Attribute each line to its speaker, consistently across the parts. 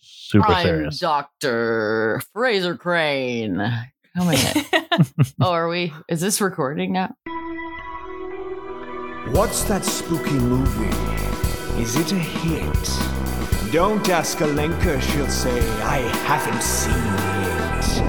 Speaker 1: super
Speaker 2: I'm
Speaker 1: serious.
Speaker 2: Dr. Fraser Crane. Coming in. oh, are we? Is this recording now?
Speaker 3: What's that spooky movie? Is it a hit? Don't ask Alenka, she'll say, I haven't seen it.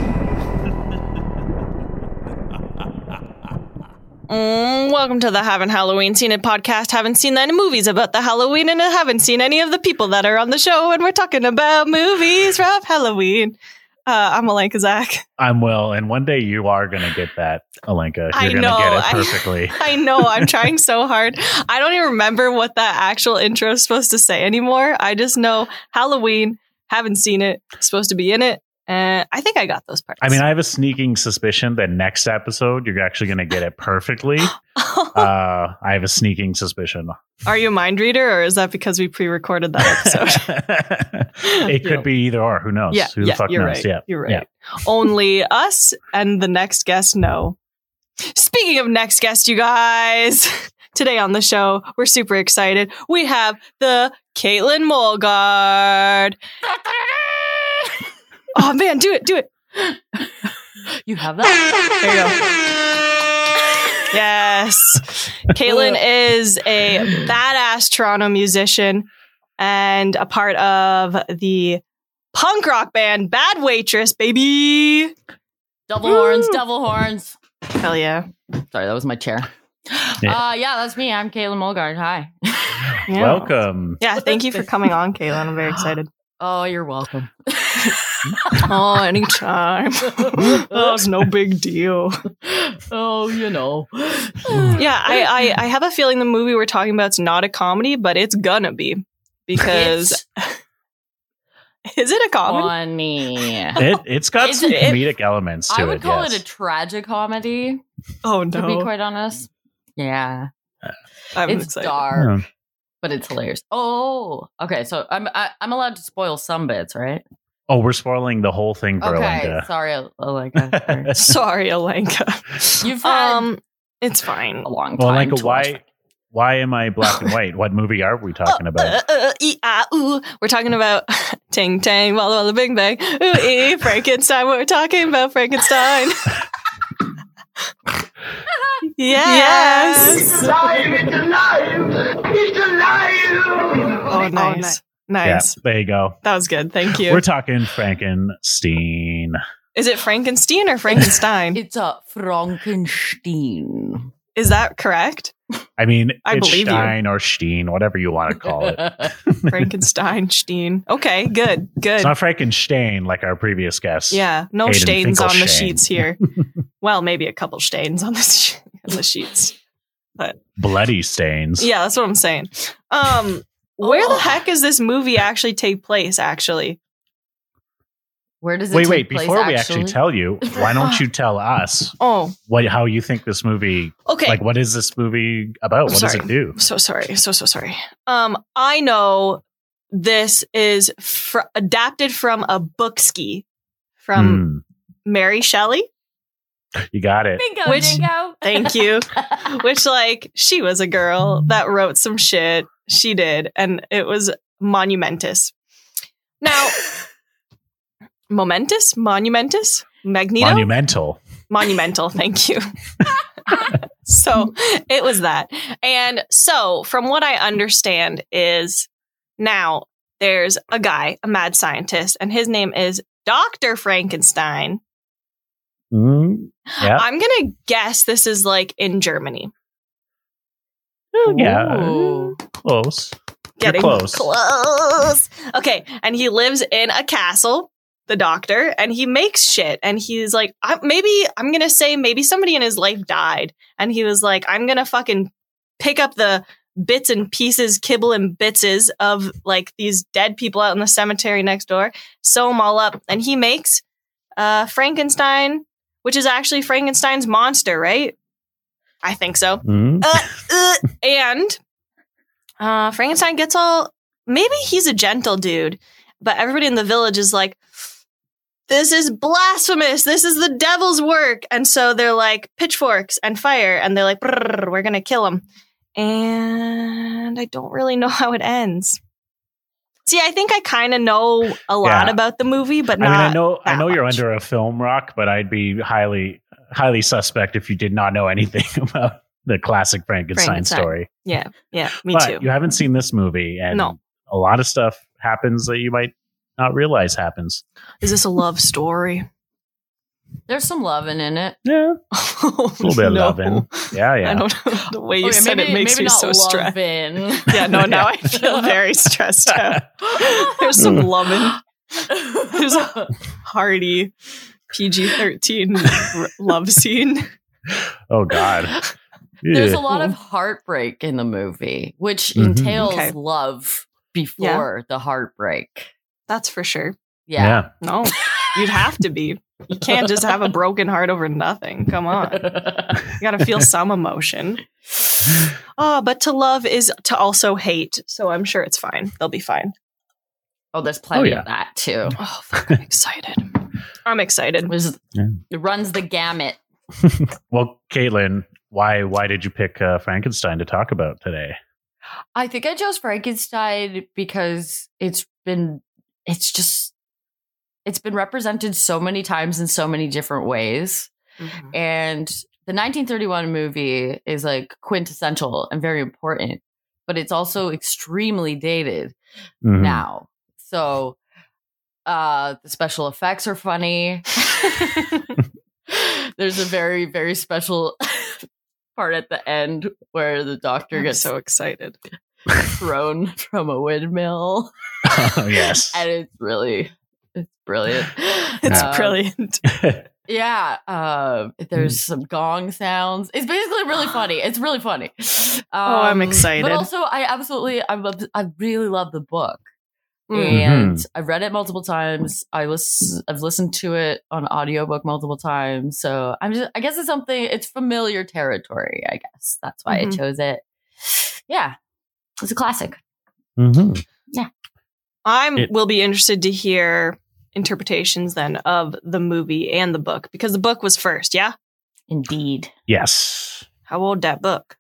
Speaker 4: Mm, welcome to the Haven't Halloween Seen It podcast. Haven't seen any movies about the Halloween, and I haven't seen any of the people that are on the show. And we're talking about movies from Halloween. Uh, I'm Alenka Zach.
Speaker 1: I'm Will, and one day you are gonna get that, Alenka. You're
Speaker 4: I
Speaker 1: gonna
Speaker 4: know,
Speaker 1: get it
Speaker 4: I-
Speaker 1: perfectly.
Speaker 4: I know I'm trying so hard. I don't even remember what that actual intro is supposed to say anymore. I just know Halloween. Haven't seen it. Supposed to be in it. Uh, I think I got those parts.
Speaker 1: I mean, I have a sneaking suspicion that next episode you're actually gonna get it perfectly.
Speaker 2: Oh.
Speaker 1: Uh, I have a sneaking suspicion.
Speaker 4: are you a mind reader, or is that because we pre-recorded that episode?
Speaker 1: it could be either or. Who knows?
Speaker 4: Yeah,
Speaker 1: Who
Speaker 4: yeah,
Speaker 1: the fuck
Speaker 4: you're
Speaker 1: knows?
Speaker 4: right.
Speaker 1: Yeah,
Speaker 4: You're right.
Speaker 1: yeah.
Speaker 4: Only us and the next guest know. Speaking of next guest, you guys, today on the show, we're super excited. We have the Caitlin Molgard. Oh man, do it, do it.
Speaker 2: You have that? There you go.
Speaker 4: Yes. Caitlin is a badass Toronto musician and a part of the punk rock band Bad Waitress, baby.
Speaker 2: Double
Speaker 4: Woo!
Speaker 2: horns, double horns.
Speaker 4: Hell yeah.
Speaker 2: Sorry, that was my chair.
Speaker 1: Yeah.
Speaker 2: Uh, yeah, that's me. I'm Caitlin Mulgard. Hi.
Speaker 4: Yeah.
Speaker 1: Welcome.
Speaker 4: Yeah, thank you for coming on, Kaylin. I'm very excited.
Speaker 2: Oh, you're welcome.
Speaker 4: oh, anytime. That's no big deal.
Speaker 2: oh, you know.
Speaker 4: Yeah, I, I, I have a feeling the movie we're talking about is not a comedy, but it's gonna be because
Speaker 2: It's
Speaker 4: is it a comedy?
Speaker 2: funny.
Speaker 1: It it's got
Speaker 2: Is
Speaker 1: some
Speaker 2: it-
Speaker 1: comedic elements to
Speaker 2: I
Speaker 1: it.
Speaker 2: would call
Speaker 1: yes.
Speaker 2: it a tragic comedy,
Speaker 4: Oh
Speaker 2: to be
Speaker 4: no,
Speaker 2: quite honest. Yeah.
Speaker 4: I'm
Speaker 2: it's
Speaker 4: excited.
Speaker 2: dark,
Speaker 1: Yeah.
Speaker 2: but it's hilarious. Oh, okay. So I'm I, I'm allowed to spoil some bits, right?
Speaker 1: Oh, we're spoiling the whole thing for
Speaker 2: Okay. Mm-hmm.
Speaker 1: Alenka.
Speaker 2: Sorry, Al- Alenka. Sorry.
Speaker 4: Sorry, Alenka.
Speaker 2: You've had
Speaker 4: Um, it's fine.
Speaker 2: a long time.
Speaker 1: Well, Alenka,
Speaker 2: to watch
Speaker 1: why why am I black and white? What movie are we talking
Speaker 4: Uh,
Speaker 1: about? Mm.
Speaker 4: uh, uh, ee, ah, ooh. We're talking about Ting Tang, Walla Walla Bing Bang, ooh, ee, Frankenstein. We're talking about Frankenstein. yes.
Speaker 5: It's alive! It's alive! It's alive!
Speaker 4: Oh, nice. Nice.
Speaker 1: Yeah, there you go.
Speaker 4: That was good. Thank you.
Speaker 1: We're talking Frankenstein.
Speaker 4: Is it Frankenstein or Frankenstein?
Speaker 2: It's a Frankenstein.
Speaker 4: Is that correct?
Speaker 1: I mean,
Speaker 4: I
Speaker 1: it's
Speaker 4: believe you.
Speaker 1: Stein or Steen, whatever you want to call it.
Speaker 4: Frankenstein, Steen. Okay, good, good.
Speaker 1: It's not Frankenstein like our previous guest.
Speaker 4: Yeah, no
Speaker 1: Hayden
Speaker 4: stains on the
Speaker 1: Finkelstein.
Speaker 4: sheets here. well, maybe a couple stains on the, sh- on the sheets.
Speaker 1: Bloody stains.
Speaker 4: Yeah, that's what I'm saying. Um, where
Speaker 2: Oh.
Speaker 4: the heck does this movie actually take place? Actually,
Speaker 2: Where does it
Speaker 1: Wait,
Speaker 2: take
Speaker 1: wait,
Speaker 2: place,
Speaker 1: before we actually tell you, why don't you tell us
Speaker 4: oh,
Speaker 1: what how you think this movie
Speaker 4: okay.
Speaker 1: like what is this movie about? What does
Speaker 4: Sorry.
Speaker 1: it do?
Speaker 4: I'm so sorry, so so sorry. Um, I know this is fr- adapted from a bookski from Mary Shelley.
Speaker 1: Hmm, you got it.
Speaker 2: Bingo,
Speaker 4: Which-
Speaker 2: dingo.
Speaker 4: Thank you. Which, like, she was a girl that wrote some shit. She did, and it was monumentous. Now, momentous, monumentous, magneto,
Speaker 1: Monumental.
Speaker 4: monumental. Thank you. so it was that. And so, from what I understand, is now there's a guy, a mad scientist, and his name is Dr. Frankenstein.
Speaker 1: Mm, yeah.
Speaker 4: I'm going to guess this is like in Germany.
Speaker 1: Oh, yeah.
Speaker 2: Ooh.
Speaker 1: Close.
Speaker 4: Getting
Speaker 1: close.
Speaker 4: close. Okay. And he lives in a castle, the doctor, and he makes shit. And he's like, I, maybe, I'm going to say, maybe somebody in his life died. And he was like, I'm going to fucking pick up the bits and pieces, kibble and bitses of like these dead people out in the cemetery next door, sew them all up. And he makes uh, Frankenstein, which is actually Frankenstein's monster, right? I think so
Speaker 1: Mm.
Speaker 4: uh, and uh, Frankenstein gets all. Maybe he's a gentle dude, but everybody in the village is like, "This is blasphemous! This is the devil's work!" And so they're like pitchforks and fire, and they're like, "Brrr, "We're gonna kill him." And I don't really know how it ends. See, I think I kind of know a lot
Speaker 1: Yeah.
Speaker 4: about the movie, but
Speaker 1: I mean,
Speaker 4: not.
Speaker 1: I know, I
Speaker 4: that
Speaker 1: know you're
Speaker 4: much.
Speaker 1: under a film rock, but I'd be highly, highly suspect if you did not know anything about the classic Frankenstein,
Speaker 4: Frankenstein.
Speaker 1: story.
Speaker 4: Yeah, yeah, me
Speaker 1: but
Speaker 4: too.
Speaker 1: you haven't seen this movie, and
Speaker 4: No.
Speaker 1: a lot of stuff happens that you might not realize happens.
Speaker 4: Is this a love story?
Speaker 2: There's some loving in it.
Speaker 1: Yeah, a little bit of loving. Yeah,
Speaker 4: I
Speaker 1: yeah.
Speaker 4: don't know. The way you
Speaker 2: Okay,
Speaker 4: said it makes me
Speaker 2: not
Speaker 4: so stressed.
Speaker 2: lovin'.
Speaker 4: Yeah, no, now I feel very stressed out. There's some loving, There's a- hearty PG 13 love scene.
Speaker 1: oh God.
Speaker 2: There's
Speaker 1: Yeah.
Speaker 2: a lot of heartbreak in the movie, which
Speaker 1: Mhm.
Speaker 2: entails
Speaker 4: Okay.
Speaker 2: love before the heartbreak.
Speaker 4: That's for sure.
Speaker 2: Yeah.
Speaker 4: No, you'd have to be. You can't just have a broken heart over nothing. Come on. You got to feel some emotion. Ah, but to love is to also hate. So I'm sure it's fine. They'll be fine.
Speaker 2: oh, there's plenty
Speaker 1: yeah.
Speaker 2: of that too.
Speaker 4: Oh, fuck, I'm excited. I'm excited.
Speaker 2: It was
Speaker 1: Yeah.
Speaker 2: it runs the gamut.
Speaker 1: Well, Caitlin, why why did you pick uh, Frankenstein to talk about today?
Speaker 2: I think I chose Frankenstein because it's been it's just it's been represented so many times in so many different ways. Mm-hmm. And the 1931 movie is like quintessential and very important, but it's also extremely dated
Speaker 1: Mhm.
Speaker 2: now. So uh the special effects are funny. There's a very very special part at the end where the doctor
Speaker 4: I'm
Speaker 2: gets
Speaker 4: so excited.
Speaker 2: thrown from a windmill
Speaker 1: yes.
Speaker 2: and it's really it's brilliant
Speaker 4: It's
Speaker 2: Um,
Speaker 4: brilliant.
Speaker 2: yeah um there's some gong sounds it's basically really funny it's really funny
Speaker 4: Oh, I'm
Speaker 2: Um,
Speaker 4: excited.
Speaker 2: but also i absolutely I'm, obs- i really love the book
Speaker 4: Mm.
Speaker 2: and i've read it multiple times i listen i've listened to it on audiobook multiple times so i'm just i guess it's something it's familiar territory i guess that's why
Speaker 4: Mhm.
Speaker 2: i chose it yeah it's a classic
Speaker 1: Mhm.
Speaker 4: I'm
Speaker 1: It-
Speaker 4: will be interested to hear interpretations then of the movie and the book because the book was first, yeah?
Speaker 2: indeed
Speaker 1: Yes.
Speaker 4: How old that book?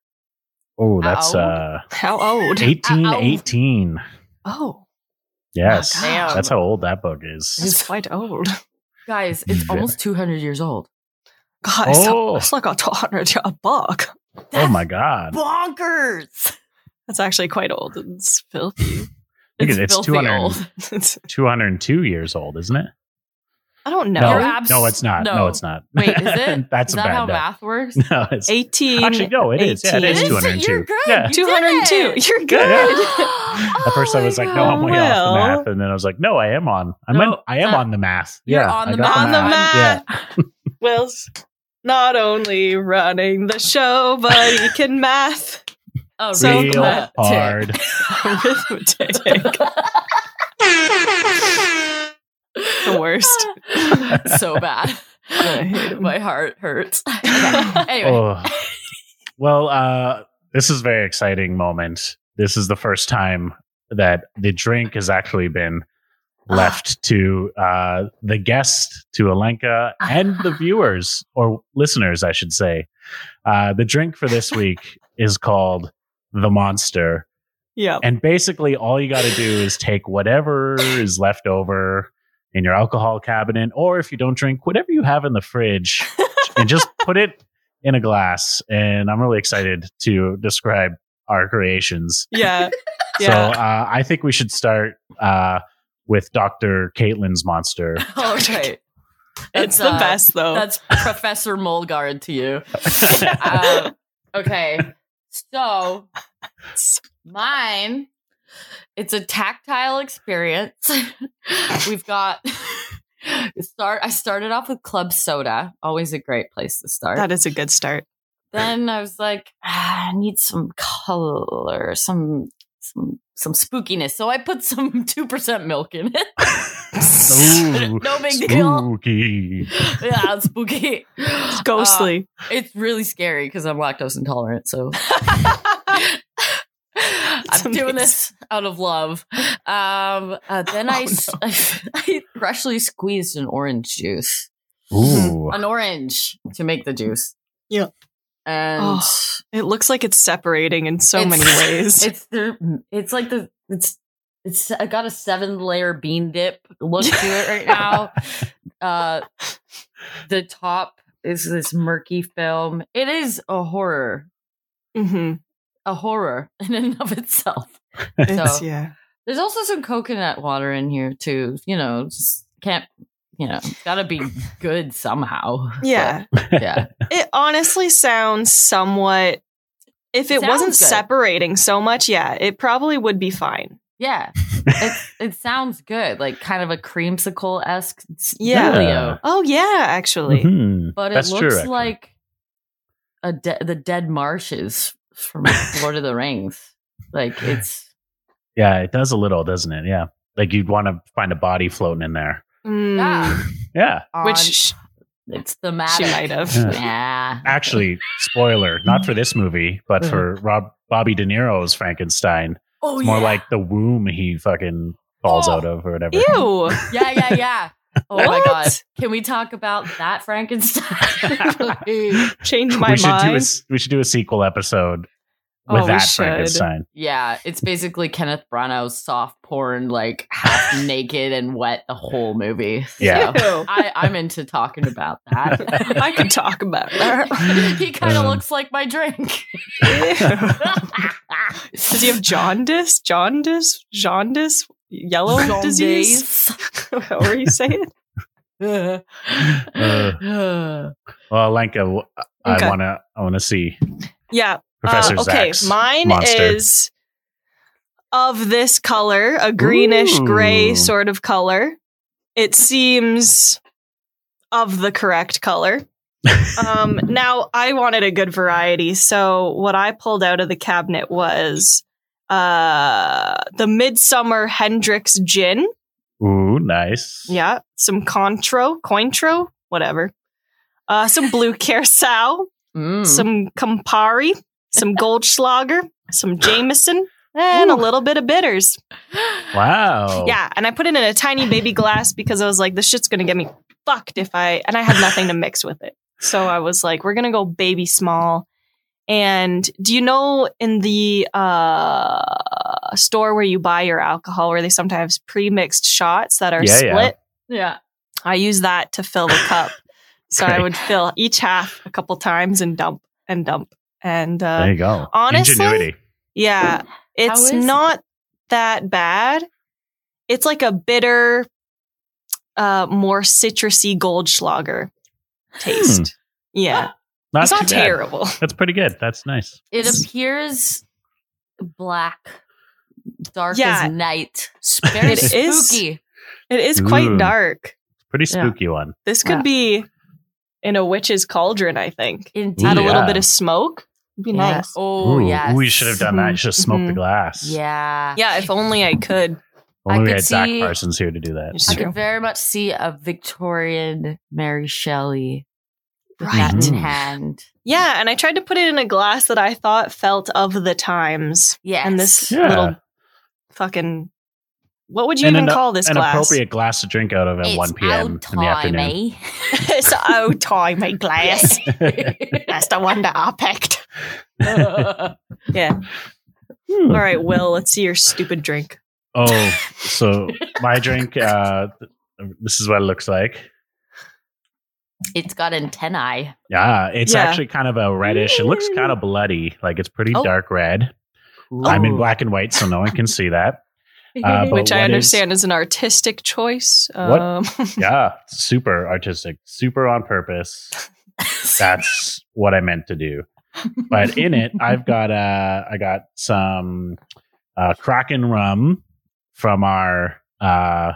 Speaker 1: Oh, that's
Speaker 2: Ow.
Speaker 1: uh,
Speaker 4: How old?
Speaker 1: eighteen
Speaker 2: Ow.
Speaker 1: eighteen.
Speaker 4: Oh,
Speaker 1: Yes,
Speaker 4: Oh, God.
Speaker 1: that's how old that book is.
Speaker 4: it's quite old.
Speaker 2: Guys, it's
Speaker 1: Very.
Speaker 2: almost 200 years old.
Speaker 4: God,
Speaker 1: Oh.
Speaker 4: it's like a 200 a buck.
Speaker 1: Oh my God!
Speaker 2: Bonkers.
Speaker 4: That's actually quite old. It's filthy.
Speaker 1: Look at it, it's
Speaker 2: filthy
Speaker 1: 200,
Speaker 2: old.
Speaker 4: It's-
Speaker 1: 202 years old, isn't it?
Speaker 4: I don't know.
Speaker 1: No,
Speaker 2: You're abs-
Speaker 1: no, it's not. No,
Speaker 2: no.
Speaker 1: it's not.
Speaker 2: Wait, is it?
Speaker 1: That's
Speaker 2: is
Speaker 1: a
Speaker 2: that
Speaker 1: bad
Speaker 2: how
Speaker 1: date.
Speaker 2: math works?
Speaker 1: No, it's
Speaker 4: 18.
Speaker 1: actually no. It is. Yeah, it
Speaker 4: 18.
Speaker 1: is
Speaker 2: It is-
Speaker 1: 202.
Speaker 2: you're good.
Speaker 1: Yeah.
Speaker 2: You did
Speaker 4: 202.
Speaker 2: it.
Speaker 4: You're
Speaker 1: Yeah, yeah.
Speaker 4: good.
Speaker 1: At first,
Speaker 2: Oh
Speaker 1: I was like, "No, I'm way
Speaker 4: Well.
Speaker 1: off the math," and then I was like, "No, I am on. I'm
Speaker 2: No,
Speaker 1: on, I am
Speaker 2: uh,
Speaker 1: on the math.
Speaker 2: you're
Speaker 1: yeah,
Speaker 2: on
Speaker 1: I
Speaker 2: the
Speaker 1: got
Speaker 2: math.
Speaker 4: On the
Speaker 2: math.
Speaker 4: mat. Will's not only running the show, but he can math.
Speaker 2: Oh,
Speaker 4: So
Speaker 2: really?
Speaker 1: Real
Speaker 4: glad.
Speaker 1: hard.
Speaker 4: Arithmetic. the worst.
Speaker 2: so bad. My heart hurts. Okay. Anyway,
Speaker 1: Oh. Well, uh, this is a very exciting moment. This is the first time that the drink has actually been left to uh, the guest, to Alenka, and the viewers or listeners, I should say. Uh, the drink for this week is called the Monster,
Speaker 4: Yep.
Speaker 1: and basically all you got to do is take whatever is left over in your alcohol cabinet or if you don't drink whatever you have in the fridge and just put it in a glass and i'm really excited to describe our creations
Speaker 4: Yeah.
Speaker 1: so uh, i think we should start uh, with dr caitlin's monster
Speaker 2: all right.
Speaker 4: it's
Speaker 2: That's,
Speaker 4: the
Speaker 2: uh,
Speaker 4: best though.
Speaker 2: That's Professor Molgard to you. um, okay. So mine, it's a tactile experience. We've got start. I started off with club soda. Always a great place to start.
Speaker 4: that is a good start.
Speaker 2: then I was like, ah, I need some color, some some some spookiness. So I put some two percent milk in it.
Speaker 1: Ooh,
Speaker 2: no big deal.
Speaker 1: spooky.
Speaker 2: yeah, it's spooky.
Speaker 4: It's ghostly.
Speaker 2: Uh, it's really scary because I'm lactose intolerant. So I'm doing
Speaker 4: amazing. Oh,
Speaker 2: this out of love. Um, uh, then I, s- I, freshly squeezed an orange juice,
Speaker 1: Ooh.
Speaker 2: an orange to make the juice.
Speaker 4: Yeah.
Speaker 2: And
Speaker 4: Oh, it looks like it's separating in so
Speaker 2: It's-
Speaker 4: many ways.
Speaker 2: it's the, it's like the, it's it's I got a seven layer bean dip look to it right now. uh, the top is this murky film. It is a horror,
Speaker 4: Mm-hmm.
Speaker 2: a horror in and of itself.
Speaker 4: It's,
Speaker 2: So-
Speaker 4: yeah.
Speaker 2: There's also some coconut water in here too. You know, just can't. You know, it's gotta be good somehow.
Speaker 4: Yeah.
Speaker 2: But, yeah.
Speaker 4: It honestly sounds somewhat. If it
Speaker 2: Sounds
Speaker 4: wasn't
Speaker 2: good.
Speaker 4: separating so much, yeah, it probably would be fine.
Speaker 2: Yeah. It's, it sounds good. Like kind of a creamsicle esque
Speaker 4: Yeah.
Speaker 2: yeah.
Speaker 4: Oh yeah, actually.
Speaker 1: Mhm.
Speaker 2: But it
Speaker 1: That's true,
Speaker 2: looks
Speaker 1: actually.
Speaker 2: like a de- the dead marshes from Lord of the Rings. Like it's
Speaker 1: Yeah, it does a little, doesn't it? Yeah. Like you'd want to find a body floating in there.
Speaker 4: Mm,
Speaker 2: yeah,
Speaker 1: Yeah.
Speaker 2: on-
Speaker 4: Which sh-
Speaker 2: it's thematic.
Speaker 4: she might have.
Speaker 1: Yeah.
Speaker 2: Yeah.
Speaker 1: Actually, spoiler, not for this movie, but for
Speaker 4: Uh-huh.
Speaker 1: Rob Bobby De Niro's Frankenstein.
Speaker 2: Oh
Speaker 1: It's more like the womb he fucking falls
Speaker 2: Oh.
Speaker 1: out of or whatever.
Speaker 4: Ew.
Speaker 2: yeah, yeah, yeah. Oh my
Speaker 4: What?
Speaker 2: god! Can we talk about that Frankenstein? Please.
Speaker 4: Change my
Speaker 1: we should do a,
Speaker 4: mind.
Speaker 1: s- we should do a sequel episode with
Speaker 4: Oh, we
Speaker 1: that
Speaker 4: should.
Speaker 1: Frankenstein.
Speaker 2: yeah, it's basically Kenneth Branagh's soft porn, like half naked and wet the whole movie.
Speaker 1: Yeah.
Speaker 4: Ew.
Speaker 2: I, I'm into talking about that.
Speaker 4: I could talk about that.
Speaker 2: he kind of
Speaker 1: Um,
Speaker 2: looks like my drink.
Speaker 4: Does he have jaundice? Jaundice? Jaundice? Yellow disease? what were you saying?
Speaker 2: Uh,
Speaker 1: Well, Lenka, w- I
Speaker 4: Okay.
Speaker 1: want to I want to see
Speaker 4: Yeah.
Speaker 1: Professor
Speaker 4: uh, okay,
Speaker 1: Zack's
Speaker 4: mine
Speaker 1: monster.
Speaker 4: is of this color, a greenish gray
Speaker 1: Ooh.
Speaker 4: sort of color. It seems of the correct color. um, now, I wanted a good variety, so what I pulled out of the cabinet was uh, the Midsummer Hendrix Gin.
Speaker 1: Ooh, nice.
Speaker 4: Yeah, some Cointreau, Cointreau, whatever. Uh, some Blue Curacao,
Speaker 1: Hmm.
Speaker 2: mm.
Speaker 4: some Campari, some Goldschlager, some Jameson, and a little bit of bitters.
Speaker 1: Wow.
Speaker 4: Yeah, and I put it in a tiny baby glass because I was like, this shit's gonna get me fucked if I and I had nothing to mix with it. So I was like, we're gonna go baby small. And do you know in the uh, store where you buy your alcohol, where they sometimes pre-mixed shots that are
Speaker 1: Yeah, yeah.
Speaker 4: split?
Speaker 2: yeah.
Speaker 4: I use that to fill the cup. so I
Speaker 1: Great.
Speaker 4: would fill each half a couple times and dump and dump. And uh,
Speaker 1: There you go.
Speaker 4: honestly-
Speaker 1: Ingenuity.
Speaker 4: yeah, it's
Speaker 2: is it?
Speaker 4: not that bad. It's like a bitter, uh, more citrusy Goldschlager taste. Yeah,
Speaker 1: Hmm. Not
Speaker 4: it's not
Speaker 1: too bad.
Speaker 4: terrible.
Speaker 1: That's pretty good. That's nice.
Speaker 2: It appears black, dark
Speaker 4: Yeah.
Speaker 2: as night. Very
Speaker 4: It is.
Speaker 2: spooky.
Speaker 4: It is quite
Speaker 1: Ooh.
Speaker 4: dark.
Speaker 1: Pretty
Speaker 2: Yeah.
Speaker 1: spooky one.
Speaker 4: This could
Speaker 2: Yeah.
Speaker 4: be in a witch's cauldron. I think.
Speaker 2: Indeed.
Speaker 4: Add a
Speaker 1: Yeah.
Speaker 4: little bit of smoke. Would be
Speaker 2: Yeah.
Speaker 4: nice.
Speaker 2: Oh
Speaker 1: Ooh,
Speaker 2: yes. Mm-hmm.
Speaker 1: We should have done that. Just smoke the
Speaker 4: Mhm.
Speaker 1: glass.
Speaker 2: Yeah.
Speaker 4: Yeah, if only I could.
Speaker 1: Well,
Speaker 2: I
Speaker 1: we
Speaker 2: could
Speaker 1: had Zach
Speaker 2: see-
Speaker 1: Parsons here to do that.
Speaker 4: It's
Speaker 2: I
Speaker 4: true.
Speaker 2: could very much see a Victorian Mary Shelley with
Speaker 4: Right.
Speaker 2: that in
Speaker 1: Mhm.
Speaker 2: hand.
Speaker 4: Yeah, and I tried to put it in a glass that I thought felt of the times.
Speaker 2: Yes.
Speaker 4: And this
Speaker 1: Yeah.
Speaker 4: little fucking what would you
Speaker 1: And
Speaker 4: even
Speaker 1: an-
Speaker 4: call this
Speaker 1: An
Speaker 4: glass?
Speaker 1: appropriate glass to drink out of at
Speaker 2: It's
Speaker 1: 1 p.m. in the afternoon.
Speaker 2: old-timey.
Speaker 4: it's oh tie my glass. That's the one that I picked.
Speaker 2: eh?
Speaker 4: Yeah.
Speaker 1: Hmm.
Speaker 4: All right, Will, let's see your stupid drink.
Speaker 1: Oh, so my drink, uh, th- this is what it looks like.
Speaker 2: it's got antennae.
Speaker 1: Yeah, it's
Speaker 4: Yeah.
Speaker 1: actually kind of a reddish. It looks kind of bloody. Like it's pretty
Speaker 2: Oh.
Speaker 1: dark red. I'm
Speaker 4: Oh.
Speaker 1: in black and white, so no one can see that. Uh, but
Speaker 4: which
Speaker 1: what
Speaker 4: I
Speaker 1: is-
Speaker 4: understand is, an artistic choice.
Speaker 1: What?
Speaker 4: Um
Speaker 1: Yeah, super artistic, super on purpose. That's what I meant to do. But in it, I've got uh, I got some uh, Kraken rum from our uh,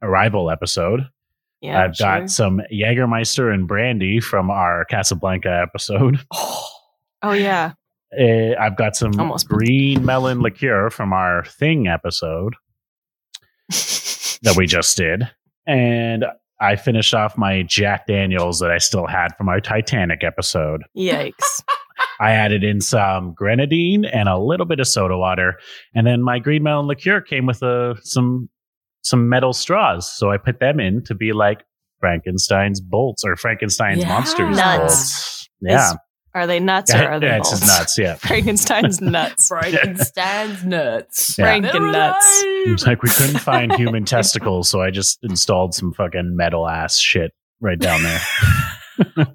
Speaker 1: arrival episode.
Speaker 4: yeah,
Speaker 1: I've got
Speaker 4: sure.
Speaker 1: some Jägermeister and brandy from our Casablanca episode.
Speaker 4: Oh yeah.
Speaker 1: Uh, I've got some
Speaker 4: Almost.
Speaker 1: green melon liqueur from our thing episode that we just did. And I finished off my Jack Daniels that I still had from our Titanic episode.
Speaker 4: Yikes.
Speaker 1: I added in some grenadine and a little bit of soda water. And then my green melon liqueur came with a, some some metal straws. So I put them in to be like Frankenstein's bolts or Frankenstein's
Speaker 2: Yeah.
Speaker 1: monsters
Speaker 4: Nuts.
Speaker 1: bolts. Yeah.
Speaker 4: Are they nuts or
Speaker 1: Yeah,
Speaker 4: are they
Speaker 1: yeah, it's just
Speaker 4: bolts?
Speaker 1: nuts. Yeah.
Speaker 4: Frankenstein's nuts.
Speaker 2: Frankenstein's nuts.
Speaker 1: Yeah.
Speaker 4: Franken nuts.
Speaker 1: It's like we couldn't find human testicles, so I just installed some fucking metal ass shit right down there.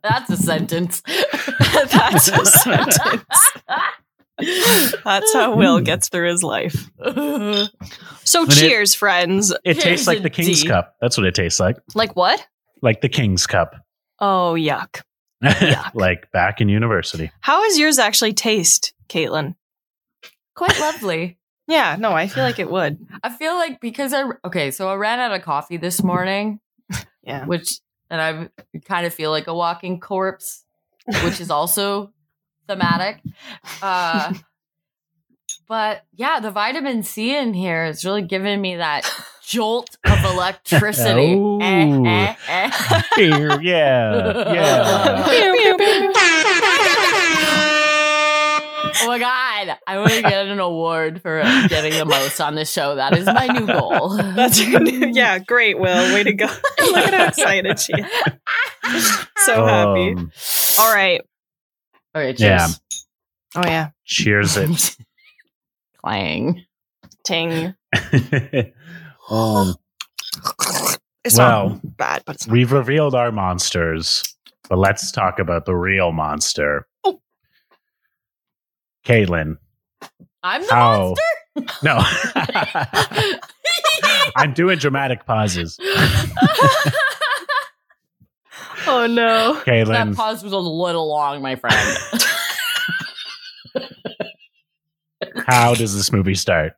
Speaker 2: That's a sentence.
Speaker 4: That's a sentence. That's how Will gets through his life. So
Speaker 1: And it-
Speaker 4: cheers, friends.
Speaker 1: It
Speaker 2: Here's
Speaker 1: tastes like
Speaker 2: a
Speaker 1: the King's
Speaker 2: D.
Speaker 1: Cup. That's what it tastes like.
Speaker 4: Like what?
Speaker 1: Like the King's Cup.
Speaker 4: Oh, yuck. Yuck.
Speaker 1: like back in university.
Speaker 4: How is yours actually taste, Caitlin?
Speaker 2: Quite lovely.
Speaker 4: Yeah, no, I feel like it would.
Speaker 2: I feel like because I okay, so I ran out of coffee this morning,
Speaker 4: Yeah.
Speaker 2: which and I kind of feel like a walking corpse, which is also thematic. Uh, but yeah, the vitamin C in here is really giving me that jolt of electricity.
Speaker 1: Oh.
Speaker 2: Eh, eh, eh.
Speaker 1: yeah. Yeah.
Speaker 2: Oh my god! I want to get an award for getting the most on the show. That is my new goal.
Speaker 4: That's your new, yeah, great, Will. Way to go. Look at how excited she is. So happy.
Speaker 1: Um,
Speaker 4: All right.
Speaker 2: All right,
Speaker 1: Yeah.
Speaker 2: cheers.
Speaker 4: Oh, yeah.
Speaker 1: cheers it.
Speaker 2: Clang.
Speaker 4: Ting.
Speaker 1: um,
Speaker 4: It's
Speaker 1: well,
Speaker 4: not bad, but it's not.
Speaker 1: we've revealed our monsters, but let's talk about the real monster.
Speaker 4: Oh.
Speaker 1: Caitlin.
Speaker 2: I'm the
Speaker 1: How?
Speaker 2: monster.
Speaker 1: No. I'm doing dramatic pauses.
Speaker 4: Oh, no.
Speaker 2: that
Speaker 1: Caitlin.
Speaker 2: pause was a little long, my friend.
Speaker 1: How does this movie start?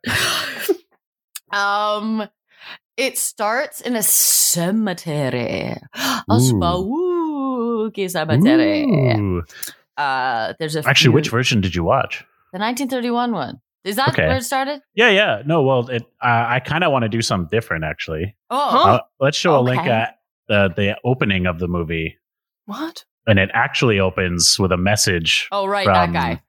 Speaker 2: Um, it starts in a cemetery, a
Speaker 1: Ooh.
Speaker 2: spooky cemetery.
Speaker 1: Ooh.
Speaker 2: Uh, there's a
Speaker 1: Actually, which
Speaker 2: few-
Speaker 1: version did you watch?
Speaker 2: the 1931 one is that
Speaker 1: Okay.
Speaker 2: where it started?
Speaker 1: Yeah, yeah. No, well, it, uh, I kind of want to do something different, actually.
Speaker 2: Oh,
Speaker 1: Uh, let's show a link
Speaker 2: Okay.
Speaker 1: at the, the opening of the movie,
Speaker 4: What?
Speaker 1: and it actually opens with a message
Speaker 2: oh, right,
Speaker 1: from-
Speaker 2: that guy.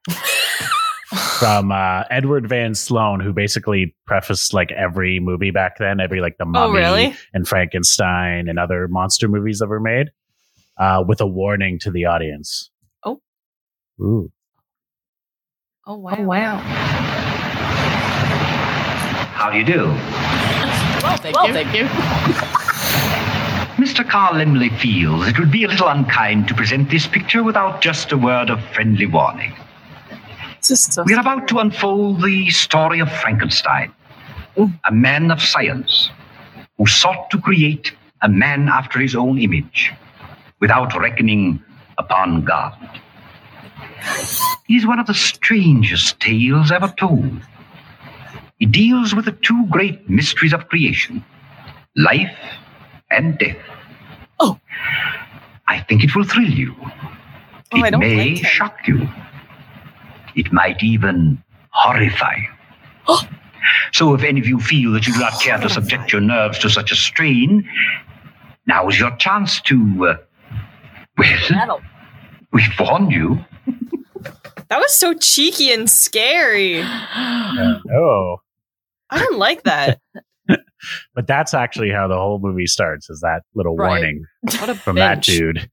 Speaker 1: from uh, Edward Van Sloan, who basically prefaced like every movie back then, every like the Mummy
Speaker 4: Oh, really?
Speaker 1: and Frankenstein and other monster movies ever made, uh, with a warning to the audience.
Speaker 4: Oh.
Speaker 1: Ooh.
Speaker 4: Oh, wow. Oh, wow.
Speaker 6: How do you do?
Speaker 2: well, thank you. Thank you.
Speaker 6: Mr. Carl Emily feels it would be a little unkind to present this picture without just a word of friendly warning.
Speaker 4: It's just so
Speaker 6: We are about to unfold the story of Frankenstein, a man of science who sought to create a man after his own image without reckoning upon God. It is one of the strangest tales ever told. It deals with the two great mysteries of creation life and death.
Speaker 4: Oh.
Speaker 6: I think it will thrill you.
Speaker 4: Oh, I
Speaker 6: it
Speaker 4: don't
Speaker 6: may
Speaker 4: like it.
Speaker 6: shock you. It might even horrify you.
Speaker 4: Oh.
Speaker 6: so, if any of you feel that you do not care to subject your nerves to such a strain, now is your chance to. Uh, well, we've warned you.
Speaker 4: That was so cheeky and scary. I
Speaker 1: Oh.
Speaker 4: don't like that.
Speaker 1: But that's actually how the whole movie starts is that little
Speaker 2: Right.
Speaker 1: warning
Speaker 4: What a
Speaker 1: from that
Speaker 4: bench.
Speaker 1: dude.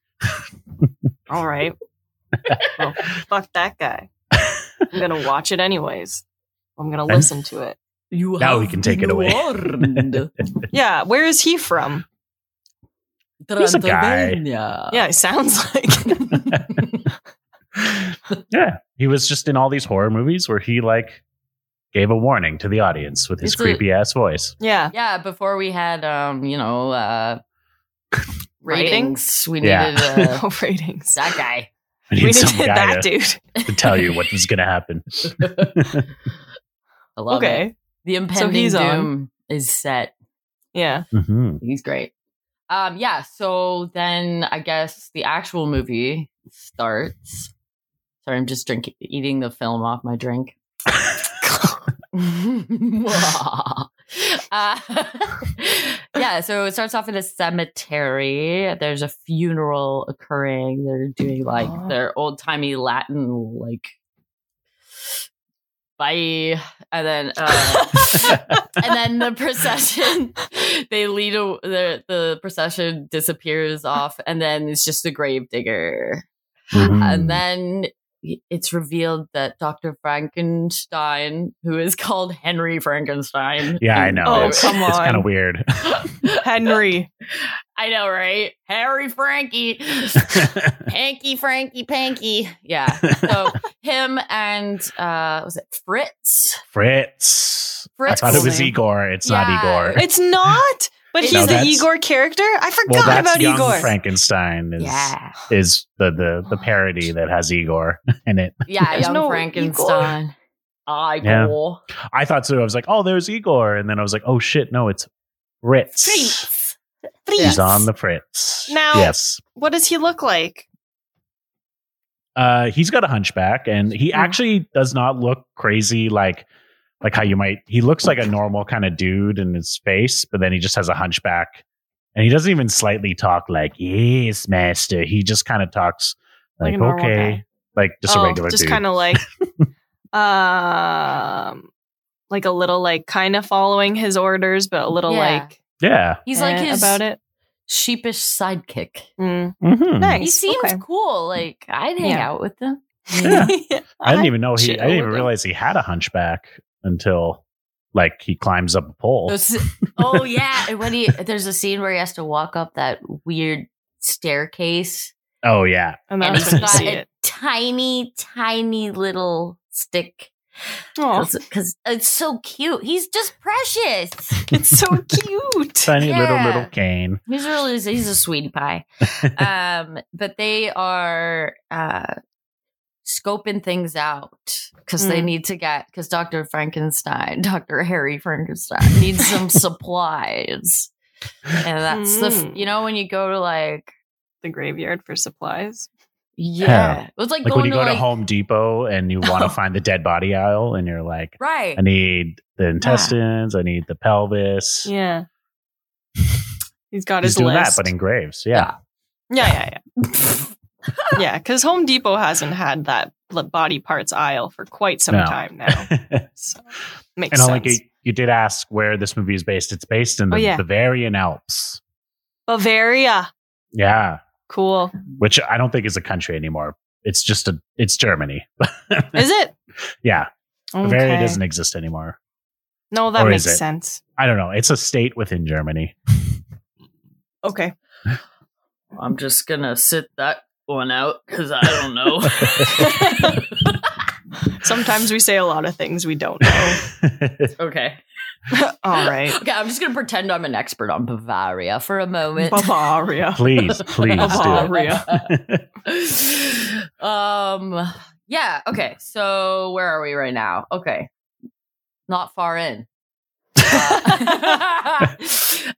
Speaker 4: All right. well, fuck that guy. I'm gonna watch it anyways. I'm gonna listen to it.
Speaker 2: You
Speaker 1: Now
Speaker 2: have
Speaker 1: we can take it away.
Speaker 2: warned.
Speaker 4: Yeah, where is he from?
Speaker 1: He's a guy.
Speaker 2: Transylvania.
Speaker 4: Yeah, it sounds like
Speaker 1: yeah. He was just in all these horror movies where he like gave a warning to the audience with his
Speaker 2: It's a-
Speaker 1: creepy ass voice.
Speaker 4: yeah.
Speaker 2: Yeah, before we had um, you know, uh ratings,
Speaker 4: Ratings?
Speaker 2: we
Speaker 1: Yeah.
Speaker 2: needed uh,
Speaker 4: No ratings.
Speaker 2: that guy.
Speaker 1: I
Speaker 4: We
Speaker 1: need
Speaker 4: need
Speaker 1: some
Speaker 4: to-
Speaker 1: guy
Speaker 4: that
Speaker 1: to,
Speaker 4: dude.
Speaker 1: to tell you what was going to happen.
Speaker 2: I love it.
Speaker 4: Okay.
Speaker 2: The impending
Speaker 4: he's on.
Speaker 2: doom is set.
Speaker 4: Yeah.
Speaker 1: Mhm.
Speaker 2: He's great. Um yeah, so then I guess the actual movie starts. Sorry, I'm just drinking eating the film off my drink. uh, yeah, so it starts off in a cemetery. There's a funeral occurring. They're doing like
Speaker 4: Aw.
Speaker 2: their old timey Latin, like, bye. And then, uh, and then the procession, they lead a, the, the procession disappears off, and then it's just the grave digger.
Speaker 1: Mhm.
Speaker 2: And then it's revealed that Dr. Frankenstein, who is called Henry Frankenstein. um,
Speaker 1: Yeah, I know.
Speaker 4: Oh,
Speaker 1: it's
Speaker 4: come
Speaker 1: it's
Speaker 4: on.
Speaker 1: kind of weird.
Speaker 4: Henry.
Speaker 2: I know, right? Harry Frankie. Hanky Frankie Panky. Yeah. So him and uh was it Fritz?
Speaker 1: Fritz. I
Speaker 2: Fritz.
Speaker 1: thought it was
Speaker 4: Name.
Speaker 1: Igor. It's
Speaker 2: Yeah.
Speaker 1: not Igor.
Speaker 4: It's not, but
Speaker 2: No,
Speaker 4: he's the
Speaker 1: that's-
Speaker 4: Igor character. I
Speaker 1: well,
Speaker 4: forgot
Speaker 1: that's
Speaker 4: about
Speaker 1: young
Speaker 4: Igor. Oh,
Speaker 1: Frankenstein. Is
Speaker 2: Yeah.
Speaker 1: is the the the parody that has Igor in it.
Speaker 2: Yeah,
Speaker 4: There's
Speaker 2: young
Speaker 4: no
Speaker 2: Frankenstein.
Speaker 1: Yeah.
Speaker 2: Igor.
Speaker 1: I thought so. I was like, oh, there's Igor, and then I was like, oh shit, no, it's Fritz.
Speaker 2: Fritz.
Speaker 1: He's
Speaker 4: Please.
Speaker 1: on the Fritz.
Speaker 4: Now-
Speaker 1: yes,
Speaker 4: what does he look like?
Speaker 1: uh, he's got a hunchback, and he actually does not look crazy like like how you might. He looks like a normal kind of dude in his face, but then he just has a hunchback, and he doesn't even slightly talk like "Yes, master." He just kind of talks
Speaker 2: Like
Speaker 1: like,
Speaker 2: a normal
Speaker 1: "Okay,"
Speaker 2: guy.
Speaker 1: like just a regular
Speaker 4: Oh, just
Speaker 1: dude.
Speaker 4: kind of like, um, like a little like kind of following his orders, but a little
Speaker 2: Yeah.
Speaker 4: like
Speaker 1: yeah.
Speaker 2: He's like
Speaker 4: eh,
Speaker 2: his
Speaker 4: about it.
Speaker 2: sheepish sidekick.
Speaker 4: Mm.
Speaker 1: Mhm.
Speaker 4: Nice.
Speaker 2: He seems
Speaker 4: Okay.
Speaker 2: cool. Like I'd hang
Speaker 4: Yeah.
Speaker 2: out with him.
Speaker 1: Yeah. I didn't even know he.
Speaker 4: chill
Speaker 1: I didn't even
Speaker 4: with him.
Speaker 1: realize he had a hunchback until like he climbs up a pole.
Speaker 2: Those- oh yeah, and when he there's a scene where he has to walk up that weird staircase,
Speaker 1: oh yeah,
Speaker 4: and
Speaker 2: and
Speaker 4: that's
Speaker 2: he's
Speaker 4: when you
Speaker 2: got
Speaker 4: see
Speaker 2: a
Speaker 4: it.
Speaker 2: tiny, tiny little stick
Speaker 4: Oh,
Speaker 2: because it's so cute. He's just precious.
Speaker 4: it's so cute.
Speaker 1: tiny little
Speaker 2: Yeah.
Speaker 1: little cane.
Speaker 2: He's really he's a sweetie pie. um, but they are uh scoping things out because they
Speaker 4: Mm.
Speaker 2: need to get because Dr. Frankenstein, Dr. Harry Frankenstein needs some supplies. And that's the f-
Speaker 4: Mm.
Speaker 2: you know when you go to like
Speaker 4: The graveyard for supplies.
Speaker 2: yeah, it was like,
Speaker 1: Like
Speaker 2: going
Speaker 1: when you
Speaker 2: to
Speaker 1: go
Speaker 2: like
Speaker 1: to Home Depot and you want to find the dead body aisle, and you're like,
Speaker 2: right.
Speaker 1: I need the intestines, I need the pelvis.
Speaker 4: Yeah. He's got
Speaker 1: He's
Speaker 4: his
Speaker 1: doing
Speaker 4: list.
Speaker 1: that, but in graves. Yeah,
Speaker 4: yeah, yeah, yeah. yeah, because Home Depot hasn't had that l- body parts aisle for quite some
Speaker 1: No.
Speaker 4: time now.
Speaker 1: and
Speaker 4: So makes
Speaker 1: I
Speaker 4: sense.
Speaker 1: like you, you did ask where this movie is based. It's based in the
Speaker 4: Oh, yeah.
Speaker 1: Bavarian Alps.
Speaker 4: Bavaria.
Speaker 1: Yeah,
Speaker 4: Cool.
Speaker 1: which I don't think is a country anymore. It's just a. It's Germany.
Speaker 4: Is it?
Speaker 1: yeah,
Speaker 4: Okay.
Speaker 1: Bavaria doesn't exist anymore.
Speaker 4: No, that
Speaker 1: or
Speaker 4: makes
Speaker 1: is it?
Speaker 4: sense.
Speaker 1: I don't know. It's a state within Germany.
Speaker 4: Okay.
Speaker 2: I'm just gonna sit that one out because I don't know.
Speaker 4: Sometimes we say a lot of things we don't know.
Speaker 2: okay.
Speaker 4: All right.
Speaker 2: Okay, I'm just gonna pretend I'm an expert on Bavaria for a moment.
Speaker 4: Bavaria.
Speaker 1: please, please do
Speaker 4: Bavaria.
Speaker 1: it.
Speaker 2: um yeah okay so where are we right now okay not far in uh,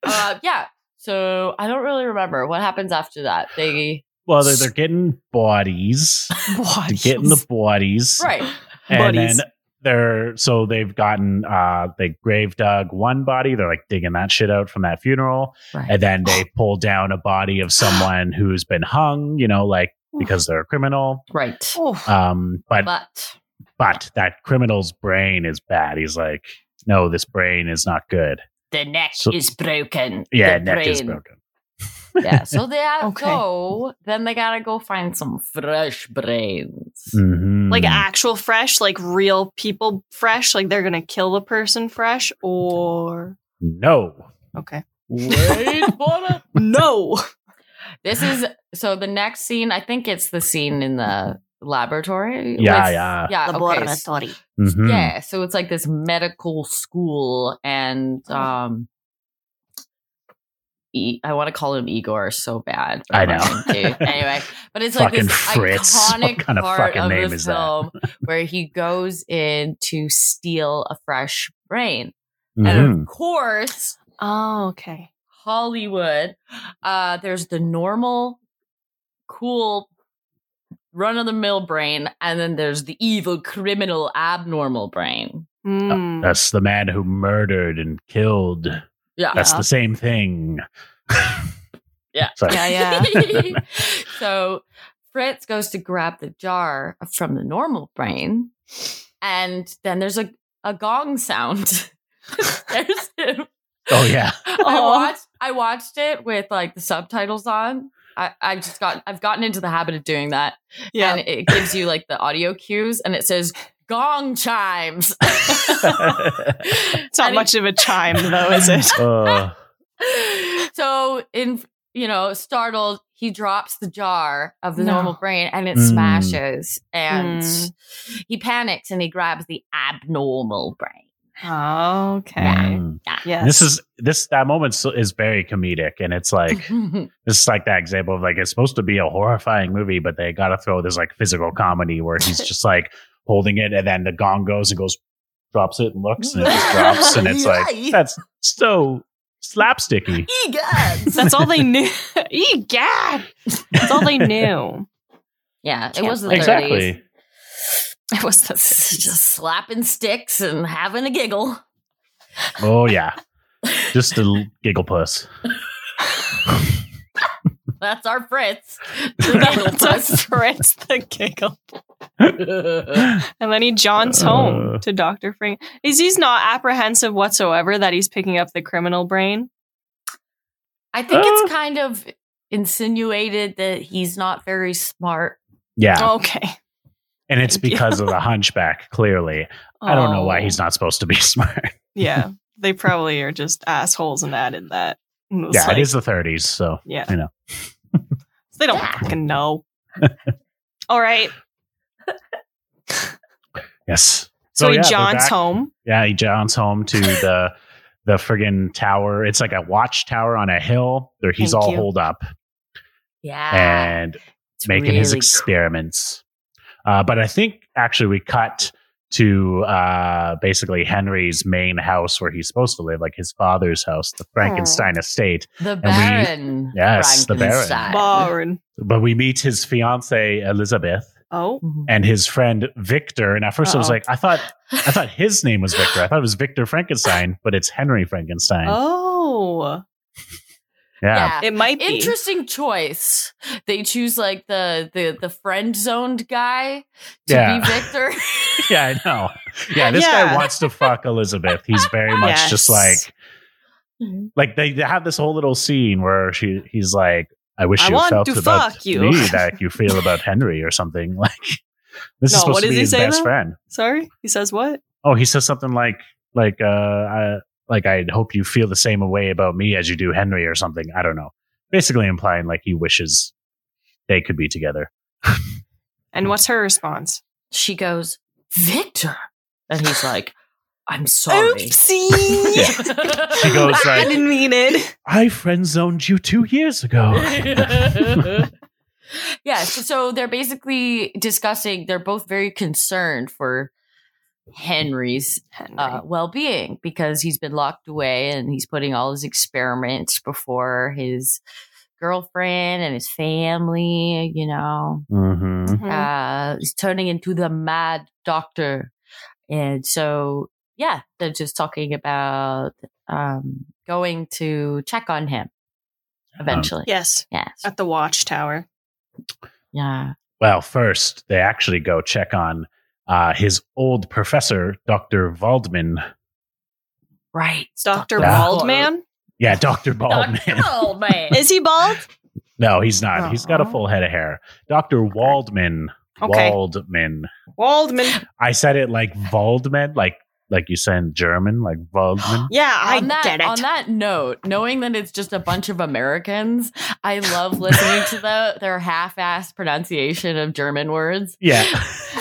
Speaker 2: uh, yeah so i don't really remember what happens after that they
Speaker 1: well, they're, they're getting bodies. They're getting the bodies.
Speaker 2: right
Speaker 1: And
Speaker 4: Bodies.
Speaker 1: then they're so they've gotten uh they grave dug one body, they're like digging that shit out from that funeral.
Speaker 2: right
Speaker 1: And then they pull down a body of someone who's been hung, you know, like because they're a criminal.
Speaker 2: right
Speaker 4: Oh,
Speaker 1: Um but
Speaker 2: but
Speaker 1: but that criminal's brain is bad. He's like, No, this brain is not good.
Speaker 2: the neck
Speaker 1: So-
Speaker 2: is broken
Speaker 1: Yeah,
Speaker 2: The
Speaker 1: neck is
Speaker 2: brain.
Speaker 1: broken.
Speaker 2: yeah so they have
Speaker 4: Okay.
Speaker 2: so then they gotta go find some fresh brains
Speaker 1: Mhm.
Speaker 4: like actual fresh, like real people fresh, like they're gonna kill the person fresh, or
Speaker 1: No.
Speaker 4: okay,
Speaker 2: wait for it
Speaker 4: no,
Speaker 2: This is so the next scene. I think it's the scene in the laboratory.
Speaker 1: Yeah, yeah.
Speaker 2: yeah.
Speaker 4: Uh,
Speaker 2: okay.
Speaker 4: laboratory.
Speaker 1: Mhm.
Speaker 2: Yeah, so it's like this medical school, and um, e- I want to call him Igor so bad. but
Speaker 1: I
Speaker 2: I'm not
Speaker 1: know.
Speaker 2: going to. anyway, but it's like
Speaker 1: Fucking
Speaker 2: this
Speaker 1: Fritz.
Speaker 2: iconic
Speaker 1: What kind of
Speaker 2: part
Speaker 1: fucking
Speaker 2: of
Speaker 1: name
Speaker 2: the
Speaker 1: is that?
Speaker 2: film where he goes in to steal a fresh brain, and
Speaker 1: Mhm.
Speaker 2: of course,
Speaker 4: Oh, okay.
Speaker 2: Hollywood. Uh, there's the normal, cool, run of the mill brain, and then there's the evil, criminal, abnormal brain.
Speaker 1: Oh,
Speaker 4: Mm.
Speaker 1: That's the man who murdered and killed.
Speaker 2: Yeah.
Speaker 1: That's
Speaker 4: Yeah.
Speaker 1: the same thing.
Speaker 2: Yeah.
Speaker 1: Sorry.
Speaker 4: yeah, yeah.
Speaker 2: so Fritz goes to grab the jar from the normal brain, and then there's a, a gong sound. there's him.
Speaker 1: Oh yeah.
Speaker 2: I
Speaker 4: Aw.
Speaker 2: watched I watched it with like the subtitles on I, I've just got I've gotten into the habit of doing that.
Speaker 4: Yeah.
Speaker 2: And it gives you like the audio cues and it says gong chimes.
Speaker 4: It's not
Speaker 2: And it-
Speaker 4: much of a chime, though, is it?
Speaker 1: Uh,
Speaker 2: so in you know, startled, he drops the jar of the
Speaker 4: No.
Speaker 2: normal brain and it
Speaker 1: Mm.
Speaker 2: smashes and
Speaker 4: Mm.
Speaker 2: he panics and he grabs the abnormal brain.
Speaker 4: Okay.
Speaker 1: mm.
Speaker 4: Yes.
Speaker 1: This is this that moment so- is very comedic, and it's like
Speaker 4: Mm-hmm.
Speaker 1: this is like that example of like it's supposed to be a horrifying movie, but they got to throw this like physical comedy where he's just like holding it, and then the gong goes and goes, drops it and looks, and it just drops, and it's like that's so slapsticky.
Speaker 2: Egads.
Speaker 4: That's all they knew. Egad. That's all they knew.
Speaker 2: yeah, it
Speaker 4: Can't
Speaker 2: was the
Speaker 4: believe it.
Speaker 2: 30s.
Speaker 1: Exactly.
Speaker 4: It was the
Speaker 2: Just slapping sticks and having a giggle.
Speaker 1: Oh yeah, just a l- giggle puss.
Speaker 2: That's our Fritz.
Speaker 4: That's Fritz the giggle. And then he jaunts home
Speaker 1: Uh.
Speaker 4: to Dr. Frank. Is he's not apprehensive whatsoever that he's picking up the criminal brain?
Speaker 2: I think
Speaker 1: Uh.
Speaker 2: it's kind of insinuated that he's not very smart.
Speaker 1: Yeah,
Speaker 4: Okay.
Speaker 1: and it's
Speaker 4: Oh, thank you. Oh.
Speaker 1: because of the hunchback. Clearly, I don't know why he's not supposed to be smart.
Speaker 4: Yeah. They probably are just assholes and added that. And it's
Speaker 1: yeah,
Speaker 4: like-
Speaker 1: it is the 30s, so
Speaker 4: Yeah.
Speaker 1: I know.
Speaker 4: They don't fucking know. All right.
Speaker 1: yes. Oh,
Speaker 4: So,
Speaker 1: yeah,
Speaker 4: he
Speaker 1: they're
Speaker 4: jaunts
Speaker 1: back-
Speaker 4: home.
Speaker 1: Yeah, he jaunts home to the the friggin' tower. It's like a watchtower on a hill. There he's
Speaker 4: Thank
Speaker 1: all
Speaker 4: you. Ah,
Speaker 1: holed up
Speaker 2: Yeah.
Speaker 1: and
Speaker 2: It's
Speaker 1: making his
Speaker 2: really
Speaker 1: experiments. Uh, but I think actually we cut to uh, basically Henry's main house where he's supposed to live, like his father's house, the Frankenstein estate.
Speaker 2: The
Speaker 1: we-
Speaker 2: Baron.
Speaker 1: Yes, the Baron.
Speaker 2: Frankenstein.
Speaker 4: Barn.
Speaker 1: But we meet his fiancee Elizabeth
Speaker 4: Oh.
Speaker 2: Mhm.
Speaker 1: and his friend Victor. And at 1st I was
Speaker 4: Uh-oh.
Speaker 1: like, I thought I thought his name was Victor. I thought it was Victor Frankenstein, but it's Henry Frankenstein.
Speaker 4: Oh.
Speaker 1: yeah.
Speaker 2: Yeah.
Speaker 4: It might be.
Speaker 2: Interesting choice. They choose like the the the friend zoned guy to
Speaker 1: Yeah.
Speaker 2: be Victor.
Speaker 1: Yeah, I know. Yeah, this
Speaker 4: Yeah.
Speaker 1: guy wants to fuck Elizabeth. He's very much just
Speaker 4: Yes.
Speaker 1: like
Speaker 2: Mm-hmm.
Speaker 1: like they, they have this whole little scene where she he's like, I wish
Speaker 4: I
Speaker 1: you
Speaker 4: want
Speaker 1: felt
Speaker 4: to
Speaker 1: about
Speaker 4: fuck you."
Speaker 1: me like you feel about Henry or something. Like this
Speaker 4: No,
Speaker 1: is supposed
Speaker 4: what
Speaker 1: to
Speaker 4: does
Speaker 1: be
Speaker 4: he
Speaker 1: his
Speaker 4: say,
Speaker 1: best
Speaker 4: though?
Speaker 1: friend.
Speaker 4: Sorry? He says what?
Speaker 1: Oh, he says something like like uh I, like I hope you feel the same way about me as you do Henry or something. I don't know. Basically implying like he wishes they could be together.
Speaker 4: And what's her response?
Speaker 2: she goes, Victor. And he's like, I'm sorry.
Speaker 4: Oopsie.
Speaker 1: She goes
Speaker 4: I
Speaker 1: like-
Speaker 4: didn't mean
Speaker 2: Oh.
Speaker 4: it.
Speaker 1: I friend zoned you two years ago.
Speaker 2: yeah, so, so they're basically discussing, they're both very concerned for Henry's uh, well being because he's been locked away and he's putting all his experiments before his girlfriend and his family, you know.
Speaker 1: hmm
Speaker 4: Mhm.
Speaker 2: Uh, he's turning into the mad doctor. And so, yeah, they're just talking about um, going to check on him eventually.
Speaker 4: yes.
Speaker 2: Yes.
Speaker 4: At the watchtower.
Speaker 2: Yeah.
Speaker 1: Well, first they actually go check on uh, his old professor, Doctor Waldman.
Speaker 2: Right.
Speaker 4: Dr.
Speaker 1: Yeah.
Speaker 4: Baldman?
Speaker 1: Yeah, Doctor Baldman.
Speaker 2: Baldman.
Speaker 4: Is he bald?
Speaker 1: no, he's not.
Speaker 2: Uh-huh.
Speaker 1: He's got a
Speaker 4: Oh.
Speaker 1: full head of hair. Doctor Waldman.
Speaker 4: Okay.
Speaker 1: Waldman.
Speaker 4: Waldman.
Speaker 1: I said it like Waldman, like like you said in German, like Waldman.
Speaker 4: Yeah, I
Speaker 2: on that,
Speaker 4: get it.
Speaker 2: On that note, knowing that it's just a bunch of Americans, I love listening to the, their half-assed pronunciation of German words.
Speaker 1: yeah,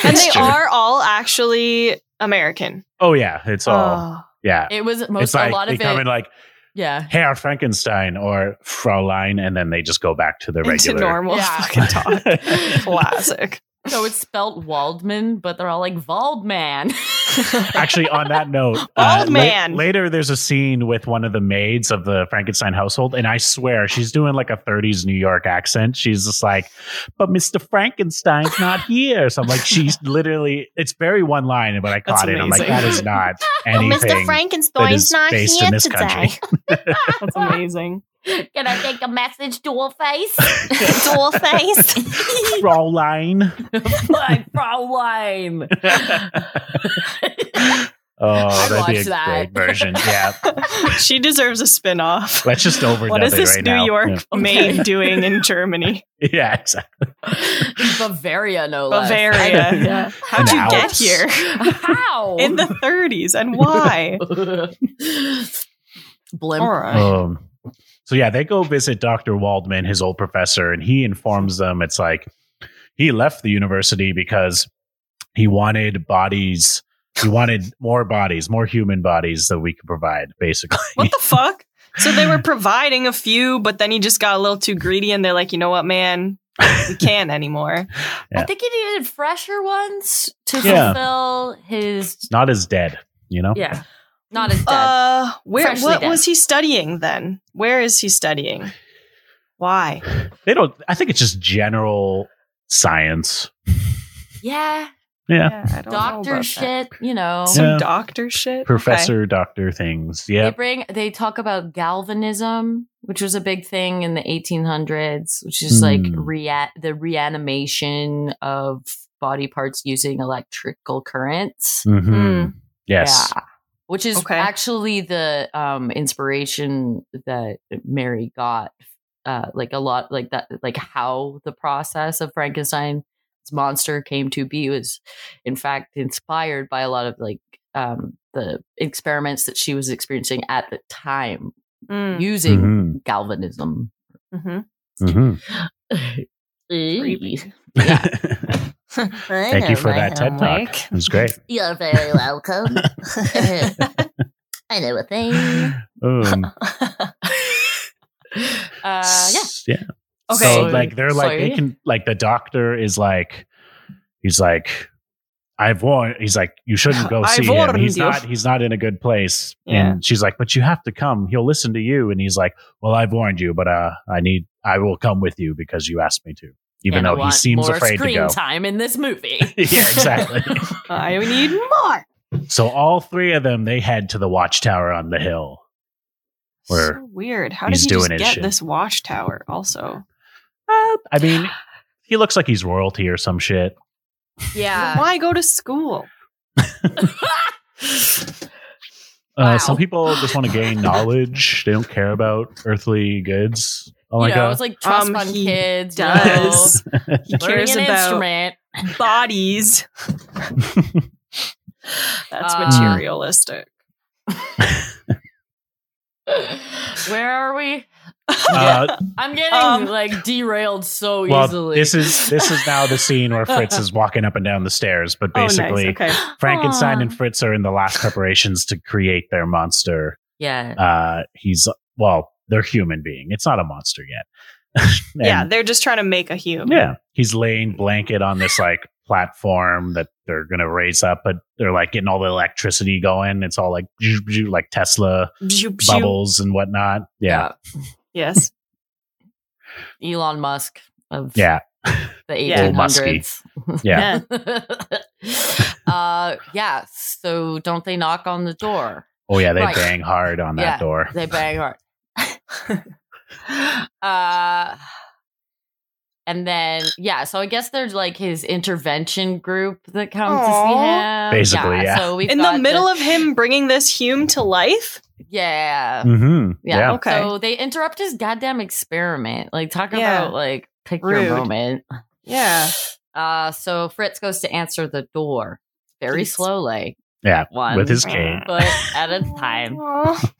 Speaker 4: and
Speaker 1: It's
Speaker 4: they
Speaker 1: true.
Speaker 4: are all actually American.
Speaker 1: Oh yeah, it's all
Speaker 4: Oh.
Speaker 1: yeah.
Speaker 2: It was most
Speaker 1: It's like
Speaker 2: a lot
Speaker 1: they
Speaker 2: of
Speaker 1: come
Speaker 2: it.
Speaker 1: in like
Speaker 2: yeah.
Speaker 1: Herr Frankenstein or Fraulein, and then they just go back to the
Speaker 4: into
Speaker 1: regular.
Speaker 4: normal
Speaker 2: Yeah.
Speaker 4: fucking talk. Classic.
Speaker 2: So it's spelt Waldman, but they're all like Waldman.
Speaker 1: Actually, on that note, uh,
Speaker 4: Old man.
Speaker 1: later, there's a scene with one of the maids of the Frankenstein household, and I swear she's doing like a 30s New York accent. She's just like, "But Mr. Frankenstein's not here." So I'm like, she's literally. It's very one line, but I
Speaker 4: That's
Speaker 1: caught it. I'm like,
Speaker 4: amazing.
Speaker 1: that is not
Speaker 4: Well,
Speaker 1: anything. that is
Speaker 4: Frankenstein's
Speaker 1: based in this country.
Speaker 4: That's amazing.
Speaker 2: Can I take a message, dual face?
Speaker 4: Dual face.
Speaker 1: Fraulein.
Speaker 2: My Fraulein.
Speaker 1: Oh,
Speaker 2: I'd
Speaker 1: that'd be
Speaker 2: watch
Speaker 1: a
Speaker 2: that.
Speaker 1: great version. Yeah.
Speaker 4: she deserves a spin-off.
Speaker 1: Let's just overdub
Speaker 4: What is
Speaker 1: it
Speaker 4: this
Speaker 1: right
Speaker 4: New
Speaker 1: now.
Speaker 4: York
Speaker 2: Yeah.
Speaker 4: maid doing in Germany?
Speaker 1: Yeah, yeah exactly.
Speaker 2: Bavaria, no less.
Speaker 4: Bavaria.
Speaker 2: I- yeah.
Speaker 4: How'd
Speaker 1: An
Speaker 4: you get
Speaker 1: Alps.
Speaker 4: here
Speaker 2: How?
Speaker 4: in the 30s and why?
Speaker 2: Blimp.
Speaker 4: All right.
Speaker 1: Um, so yeah, they go visit Dr. Waldman, his old professor, and he informs them it's like he left the university because he wanted bodies. He wanted more bodies, more human bodies that we could provide, basically.
Speaker 4: What the fuck? So they were providing a few, but then he just got a little too greedy and they're like, you know what, man? We can't anymore.
Speaker 2: I think he needed fresher ones to
Speaker 1: Yeah.
Speaker 2: fulfill his.
Speaker 1: Not as dead, you know?
Speaker 2: Yeah. Not as dead.
Speaker 4: Uh, where?
Speaker 2: Freshly
Speaker 4: what
Speaker 2: dead.
Speaker 4: was he studying then? Where is he studying? Why?
Speaker 1: They don't I think it's just general science.
Speaker 2: yeah.
Speaker 1: Yeah.
Speaker 4: I don't know
Speaker 2: Doctor
Speaker 4: about
Speaker 2: shit, you know.
Speaker 4: that. Some
Speaker 1: Yeah.
Speaker 4: doctor shit.
Speaker 1: Professor, doctor things. Yeah.
Speaker 2: They bring they talk about galvanism, which was a big thing in the 1800s, which is like
Speaker 1: Hmm.
Speaker 2: rea- the reanimation of body parts using electrical currents.
Speaker 1: hmm
Speaker 4: Mm.
Speaker 1: Yes.
Speaker 2: Yeah. Which is
Speaker 4: Okay.
Speaker 2: actually the um inspiration that Mary got uh like a lot like that like how the process of Frankenstein's monster came to be was in fact inspired by a lot of like um the experiments that she was experiencing at the time
Speaker 4: Mm.
Speaker 2: using
Speaker 1: Mhm.
Speaker 2: galvanism.
Speaker 4: Mhm.
Speaker 1: Mhm.
Speaker 2: Yeah.
Speaker 1: Thank you for that TED talk. It was great.
Speaker 2: You're very welcome. I know a thing.
Speaker 1: Um,
Speaker 2: Uh, yeah.
Speaker 1: yeah.
Speaker 4: Okay.
Speaker 1: So like they're like they
Speaker 2: Sorry.
Speaker 1: can like the doctor is like he's like I've warned he's like you shouldn't go
Speaker 4: I've
Speaker 1: see him.
Speaker 4: warned
Speaker 1: He's
Speaker 4: you.
Speaker 1: not he's not in a good place.
Speaker 4: Yeah.
Speaker 1: And she's like, But you have to come. He'll listen to you. And he's like, Well, I've warned you, but uh I need I will come with you because you asked me to. Even
Speaker 2: And I
Speaker 1: though he
Speaker 2: want
Speaker 1: seems
Speaker 2: more
Speaker 1: afraid to
Speaker 2: screen
Speaker 1: go.
Speaker 2: time in this movie.
Speaker 1: yeah, exactly.
Speaker 4: I need more.
Speaker 1: so all three of them they head to the watchtower on the hill. Where
Speaker 4: so weird. How did
Speaker 1: he's
Speaker 4: he
Speaker 1: doing
Speaker 4: just
Speaker 1: his
Speaker 4: get
Speaker 1: shit.
Speaker 4: this watchtower? Also,
Speaker 1: uh, I mean he looks like he's royalty or some shit.
Speaker 2: yeah.
Speaker 4: why go to school?
Speaker 1: Uh,
Speaker 2: Wow.
Speaker 1: Some people just want to gain knowledge. They don't care about earthly goods. Oh my
Speaker 2: you know,
Speaker 1: god!
Speaker 2: it's like trust
Speaker 4: Um,
Speaker 2: fund
Speaker 4: he
Speaker 2: kids. you
Speaker 4: Does he
Speaker 2: know, learning
Speaker 4: cares
Speaker 2: an
Speaker 4: about
Speaker 2: instrument.
Speaker 4: bodies? That's
Speaker 2: Uh,
Speaker 4: materialistic.
Speaker 2: Where are we?
Speaker 1: Uh,
Speaker 2: I'm getting
Speaker 4: Um,
Speaker 2: like derailed so
Speaker 1: well,
Speaker 2: easily.
Speaker 1: this is this is now the scene where Fritz is walking up and down the stairs. But basically,
Speaker 4: oh, nice. Okay.
Speaker 1: Frankenstein
Speaker 2: Aw.
Speaker 1: and Fritz are in the last preparations to create their monster.
Speaker 2: yeah.
Speaker 1: Uh, he's well, they're human being. It's not a monster yet. And-
Speaker 4: yeah, they're just trying to make a human.
Speaker 1: Yeah. He's laying blanket on this like platform that they're gonna raise up, but they're like getting all the electricity going. It's all like like Tesla
Speaker 4: Pew, pew.
Speaker 1: bubbles and whatnot. Yeah.
Speaker 4: Yes.
Speaker 2: Yeah. Elon Musk of
Speaker 1: Yeah.
Speaker 2: the
Speaker 4: Yeah.
Speaker 1: Old
Speaker 2: 1800s.
Speaker 1: Yeah.
Speaker 2: uh, yeah. So don't they knock on the door?
Speaker 1: Oh yeah, they
Speaker 2: Right.
Speaker 1: bang hard on that
Speaker 2: Yeah.
Speaker 1: door.
Speaker 2: They bang hard. uh, and then yeah, so I guess there's like his intervention group that comes
Speaker 4: Aw.
Speaker 2: to see him.
Speaker 1: Basically, yeah.
Speaker 2: So we
Speaker 4: In the middle of him bringing this Hume to life,
Speaker 2: yeah,
Speaker 1: Mm-hmm.
Speaker 2: yeah.
Speaker 1: Yeah.
Speaker 4: Okay.
Speaker 2: So they interrupt his goddamn experiment. Like talk
Speaker 4: Yeah.
Speaker 2: about like pick
Speaker 4: Rude.
Speaker 2: your moment.
Speaker 4: yeah,
Speaker 2: Uh, so Fritz goes to answer the door very
Speaker 4: Please.
Speaker 2: slowly.
Speaker 1: Yeah,
Speaker 2: one
Speaker 1: With his cane.
Speaker 2: foot at a time.
Speaker 4: Aw.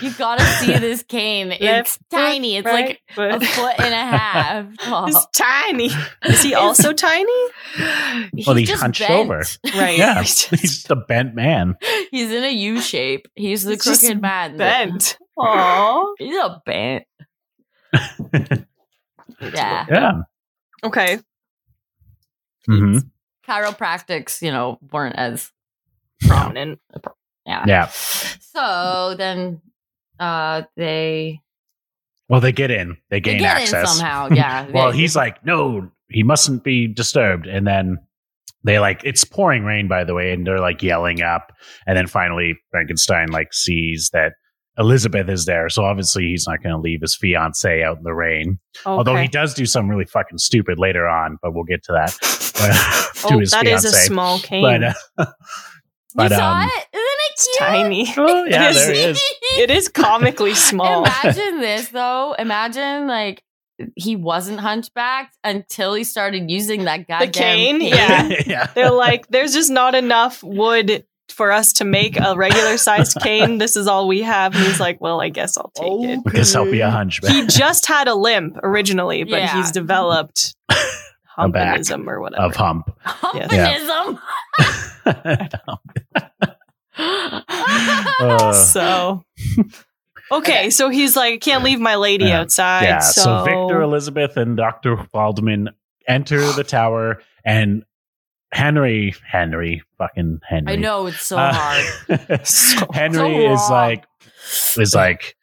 Speaker 2: You gotta see this cane. It's
Speaker 4: Left
Speaker 2: tiny. It's like
Speaker 4: Right foot.
Speaker 2: a foot and a half tall.
Speaker 4: He's tiny. Is he also tiny?
Speaker 2: He's
Speaker 1: Well, he
Speaker 2: just
Speaker 1: hunched
Speaker 2: bent.
Speaker 1: over.
Speaker 4: Right.
Speaker 1: Yeah.
Speaker 4: He's
Speaker 1: He's the bent man.
Speaker 2: He's in a U shape. He's the
Speaker 4: He's just
Speaker 2: crooked man. that-
Speaker 4: bent. Aww.
Speaker 2: He's a bent. yeah.
Speaker 1: Yeah.
Speaker 4: Okay.
Speaker 1: hmm
Speaker 2: Chiropractics, you know, weren't as
Speaker 4: Prominent.
Speaker 2: yeah.
Speaker 1: Yeah.
Speaker 2: So then uh they,
Speaker 1: Well, they get in. They
Speaker 2: they
Speaker 1: gain
Speaker 2: get in
Speaker 1: access.
Speaker 2: somehow. Yeah.
Speaker 1: Well,
Speaker 2: They-
Speaker 1: he's like, no, he mustn't be disturbed. And then they like it's pouring rain, by the way, and they're like yelling up. And then finally, Frankenstein like sees that Elizabeth is there, so obviously he's not going to leave his fiancee out in the rain. Although he
Speaker 4: Okay.
Speaker 1: does do something really fucking stupid later on, but we'll get to that. But- to
Speaker 4: oh,
Speaker 1: his
Speaker 4: that is a
Speaker 1: fiancée.
Speaker 4: small cane.
Speaker 1: But, uh,
Speaker 2: you
Speaker 1: but,
Speaker 2: saw
Speaker 1: um,
Speaker 2: it? Isn't
Speaker 4: It's tiny.
Speaker 1: Oh yeah,
Speaker 4: It is-
Speaker 1: there he is.
Speaker 4: It is comically small.
Speaker 2: Imagine this though. Imagine like he wasn't hunchbacked until he started using that goddamn
Speaker 4: cane? Yeah.
Speaker 1: yeah.
Speaker 4: They're like, there's just not enough wood for us to make a regular sized cane. This is all we have. And he's like, well, I guess I'll take it.
Speaker 1: We can help you a hunchback.
Speaker 4: "Mm, He just had a limp originally, but
Speaker 2: Yeah.
Speaker 4: he's developed
Speaker 1: A back
Speaker 4: humpinism or whatever.
Speaker 1: of hump.
Speaker 2: Humpinism.
Speaker 1: Oh, Uh,
Speaker 4: so okay, so he's like, I can't leave my lady
Speaker 1: Yeah.
Speaker 4: outside.
Speaker 1: yeah.
Speaker 4: so,
Speaker 1: So, Victor Elizabeth and Dr. Waldman enter the tower and Henry, Henry, fucking Henry.
Speaker 2: I know it's so
Speaker 1: Uh,
Speaker 2: hard.
Speaker 4: So-
Speaker 1: Henry
Speaker 2: so
Speaker 1: is
Speaker 2: wrong.
Speaker 1: like is like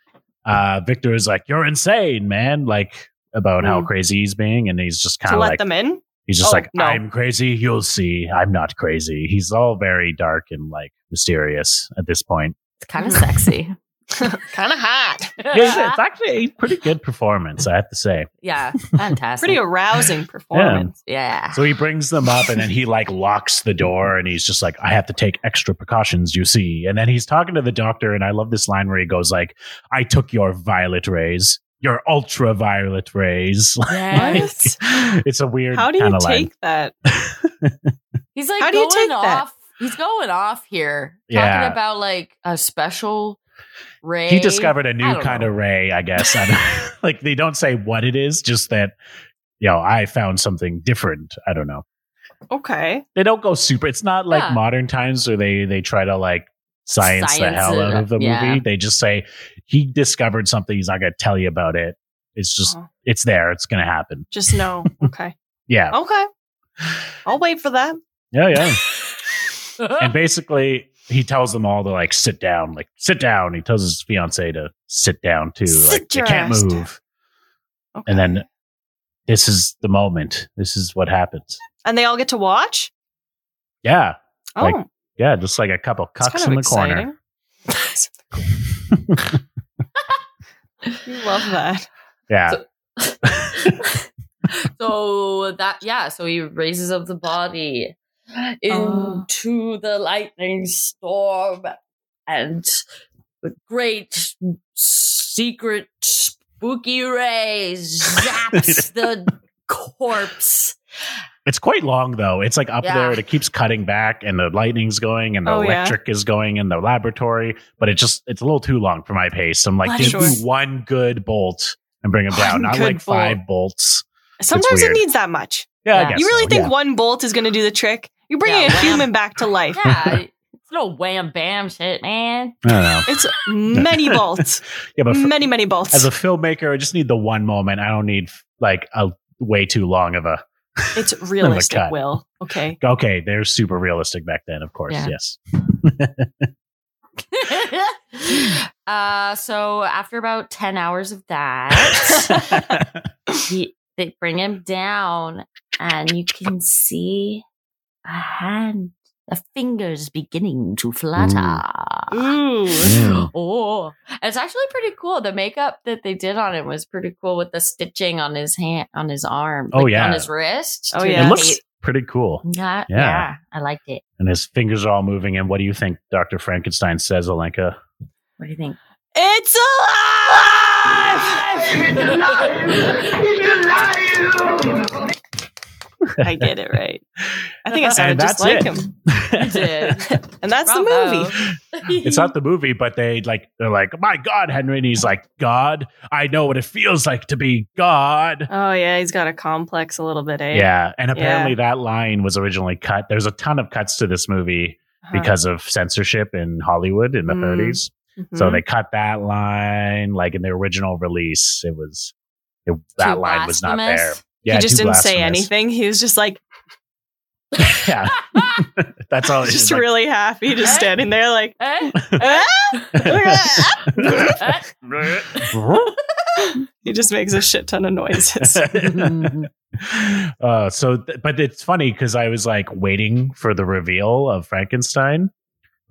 Speaker 1: uh Victor is like, You're insane, man, like about how
Speaker 4: Mm.
Speaker 1: crazy he's being, and he's just kind
Speaker 4: to
Speaker 1: of
Speaker 4: let
Speaker 1: like
Speaker 4: them in.
Speaker 1: he's just
Speaker 4: oh,
Speaker 1: like,
Speaker 4: no.
Speaker 1: I'm crazy, you'll see. I'm not crazy. He's all very dark and like mysterious at this point.
Speaker 2: It's kind of sexy.
Speaker 4: Kind of hot.
Speaker 1: It's, it's actually a pretty good performance, I have to say.
Speaker 2: yeah, fantastic.
Speaker 4: Pretty arousing performance.
Speaker 2: yeah.
Speaker 1: So he brings them up and then he like locks the door and he's just like, I have to take extra precautions, you see. And then he's talking to the doctor, and I love this line where he goes, like, I took your violet rays, your ultraviolet rays. Like,
Speaker 2: Yes.
Speaker 1: it's a weird
Speaker 4: How do you
Speaker 1: kinda
Speaker 4: take
Speaker 1: line.
Speaker 4: that?
Speaker 2: He's like
Speaker 4: How do you
Speaker 2: going
Speaker 4: take that?
Speaker 2: off. He's going off here.
Speaker 1: Yeah.
Speaker 2: Talking about like a special ray.
Speaker 1: He discovered a
Speaker 2: I
Speaker 1: new
Speaker 2: don't
Speaker 1: kind
Speaker 2: know.
Speaker 1: of ray, I guess. I don't- like they don't say what it is, just that you know, I found something different. I don't know.
Speaker 4: Okay.
Speaker 1: They don't go super. It's not like
Speaker 2: Yeah.
Speaker 1: modern times where they they try to like science, the
Speaker 2: Science
Speaker 1: hell
Speaker 2: it
Speaker 1: out
Speaker 2: up,
Speaker 1: of the
Speaker 2: yeah.
Speaker 1: movie. They just say he discovered something. He's not going to tell you about it. It's just
Speaker 2: Uh-huh.
Speaker 4: Oh,
Speaker 1: it's there. It's going to happen.
Speaker 4: just no. Okay.
Speaker 2: Oh.
Speaker 1: Yeah,
Speaker 4: Okay. I'll wait for that.
Speaker 1: yeah, yeah. and basically, he tells them all to like sit down, like sit down. He tells his fiance to sit down too.
Speaker 4: Sit
Speaker 1: like they
Speaker 4: your
Speaker 1: can't
Speaker 4: ass down.
Speaker 1: move.
Speaker 4: Okay.
Speaker 1: And then this is the moment. This is what happens.
Speaker 4: and they all get to watch.
Speaker 1: Yeah,
Speaker 4: Oh,
Speaker 1: Like, yeah. Just like a couple
Speaker 4: it's
Speaker 1: cucks
Speaker 4: kind of
Speaker 1: in the corner.
Speaker 4: exciting. you love that.
Speaker 1: Yeah.
Speaker 2: so that yeah, so he raises up the body
Speaker 4: Oh.
Speaker 2: into the lightning storm and the great secret spooky ray zaps the corpse.
Speaker 1: It's quite long though. It's like up
Speaker 2: Yeah.
Speaker 1: there and it keeps cutting back and the lightning's going and the
Speaker 4: Oh, yeah.
Speaker 1: electric is going in the laboratory, but it just it's a little too long for my pace. I'm like,
Speaker 2: What
Speaker 1: give
Speaker 4: is-
Speaker 1: me one good bolt and bring him down.
Speaker 4: One
Speaker 1: Not
Speaker 4: good
Speaker 1: like five bolts.
Speaker 4: Sometimes it
Speaker 1: weird.
Speaker 4: needs that much.
Speaker 1: Yeah,
Speaker 2: Yeah.
Speaker 1: I guess.
Speaker 4: You really
Speaker 1: so,
Speaker 4: think
Speaker 1: yeah.
Speaker 4: one bolt is going to do the trick? You're bringing
Speaker 2: Yeah,
Speaker 4: a
Speaker 2: wham.
Speaker 4: human back to life.
Speaker 2: Yeah. It's no wham bam shit, man.
Speaker 1: I don't know.
Speaker 4: It's many bolts,
Speaker 1: Yeah, but for,
Speaker 4: many many bolts.
Speaker 1: as a filmmaker, I just need the one moment. I don't need like a way too long of a
Speaker 4: it's realistic,
Speaker 1: cut.
Speaker 4: Will. Okay.
Speaker 1: okay, they're super realistic back then, of course.
Speaker 2: Yeah.
Speaker 1: Yes.
Speaker 2: uh, so after about 10 hours of that, he, they bring him down and you can see a hand, a fingers beginning to flutter.
Speaker 1: Ah.
Speaker 4: Ooh.
Speaker 1: Mm.
Speaker 2: Oh, And it's actually pretty cool. The makeup that they did on him was pretty cool with the stitching on his hand, on his arm,
Speaker 1: Oh,
Speaker 2: like,
Speaker 1: yeah.
Speaker 2: on his wrist.
Speaker 4: Oh,
Speaker 2: to
Speaker 4: yeah.
Speaker 1: It
Speaker 4: I
Speaker 1: looks
Speaker 2: indicate-
Speaker 1: pretty cool.
Speaker 2: yeah,
Speaker 1: Yeah.
Speaker 2: yeah, I liked it.
Speaker 1: And his fingers are all moving. And what do you think Dr. Frankenstein says, Olenka?
Speaker 2: What do you think?
Speaker 4: It's alive!
Speaker 5: It's alive! It's alive!
Speaker 4: I get it right. I think I sounded
Speaker 1: And
Speaker 4: just
Speaker 1: that's
Speaker 4: like
Speaker 1: it.
Speaker 4: him.
Speaker 2: You did.
Speaker 4: And that's the movie.
Speaker 2: movie.
Speaker 1: it's not the movie, but they like they're like, my God, Henry, and he's like, God, I know what it feels like to be God.
Speaker 4: Oh yeah, he's got a complex a little bit, eh?
Speaker 1: Yeah, and apparently that line was originally cut. There's a ton of cuts to this movie
Speaker 4: Huh.
Speaker 1: because of censorship in Hollywood in the
Speaker 4: Uh-huh. Mm.
Speaker 1: 30s.
Speaker 4: Mhm.
Speaker 1: So they cut that line. Like in the original release, it was it, that
Speaker 2: Too
Speaker 1: line was not there.
Speaker 2: blasphemous?
Speaker 1: Yeah,
Speaker 4: he just
Speaker 1: too
Speaker 4: didn't say
Speaker 1: blasphemous.
Speaker 4: anything. He was just like
Speaker 1: yeah, that's all.
Speaker 4: just
Speaker 1: Oh, Just like,
Speaker 4: really happy, just
Speaker 2: Eh?
Speaker 4: standing there like
Speaker 2: Eh?
Speaker 4: "Ah!"
Speaker 2: Eh?
Speaker 4: he just makes a shit ton of noises.
Speaker 2: Eh?
Speaker 1: uh, so, th- but it's funny because I was like waiting for the reveal of Frankenstein,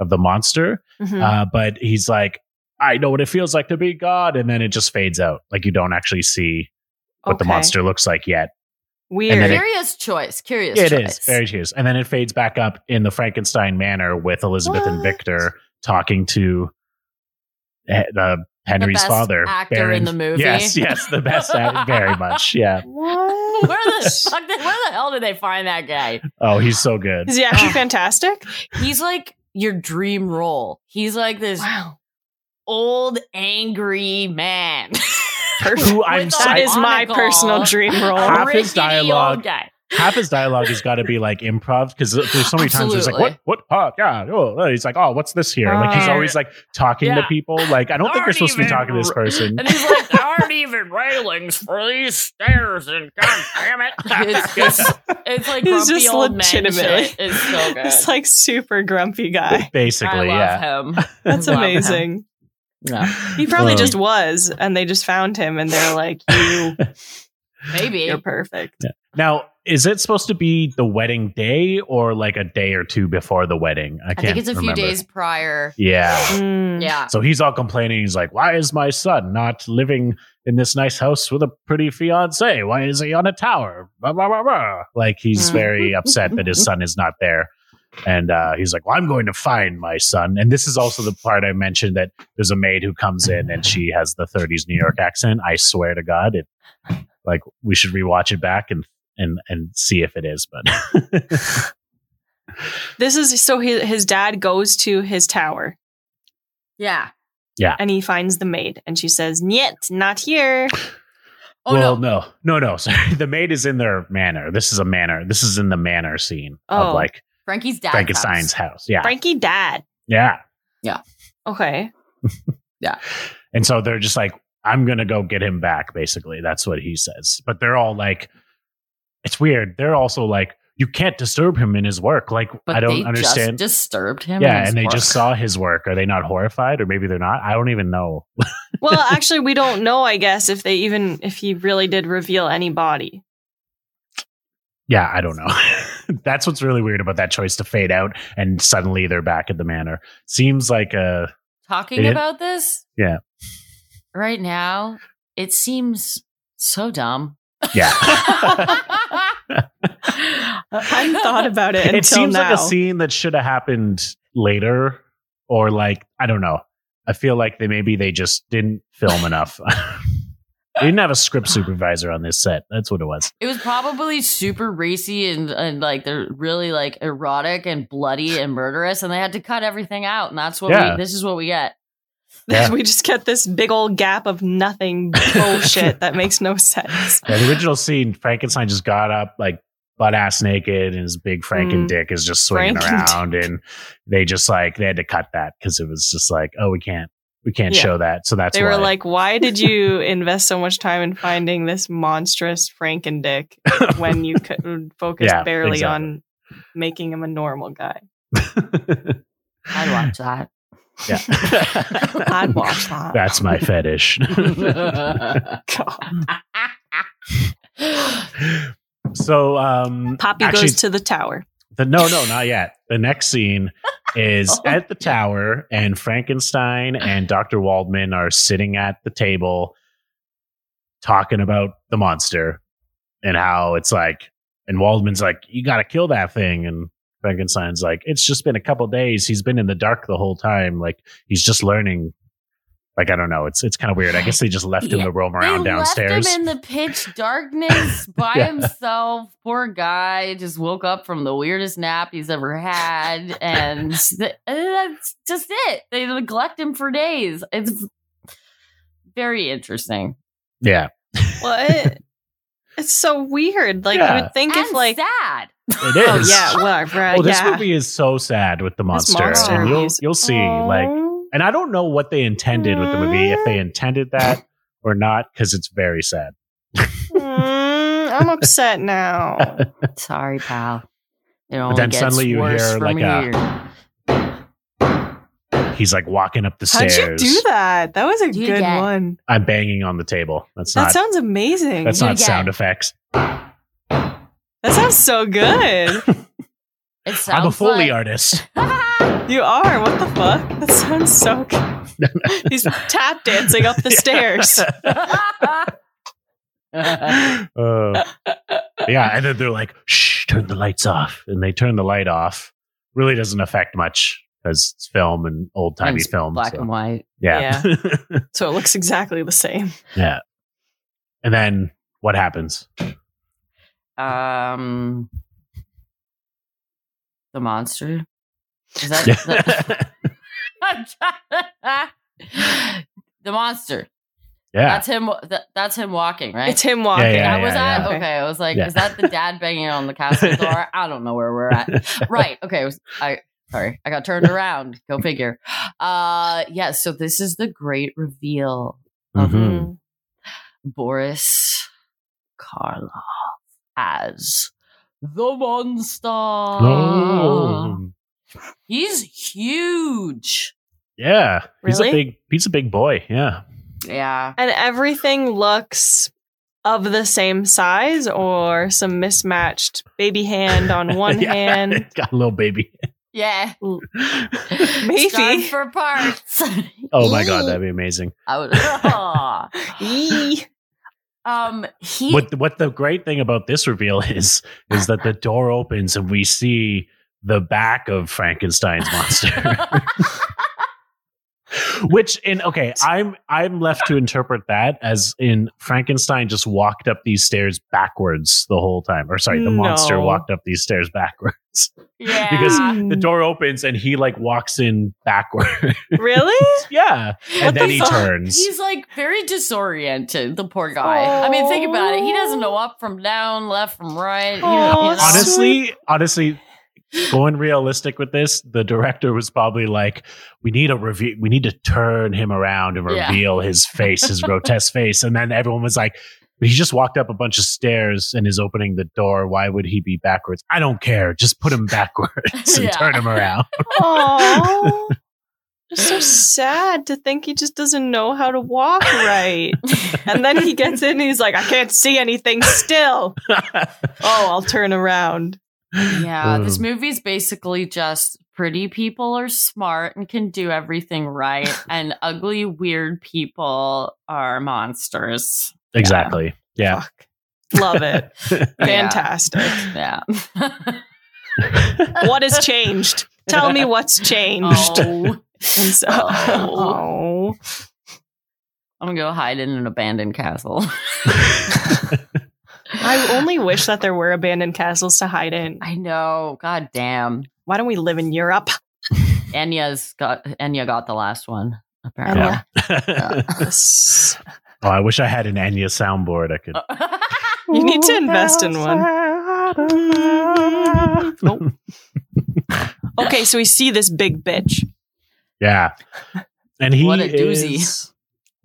Speaker 1: of the monster.
Speaker 4: Mhm.
Speaker 1: Uh, but he's like, I know what it feels like to be God. And then it just fades out. Like you don't actually see what the
Speaker 4: Okay.
Speaker 1: monster looks like yet.
Speaker 4: Weird.
Speaker 1: and then
Speaker 2: Curious choice. Curious
Speaker 1: It
Speaker 2: choice.
Speaker 1: is very choose. And then it fades back up in the Frankenstein manner with Elizabeth and
Speaker 4: What?
Speaker 1: Victor talking to eh, uh, Henry's
Speaker 2: best
Speaker 1: father,
Speaker 2: actor in the movie.
Speaker 1: Yes, yes, the best actor, very much. Yeah.
Speaker 4: What?
Speaker 2: Where the fuck? Did, where the hell did they find that guy?
Speaker 1: Oh, he's so good.
Speaker 4: Is he actually fantastic?
Speaker 2: He's like your dream role. He's like this
Speaker 4: Wow.
Speaker 2: old angry man.
Speaker 1: Who I'm
Speaker 2: With a
Speaker 1: psyched-
Speaker 4: That is my
Speaker 2: monocle.
Speaker 4: personal dream role.
Speaker 1: Half his
Speaker 2: Rickety old
Speaker 1: dialogue-
Speaker 2: guy.
Speaker 1: Half his dialogue has got to be like improv because there's so many times he's like,
Speaker 2: Absolutely.
Speaker 1: "What? What? Oh, yeah. Oh, uh," he's like, oh, what's this here? Like he's
Speaker 2: Uh,
Speaker 1: always like talking to
Speaker 2: yeah.
Speaker 1: people. Like I don't think you're
Speaker 2: Aren't
Speaker 1: supposed to be
Speaker 2: even
Speaker 1: talking to this
Speaker 2: r-
Speaker 1: person.
Speaker 2: And he's like,
Speaker 7: there aren't even railings for these stairs, and god damn
Speaker 2: it's, just, it's like
Speaker 4: He's
Speaker 2: grumpy
Speaker 4: just
Speaker 2: old man
Speaker 4: legitimately-
Speaker 2: shit. It's so good.
Speaker 4: This like super grumpy guy.
Speaker 2: I
Speaker 1: Basically,
Speaker 2: love
Speaker 1: yeah.
Speaker 2: him.
Speaker 4: That's
Speaker 2: Love him.
Speaker 4: amazing.
Speaker 2: Yeah.
Speaker 4: He probably
Speaker 1: Um,
Speaker 4: just was, and they just found him, and they're like, "You,
Speaker 2: Maybe.
Speaker 4: you're perfect."
Speaker 1: Now, is it supposed to be the wedding day or like a day or two before the wedding? I can't.
Speaker 2: I think it's a few
Speaker 1: remember.
Speaker 2: days prior.
Speaker 1: Yeah.
Speaker 4: Mm.
Speaker 2: Yeah.
Speaker 1: So he's all complaining. He's like, "Why is my son not living in this nice house with a pretty fiance? Why is he on a tower?" Blah, blah, blah, blah." Like he's
Speaker 4: Mm.
Speaker 1: very upset that his son is not there, and uh, he's like, "Well, I'm going to find my son." And this is also the part I mentioned that there's a maid who comes in and she has the '30s New York accent. I swear to God, it like we should rewatch it back and and and see if it is. But
Speaker 4: This is so his, his dad goes to his tower
Speaker 2: Yeah.
Speaker 4: and he finds the maid, and she says, "Niet, not here."
Speaker 2: Oh
Speaker 1: well,
Speaker 2: no.
Speaker 1: no, no, no. Sorry, the maid is in their manor. This is a manor. This is in the manor scene
Speaker 4: Oh.
Speaker 1: of like.
Speaker 2: Frankie's dad.
Speaker 1: Frankenstein's
Speaker 2: comes.
Speaker 1: house. Yeah.
Speaker 4: Frankie, dad.
Speaker 1: yeah.
Speaker 4: Okay,
Speaker 1: And so they're just like, I'm going to go get him back, basically. That's what he says. But they're all like, it's weird. They're also like, you can't disturb him in his work. Like,
Speaker 2: But
Speaker 1: I
Speaker 2: they
Speaker 1: don't
Speaker 2: just
Speaker 1: understand.
Speaker 2: disturbed him. in
Speaker 1: yeah.
Speaker 2: his
Speaker 1: And they
Speaker 2: work.
Speaker 1: just saw his work. Are they not horrified or maybe they're not? I don't even know.
Speaker 4: well actually we don't know i guess if they even if he really did reveal any body
Speaker 1: Yeah. I don't know. That's what's really weird about that choice to fade out and suddenly they're back at the manor. Seems like a.
Speaker 2: talking
Speaker 1: Yeah.
Speaker 2: about this.
Speaker 1: Yeah.
Speaker 2: Right now, it seems so dumb.
Speaker 1: Yeah.
Speaker 4: i hadn't thought about it until
Speaker 1: it seems
Speaker 4: now
Speaker 1: like a scene that should have happened later or like i don't know i feel like they maybe they just didn't film enough they didn't have a script supervisor on this set that's what it was
Speaker 2: It was probably super racy and, and like they're really like erotic and bloody and murderous, and they had to cut everything out, and that's what
Speaker 1: Yeah.
Speaker 2: we. This is what we get.
Speaker 1: Yeah.
Speaker 4: we just get this big old gap of nothing bullshit that makes no sense
Speaker 1: yeah, the original scene frankenstein just got up like butt ass naked and his big franken
Speaker 4: Mm.
Speaker 1: dick is just swinging
Speaker 4: Franken
Speaker 1: around and they just like they had to cut that because it was just like oh we can't we can't
Speaker 4: Yeah.
Speaker 1: show that so that's
Speaker 4: they
Speaker 1: why.
Speaker 4: were like why did you invest so much time in finding this monstrous frank and dick when you could focus
Speaker 1: Yeah,
Speaker 4: barely
Speaker 1: exactly.
Speaker 4: on making him a normal guy
Speaker 2: I'd watch that.
Speaker 1: yeah
Speaker 4: i'd watch that
Speaker 1: that's my fetish
Speaker 4: Oh, God.
Speaker 1: so um
Speaker 4: poppy
Speaker 1: actually,
Speaker 4: goes to the tower
Speaker 1: the no no not yet the next scene is
Speaker 2: Oh.
Speaker 1: at the tower and frankenstein and dr waldman are sitting at the table talking about the monster and how it's like and waldman's like you gotta kill that thing and frankenstein's like it's just been a couple days he's been in the dark the whole time like he's just learning like i don't know it's it's kind of weird i guess they just left him
Speaker 2: Yeah.
Speaker 1: to roam
Speaker 2: They
Speaker 1: around downstairs
Speaker 2: left him in the pitch darkness by
Speaker 1: Yeah.
Speaker 2: himself. Poor guy just woke up from the weirdest nap he's ever had, and th- that's just it. They neglect him for days. It's very interesting
Speaker 1: yeah
Speaker 4: what it's so weird like
Speaker 1: Yeah.
Speaker 4: you would think
Speaker 2: and
Speaker 4: if like
Speaker 2: sad.
Speaker 1: it
Speaker 4: Oh
Speaker 1: is
Speaker 4: yeah, well, right,
Speaker 1: Well, this
Speaker 4: yeah.
Speaker 1: movie is so sad with the monster,
Speaker 4: monster
Speaker 1: and you'll
Speaker 4: is-
Speaker 1: you'll see like, and I don't know what they intended with the movie, if they intended that or not, because it's very sad.
Speaker 4: Mm, I'm upset now.
Speaker 2: Sorry, pal. It
Speaker 1: But
Speaker 2: only
Speaker 1: then
Speaker 2: gets
Speaker 1: suddenly you
Speaker 2: worse
Speaker 1: hear
Speaker 2: from
Speaker 1: like uh,
Speaker 2: here.
Speaker 1: a he's like walking up the
Speaker 4: How'd
Speaker 1: stairs.
Speaker 4: you do that? That was a
Speaker 2: Do
Speaker 4: good
Speaker 2: that.
Speaker 4: one.
Speaker 1: I'm banging on the table. That's
Speaker 4: That
Speaker 1: not
Speaker 4: sounds amazing.
Speaker 1: that's
Speaker 2: Do it
Speaker 1: not
Speaker 2: again.
Speaker 1: sound effects.
Speaker 4: that sounds so good.
Speaker 2: It sounds
Speaker 1: I'm a foley
Speaker 2: like,
Speaker 1: artist.
Speaker 4: you are. What the fuck? That sounds so good. He's tap dancing up the stairs.
Speaker 1: Uh, yeah, and then they're like, "Shh, turn the lights off," and they turn the light off. Really doesn't affect much because it's film and old
Speaker 2: And
Speaker 1: timey
Speaker 2: it's
Speaker 1: film.
Speaker 2: black
Speaker 1: so-
Speaker 2: and white.
Speaker 1: Yeah. Yeah.
Speaker 4: So it looks exactly the same.
Speaker 1: And then what happens?
Speaker 2: Um, the monster. Is that the,
Speaker 1: yeah.
Speaker 2: the monster?
Speaker 1: Yeah.
Speaker 2: That's him. That, that's him walking, right?
Speaker 4: It's him walking.
Speaker 1: Yeah,
Speaker 2: I was
Speaker 1: yeah,
Speaker 2: at
Speaker 4: yeah.
Speaker 2: okay. I was like,
Speaker 1: Yeah.
Speaker 2: is that the dad banging on the castle door? I don't know where we're at. right. Okay. It was, I sorry. I got turned around. Go figure. Uh yeah, so this is the great reveal.
Speaker 1: Mhm.
Speaker 2: Um, Boris Karloff as the monster.
Speaker 1: Mm-hmm. Oh.
Speaker 2: He's huge.
Speaker 1: Yeah. He's a
Speaker 4: Really?
Speaker 1: big he's a big boy. Yeah.
Speaker 2: Yeah.
Speaker 4: And everything looks of the same size or some mismatched baby hand on one
Speaker 1: Yeah.
Speaker 4: hand.
Speaker 1: Got a little baby.
Speaker 2: Yeah.
Speaker 4: Maybe.
Speaker 2: Starved for parts.
Speaker 1: oh my god, that'd be amazing.
Speaker 2: I would. Aw.
Speaker 4: Yee.
Speaker 2: Um. He.
Speaker 1: What what the great thing about this reveal is is that the door opens and we see the back of Frankenstein's monster. Which in okay, I'm I'm left to interpret that as in Frankenstein just walked up these stairs backwards the whole time. Or sorry, the monster
Speaker 4: No.
Speaker 1: walked up these stairs backwards.
Speaker 2: yeah.
Speaker 1: because
Speaker 4: Mm.
Speaker 1: The door opens and he like walks in backwards.
Speaker 4: really?
Speaker 1: yeah.
Speaker 4: What
Speaker 1: And
Speaker 4: the
Speaker 1: then he
Speaker 4: fuck?
Speaker 1: turns.
Speaker 2: He's like very disoriented, the poor guy. I mean, think about it. He doesn't know up from down, left from right. He-
Speaker 4: Aw,
Speaker 2: you know?
Speaker 4: Honest-
Speaker 1: honestly, honestly, going realistic with this, the director was probably like, "We need a review. We need to turn him around and
Speaker 2: Yeah.
Speaker 1: reveal his face, his grotesque face." And then everyone was like, "He just walked up a bunch of stairs and is opening the door. Why would he be backwards? I don't care. Just put him backwards and
Speaker 2: Yeah.
Speaker 1: turn him around."
Speaker 4: Aw. It's so sad to think he just doesn't know how to walk right. And then he gets in and he's like, I can't see anything still. Oh, I'll turn around.
Speaker 2: yeah, this
Speaker 1: Um,
Speaker 2: movie's basically just pretty people are smart and can do everything right, and ugly, weird people are monsters.
Speaker 1: exactly. Yeah.
Speaker 4: Fuck. Love it. Fantastic.
Speaker 2: Yeah.
Speaker 4: What has changed? Tell me what's changed.
Speaker 2: oh,
Speaker 4: And so-
Speaker 2: Oh. I'm gonna go hide in an abandoned castle.
Speaker 4: I only wish that there were abandoned castles to hide in.
Speaker 2: I know. God damn.
Speaker 4: Why don't we live in Europe?
Speaker 2: Enya's got Enya got the last one. Apparently.
Speaker 4: Enya.
Speaker 1: oh,
Speaker 4: Yes.
Speaker 1: I wish I had an Enya soundboard. I could.
Speaker 4: You need to invest in one. Nope. Okay, so we see this big bitch.
Speaker 1: Yeah. And he
Speaker 2: What a doozy.
Speaker 1: is-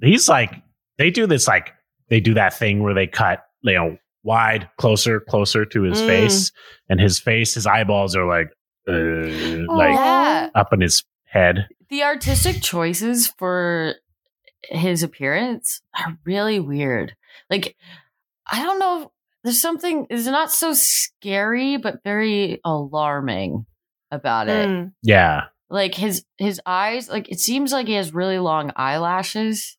Speaker 1: he's like they do this like they do that thing where they cut, you know, wide, closer, closer to his
Speaker 4: Mm.
Speaker 1: face. And his face, his eyeballs are like uh, like
Speaker 2: yeah.
Speaker 1: up in his head.
Speaker 2: The artistic choices for his appearance are really weird. Like, I don't know. if- There's something, it's not so scary, but very alarming about it.
Speaker 4: Mm.
Speaker 1: Yeah.
Speaker 2: Like his his eyes, like it seems like he has really long eyelashes,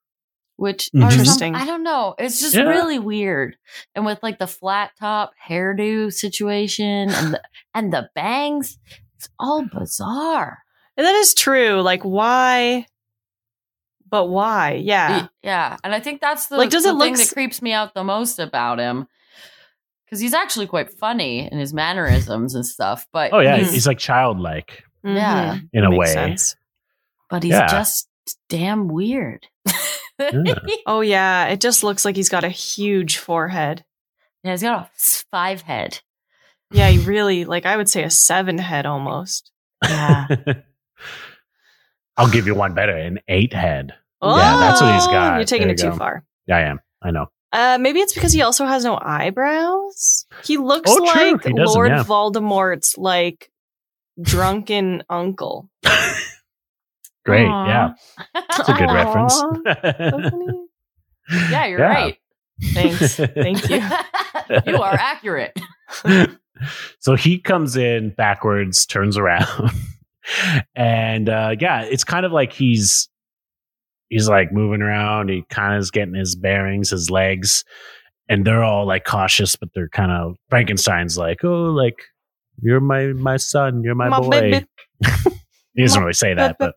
Speaker 2: which are
Speaker 4: Interesting.
Speaker 2: interesting. I don't know. It's just
Speaker 1: Yeah.
Speaker 2: really weird. And with like the flat top hairdo situation and the, and the bangs, it's all bizarre.
Speaker 4: And That is true. Like, why? But why? Yeah.
Speaker 2: Yeah. And I think that's the,
Speaker 4: Like, does
Speaker 2: the
Speaker 4: it
Speaker 2: thing
Speaker 4: look
Speaker 2: that
Speaker 4: s-
Speaker 2: creeps me out the most about him. Because he's actually quite funny in his mannerisms and stuff. But
Speaker 1: Oh yeah,
Speaker 4: He's-
Speaker 1: he's like childlike
Speaker 4: Mhm.
Speaker 2: Yeah.
Speaker 1: in a
Speaker 4: Mm. Makes
Speaker 1: way.
Speaker 4: sense.
Speaker 2: but he's
Speaker 1: Yeah.
Speaker 2: just damn weird.
Speaker 1: Yeah.
Speaker 4: Oh, yeah. It just looks like he's got a huge forehead.
Speaker 2: Yeah, he's got a s- five head.
Speaker 4: Yeah, he really, like, I would say a seven head almost.
Speaker 2: Yeah.
Speaker 1: I'll give you one better, an eight head. Yeah, that's what he's
Speaker 4: Oh,
Speaker 1: got.
Speaker 4: You're taking
Speaker 1: There
Speaker 4: it
Speaker 1: you
Speaker 4: too
Speaker 1: go.
Speaker 4: far.
Speaker 1: I am. I know.
Speaker 4: Uh, maybe it's because he also has no eyebrows. He looks
Speaker 1: Oh, true.
Speaker 4: like
Speaker 1: He doesn't,
Speaker 4: Lord
Speaker 1: yeah.
Speaker 4: Voldemort's like drunken uncle.
Speaker 1: Great.
Speaker 2: Aw.
Speaker 1: Yeah. That's a good
Speaker 4: Aw.
Speaker 1: reference.
Speaker 4: Doesn't
Speaker 2: Yeah, you're
Speaker 1: Yeah.
Speaker 2: right.
Speaker 4: he? Thanks. Thank you.
Speaker 2: you are accurate.
Speaker 1: so he comes in backwards, turns around, and uh, yeah, it's kind of like he's he's like moving around. He kind of is getting his bearings, his legs, and they're all like cautious, but they're kind of Frankenstein's like, oh, like you're my my son, you're my, boy.
Speaker 4: baby.
Speaker 1: He doesn't really say that, but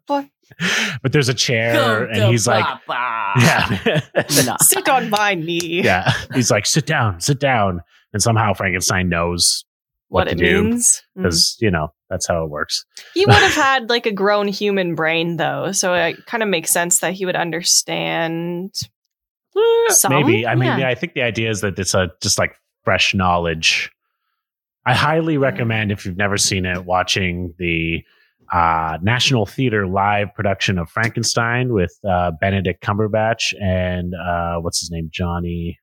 Speaker 1: but there's a chair, and he's like, yeah,
Speaker 4: Sit on my knee.
Speaker 1: yeah. He's like, sit down, sit down, and somehow Frankenstein knows what, to
Speaker 4: it
Speaker 1: do
Speaker 4: means. Mm.
Speaker 1: because you know that's how it works.
Speaker 4: He would have had like a grown human brain though, so it kind of makes sense that he would understand. Some?
Speaker 1: Eh, Maybe. I mean,
Speaker 2: Yeah.
Speaker 1: yeah. I think the idea is that it's a just like fresh knowledge. I highly recommend if you've never seen it, watching the uh, National Theater live production of Frankenstein with uh, Benedict Cumberbatch and uh, what's his name, Johnny,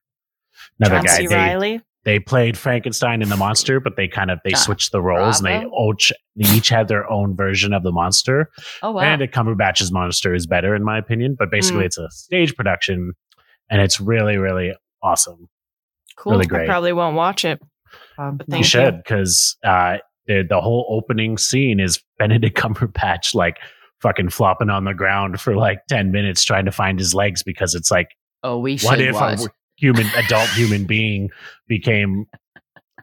Speaker 1: another
Speaker 4: John C.
Speaker 1: guy. They,
Speaker 4: Riley.
Speaker 1: they played Frankenstein and the monster, but they kind of they
Speaker 2: John
Speaker 1: switched the roles and they
Speaker 2: Bravo?
Speaker 1: each, they each had their own version of the monster.
Speaker 2: Oh wow.
Speaker 1: And a Cumberbatch's monster is better in my opinion, but
Speaker 4: Mm.
Speaker 1: basically it's a stage production and it's really, really awesome.
Speaker 2: cool.
Speaker 1: really great.
Speaker 4: I probably won't watch it. but Um, thank
Speaker 1: you should because uh, the the whole opening scene is Benedict Cumberbatch like fucking flopping on the ground for like ten minutes trying to find his legs because it's like
Speaker 2: Oh, we should
Speaker 1: what if
Speaker 2: watch.
Speaker 1: a human adult human being became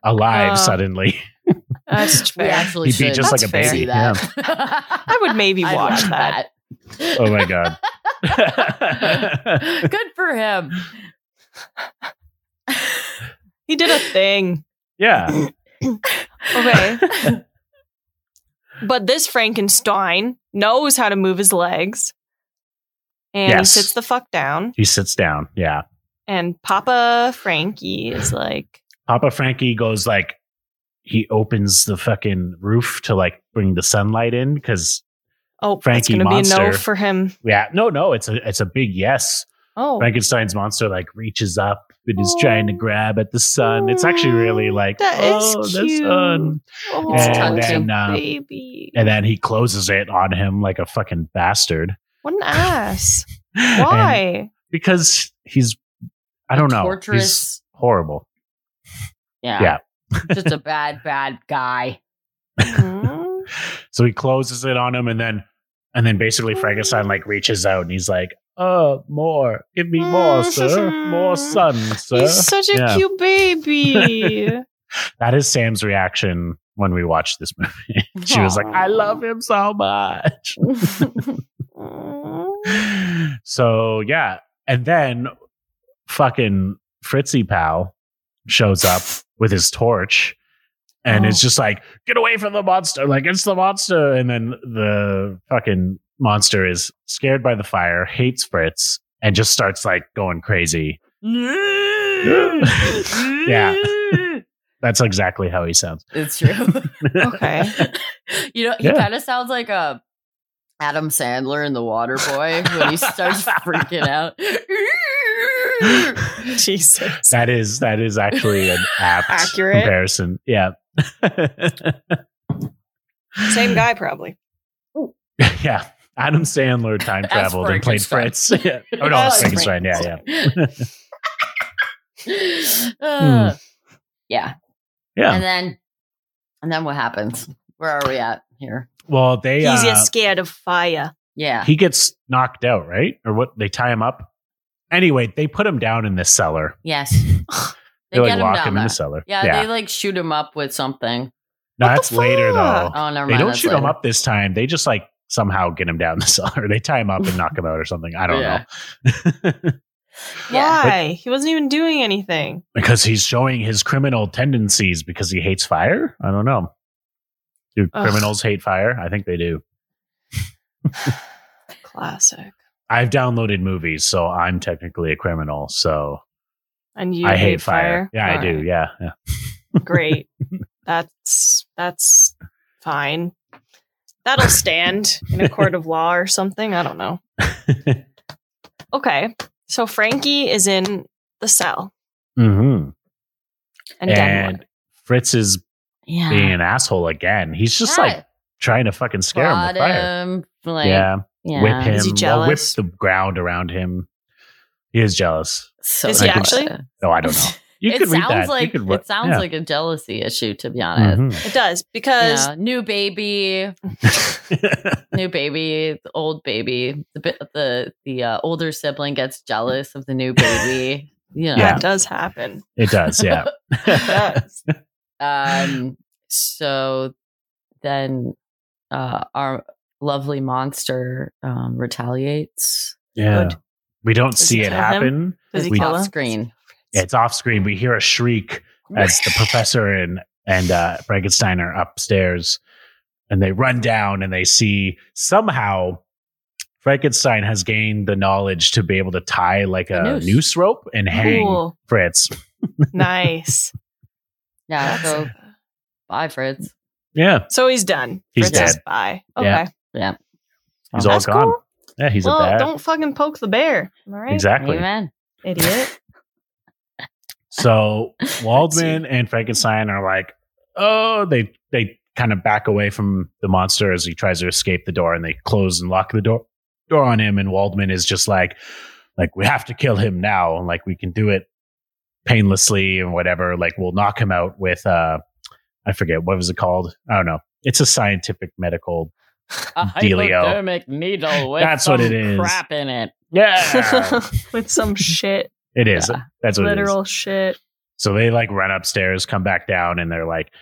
Speaker 1: alive
Speaker 4: Uh,
Speaker 1: suddenly?
Speaker 4: That's
Speaker 2: we
Speaker 4: fair.
Speaker 2: actually
Speaker 1: He'd be
Speaker 2: should
Speaker 1: just
Speaker 4: like
Speaker 2: That's
Speaker 4: a baby,
Speaker 2: fair. See that.
Speaker 4: I would maybe
Speaker 2: I'd
Speaker 4: watch, that.
Speaker 2: that.
Speaker 1: Oh my god.
Speaker 2: Good for him.
Speaker 4: He did a thing.
Speaker 1: yeah.
Speaker 4: Okay. but this Frankenstein knows how to move his legs. And
Speaker 1: Yes.
Speaker 4: he sits the fuck down.
Speaker 1: He sits down. Yeah.
Speaker 4: And Papa Frankie is like,
Speaker 1: Papa Frankie goes like he opens the fucking roof to like bring the sunlight in because
Speaker 4: oh,
Speaker 1: Frankie
Speaker 4: Frankie that's going to be a no
Speaker 1: monster.
Speaker 4: for him.
Speaker 1: yeah no no it's a it's a big yes
Speaker 4: Oh.
Speaker 1: Frankenstein's monster like reaches up and is trying to grab at the sun it's actually really like
Speaker 4: That is
Speaker 1: oh the
Speaker 4: cute.
Speaker 1: sun
Speaker 4: Oh,
Speaker 2: It's
Speaker 1: and
Speaker 2: touching.
Speaker 1: then uh,
Speaker 4: baby.
Speaker 1: and then he closes it on him like a fucking bastard
Speaker 4: what an ass.
Speaker 1: And
Speaker 4: Why?
Speaker 1: because he's I don't know he's
Speaker 2: Torturous.
Speaker 1: horrible
Speaker 2: Yeah. just a bad, bad guy.
Speaker 4: Mhm.
Speaker 1: So he closes it on him, and then and then basically Frankenstein like reaches out and he's like, "Oh, more! Give me more, sir! More sun, sir!"
Speaker 4: He's such a
Speaker 1: Yeah.
Speaker 4: cute baby.
Speaker 1: That is Sam's reaction when we watched this movie. she was like, "I love him so much."
Speaker 4: Mm.
Speaker 1: so yeah, and then fucking Fritzy pal shows up with his torch. And
Speaker 4: Oh.
Speaker 1: it's just like, get away from the monster. Like, it's the monster. And then the fucking monster is scared by the fire, hates Fritz, and just starts like going crazy. yeah. That's exactly how he sounds.
Speaker 2: It's true.
Speaker 4: Okay.
Speaker 2: You know, he
Speaker 1: Yeah.
Speaker 2: kind of sounds like a Adam Sandler in The Water Boy when he starts freaking out.
Speaker 4: Jesus.
Speaker 1: That is that is actually an apt
Speaker 4: Accurate.
Speaker 1: comparison. Yeah.
Speaker 4: Same guy, probably.
Speaker 1: yeah. Adam Sandler time traveled and played Fritz.
Speaker 2: Frankenstein.
Speaker 1: Yeah. Oh no,
Speaker 2: As
Speaker 1: Frankenstein. Yeah, yeah.
Speaker 2: Uh, Yeah.
Speaker 1: Hmm. Yeah.
Speaker 2: And then, and then what happens? Where are we at here?
Speaker 1: Well, they
Speaker 4: He's
Speaker 1: uh,
Speaker 4: just scared of fire.
Speaker 2: Yeah.
Speaker 1: he gets knocked out, right? Or what? They tie him up. Anyway, they put him down in this cellar.
Speaker 2: yes.
Speaker 1: They, like lock him, in the cellar.
Speaker 2: Yeah, they like shoot him up with something.
Speaker 1: no,
Speaker 4: What the
Speaker 1: that's later though.
Speaker 4: fuck?
Speaker 2: Oh, never mind.
Speaker 1: they don't
Speaker 2: that's
Speaker 1: shoot him
Speaker 2: later.
Speaker 1: up this time. They just like somehow get him down the cellar. They tie him up and knock him out or something. I don't
Speaker 2: Yeah.
Speaker 1: know.
Speaker 2: Yeah.
Speaker 4: Why? he wasn't even doing anything.
Speaker 1: because he's showing his criminal tendencies because he hates fire. I don't know. Do
Speaker 4: Ugh.
Speaker 1: criminals hate fire? I think they do.
Speaker 4: Classic.
Speaker 1: I've downloaded movies, so I'm technically a criminal. So
Speaker 4: And you
Speaker 1: I hate, fire. Yeah, I do.
Speaker 4: Alright,
Speaker 1: Yeah, yeah.
Speaker 4: Great. That's that's fine. That'll stand in a court of law or something. I don't know. Okay. So Frankie is in the cell.
Speaker 1: hmm
Speaker 4: And, then what?
Speaker 1: And Fritz is
Speaker 2: Yeah.
Speaker 1: being an asshole again. He's just like trying to fucking scare him with
Speaker 2: prod
Speaker 1: fire.
Speaker 2: him, like, yeah.
Speaker 1: yeah, whip him,
Speaker 4: Is he
Speaker 1: well, whip
Speaker 4: jealous?
Speaker 1: the ground around him. He is jealous.
Speaker 2: So
Speaker 4: Is he
Speaker 2: bad.
Speaker 4: actually?
Speaker 1: No, I don't know. You
Speaker 2: it
Speaker 1: could read
Speaker 2: sounds
Speaker 1: that. You
Speaker 2: like
Speaker 1: could re-
Speaker 2: it sounds
Speaker 1: yeah. Mm-hmm.
Speaker 2: like a jealousy issue, to be honest.
Speaker 4: it does because
Speaker 2: You know, new baby,
Speaker 1: Mhm.
Speaker 2: new baby, the old baby. The bi- the the uh, older sibling gets jealous of the new baby. You know.
Speaker 1: Yeah.
Speaker 4: that does happen.
Speaker 1: it does. Yeah.
Speaker 4: It does.
Speaker 2: Um. So then, uh, our lovely monster um, retaliates.
Speaker 1: Yeah.
Speaker 4: Good.
Speaker 1: We don't
Speaker 4: Does
Speaker 1: see
Speaker 4: he
Speaker 1: it
Speaker 4: kill him?
Speaker 1: happen.
Speaker 4: Does he
Speaker 1: We-
Speaker 4: kill
Speaker 2: Off
Speaker 4: him?
Speaker 2: screen.
Speaker 1: Yeah, it's off screen. We hear a shriek as the professor and and uh, Frankenstein are upstairs, and they run down and they see somehow Frankenstein has gained the knowledge to be able to tie like a
Speaker 2: A
Speaker 1: noose,
Speaker 2: noose.
Speaker 1: rope and hang
Speaker 4: Cool.
Speaker 1: Fritz.
Speaker 4: nice.
Speaker 2: Yeah. So bye, Fritz.
Speaker 1: Yeah,
Speaker 4: So he's done.
Speaker 1: He's
Speaker 4: Fritz is
Speaker 1: dead.
Speaker 4: bye. Okay.
Speaker 1: Yeah. he's all
Speaker 4: Oh, That's
Speaker 1: gone.
Speaker 4: cool.
Speaker 1: Yeah, he's
Speaker 4: well,
Speaker 1: a bad.
Speaker 4: don't fucking poke the bear. Am I right?
Speaker 1: Exactly.
Speaker 2: Amen.
Speaker 4: Idiot.
Speaker 1: So Waldman and Frankenstein are like, oh, they they kind of back away from the monster as he tries to escape the door, and they close and lock the door door on him. And Waldman is just like, like we have to kill him now, and like we can do it painlessly and whatever. Like we'll knock him out with uh, I forget what was it called. I don't know. It's a scientific medical.
Speaker 7: A
Speaker 1: Dealio.
Speaker 7: hypodermic needle with
Speaker 1: That's what
Speaker 7: some
Speaker 1: it is.
Speaker 7: crap in it.
Speaker 1: Yeah,
Speaker 4: With some shit.
Speaker 1: it is.
Speaker 2: Yeah.
Speaker 1: That's what it is.
Speaker 4: Literal shit.
Speaker 1: So they like run upstairs, come back down, and they're like,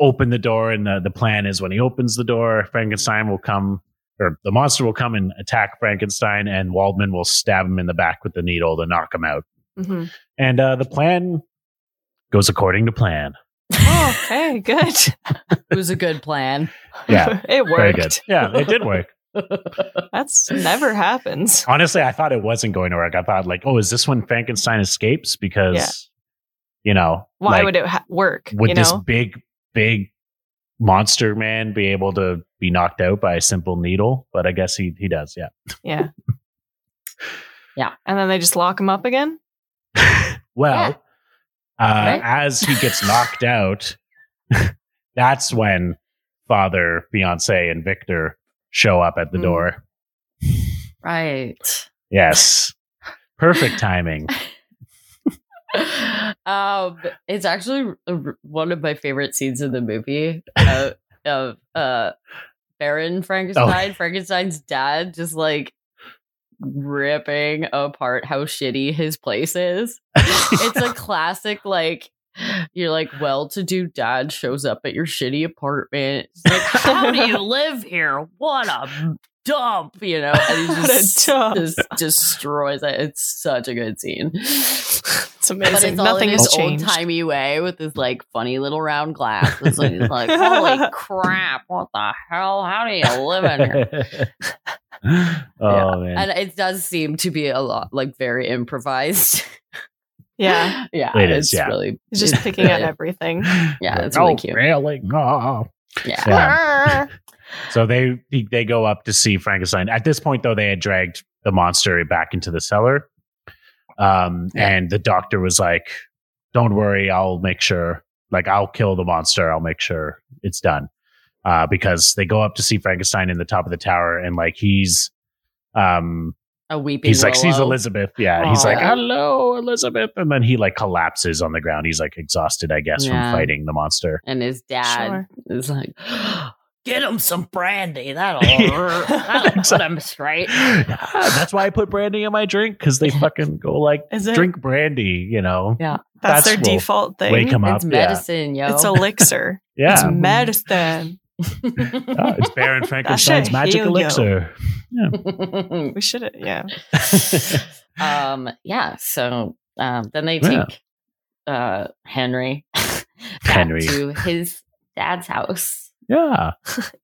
Speaker 1: open the door. And the, the plan is when he opens the door, Frankenstein will come, or the monster will come and attack Frankenstein, and Waldman will stab him in the back with the needle to knock him out.
Speaker 2: Mm-hmm.
Speaker 4: Mhm.
Speaker 1: And uh, the plan goes according to plan.
Speaker 4: Oh, okay, good.
Speaker 2: It was a good plan.
Speaker 1: Yeah. Very
Speaker 4: it worked.
Speaker 1: good. Yeah, it did work.
Speaker 4: That's never happens.
Speaker 1: Honestly, I thought it wasn't going to work. I thought, like, oh, is this when Frankenstein escapes? Because,
Speaker 4: Yeah.
Speaker 1: you know,
Speaker 4: Why
Speaker 1: like,
Speaker 4: would it ha- work?
Speaker 1: would
Speaker 4: you
Speaker 1: this
Speaker 4: know,
Speaker 1: big big monster man be able to be knocked out by a simple needle but i guess he he does yeah
Speaker 4: yeah,
Speaker 2: Yeah.
Speaker 4: And then they just lock him up again.
Speaker 1: well
Speaker 2: Yeah.
Speaker 1: uh
Speaker 2: Right?
Speaker 1: as he gets knocked out that's when father beyonce and victor show up at the
Speaker 4: Mm.
Speaker 1: door
Speaker 2: Right.
Speaker 1: yes perfect timing
Speaker 2: um, it's actually a r- one of my favorite scenes in the movie uh, of uh, Baron Frankenstein,
Speaker 1: Oh.
Speaker 2: Frankenstein's dad, just like ripping apart how shitty his place is. it's a classic, like, you're like, well to do dad shows up at your shitty apartment. It's like,
Speaker 7: How do you live here? What a dump.
Speaker 2: you know, and he
Speaker 4: What
Speaker 2: just,
Speaker 4: a dump.
Speaker 2: just destroys it. It's such a good scene.
Speaker 4: It's
Speaker 2: But
Speaker 4: amazing.
Speaker 2: it's all in
Speaker 4: Nothing has
Speaker 2: his old
Speaker 4: changed.
Speaker 2: timey way with his like funny little round glasses. and he's like, holy crap, what the hell? How do you live in here?
Speaker 1: oh man
Speaker 2: And it does seem to be a lot like very improvised.
Speaker 4: Yeah,
Speaker 2: yeah.
Speaker 1: It is,
Speaker 2: it's
Speaker 1: yeah.
Speaker 2: really
Speaker 4: he's just
Speaker 2: it's
Speaker 4: picking at
Speaker 2: really-
Speaker 4: everything.
Speaker 2: Yeah, it's really
Speaker 1: Oh,
Speaker 2: cute.
Speaker 1: really? Oh.
Speaker 2: Yeah.
Speaker 1: Yeah. So they they go up to see Frankenstein. At this point, though, they had dragged the monster back into the cellar, um,
Speaker 2: Yeah.
Speaker 1: and the doctor was like, "Don't worry, I'll make sure. Like, I'll kill the monster. I'll make sure it's done." Uh, because they go up to see Frankenstein in the top of the tower, and like he's, um,
Speaker 2: A weeping.
Speaker 1: he's like sees
Speaker 2: willow.
Speaker 1: Elizabeth.
Speaker 2: Oh,
Speaker 1: Yeah, he's like,
Speaker 2: Aw.
Speaker 1: "Hello, Elizabeth," and then he like collapses on the ground. He's like exhausted, I guess,
Speaker 2: Yeah.
Speaker 1: from fighting the monster.
Speaker 2: And his dad
Speaker 4: Sure.
Speaker 2: is like,
Speaker 7: Get him some brandy. That'll, that'll put him straight.
Speaker 1: Yeah, that's why I put brandy in my drink because they fucking go like
Speaker 4: Is it?
Speaker 1: drink brandy, you know.
Speaker 2: Yeah.
Speaker 4: that's, their
Speaker 1: will
Speaker 4: default thing.
Speaker 1: Wake him up.
Speaker 2: it's medicine, yo.
Speaker 4: It's elixir.
Speaker 1: Yeah.
Speaker 4: It's
Speaker 1: Yeah.
Speaker 4: medicine.
Speaker 1: Yeah, it's Baron Frankenstein's
Speaker 4: should
Speaker 1: magic
Speaker 4: heal you.
Speaker 1: elixir.
Speaker 4: We should. Yeah.
Speaker 2: um yeah so um then they take
Speaker 1: Ah. Yeah.
Speaker 2: uh henry back
Speaker 1: Henry.
Speaker 2: to his dad's house
Speaker 1: yeah.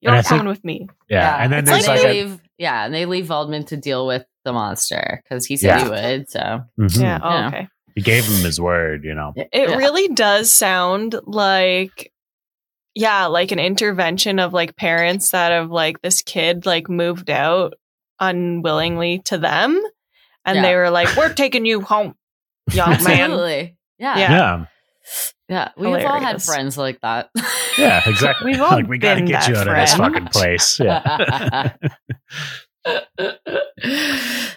Speaker 4: You're
Speaker 1: I
Speaker 4: all
Speaker 1: think-
Speaker 4: coming with me.
Speaker 1: Yeah. And then
Speaker 2: it's
Speaker 1: there's
Speaker 2: like
Speaker 1: like,
Speaker 2: they
Speaker 1: a,
Speaker 2: leave yeah and they leave waldman to deal with the monster because he said he would so
Speaker 1: Mhm.
Speaker 4: Yeah. Oh,
Speaker 2: Yeah.
Speaker 4: okay.
Speaker 1: He gave him his word, you know.
Speaker 4: It
Speaker 2: Yeah.
Speaker 4: really does sound like yeah, like an intervention of like parents that have like this kid like moved out unwillingly to them and
Speaker 2: Yeah.
Speaker 4: they were like, "We're taking you home, young man."
Speaker 2: absolutely yeah yeah,
Speaker 4: Yeah.
Speaker 1: Yeah.
Speaker 2: we've all had
Speaker 4: Hilarious.
Speaker 2: friends like that
Speaker 1: Yeah, exactly.
Speaker 4: We've all
Speaker 1: like we gotta
Speaker 4: been
Speaker 1: get
Speaker 4: that
Speaker 1: you out of this
Speaker 4: friend.
Speaker 1: fucking place. Yeah.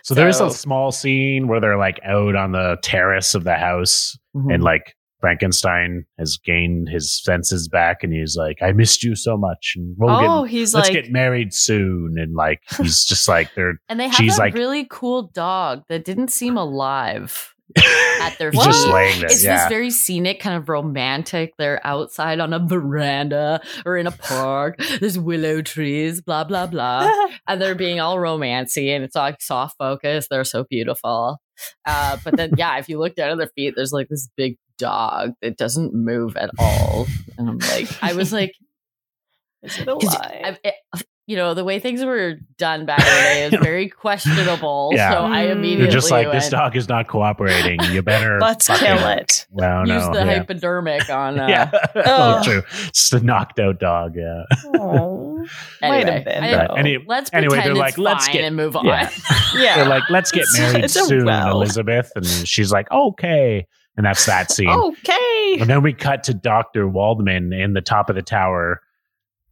Speaker 1: so there's a small scene where they're like out on the terrace of the house
Speaker 2: Mhm.
Speaker 1: and like Frankenstein has gained his senses back, and he's like, "I missed you so much, and we'll
Speaker 4: Oh,
Speaker 1: get,
Speaker 4: he's
Speaker 1: let's
Speaker 4: like
Speaker 1: get married soon." And like, he's just like, "They're
Speaker 2: and they have
Speaker 1: she's
Speaker 2: that
Speaker 1: like-
Speaker 2: really cool dog that didn't seem alive at their feet.
Speaker 4: What?
Speaker 1: just laying there.
Speaker 2: It's
Speaker 1: yeah.
Speaker 2: this very scenic, kind of romantic. They're outside on a veranda or in a park. There's willow trees, blah, blah, blah. And they're being all romancy and it's all like soft focus. They're so beautiful. Uh, but then, yeah, if you look down at their feet, there's like this big dog that doesn't move at all. And I'm like, I was like,
Speaker 4: Is it a
Speaker 2: Is it-
Speaker 4: lie?
Speaker 2: I, it, eh, you know, the way things were done back in the day is very questionable.
Speaker 1: Yeah.
Speaker 2: So I
Speaker 4: Mm.
Speaker 2: immediately
Speaker 1: You're just like
Speaker 2: went,
Speaker 1: this dog is not cooperating. You better
Speaker 4: Let's
Speaker 1: fucking-
Speaker 4: kill it.
Speaker 1: Well, no,
Speaker 2: use
Speaker 1: yeah.
Speaker 2: the hypodermic on uh,
Speaker 1: yeah,
Speaker 4: Ugh.
Speaker 1: oh, true. It's the knocked out dog. Yeah,
Speaker 4: Might
Speaker 2: Anyway,
Speaker 4: have been.
Speaker 2: I-
Speaker 1: Right. Any-
Speaker 2: Let's
Speaker 1: Anyway,
Speaker 2: pretend
Speaker 1: they're like,
Speaker 2: it's
Speaker 1: "Let's
Speaker 2: fine
Speaker 1: get-
Speaker 2: and move on.
Speaker 1: yeah.
Speaker 4: yeah.
Speaker 1: They're like, let's get
Speaker 4: It's-
Speaker 1: married
Speaker 4: it's a
Speaker 1: soon,
Speaker 4: well.
Speaker 1: Elizabeth, and she's like, okay, and that's that scene.
Speaker 4: okay.
Speaker 1: And then we cut to Dr. Waldman in the top of the tower,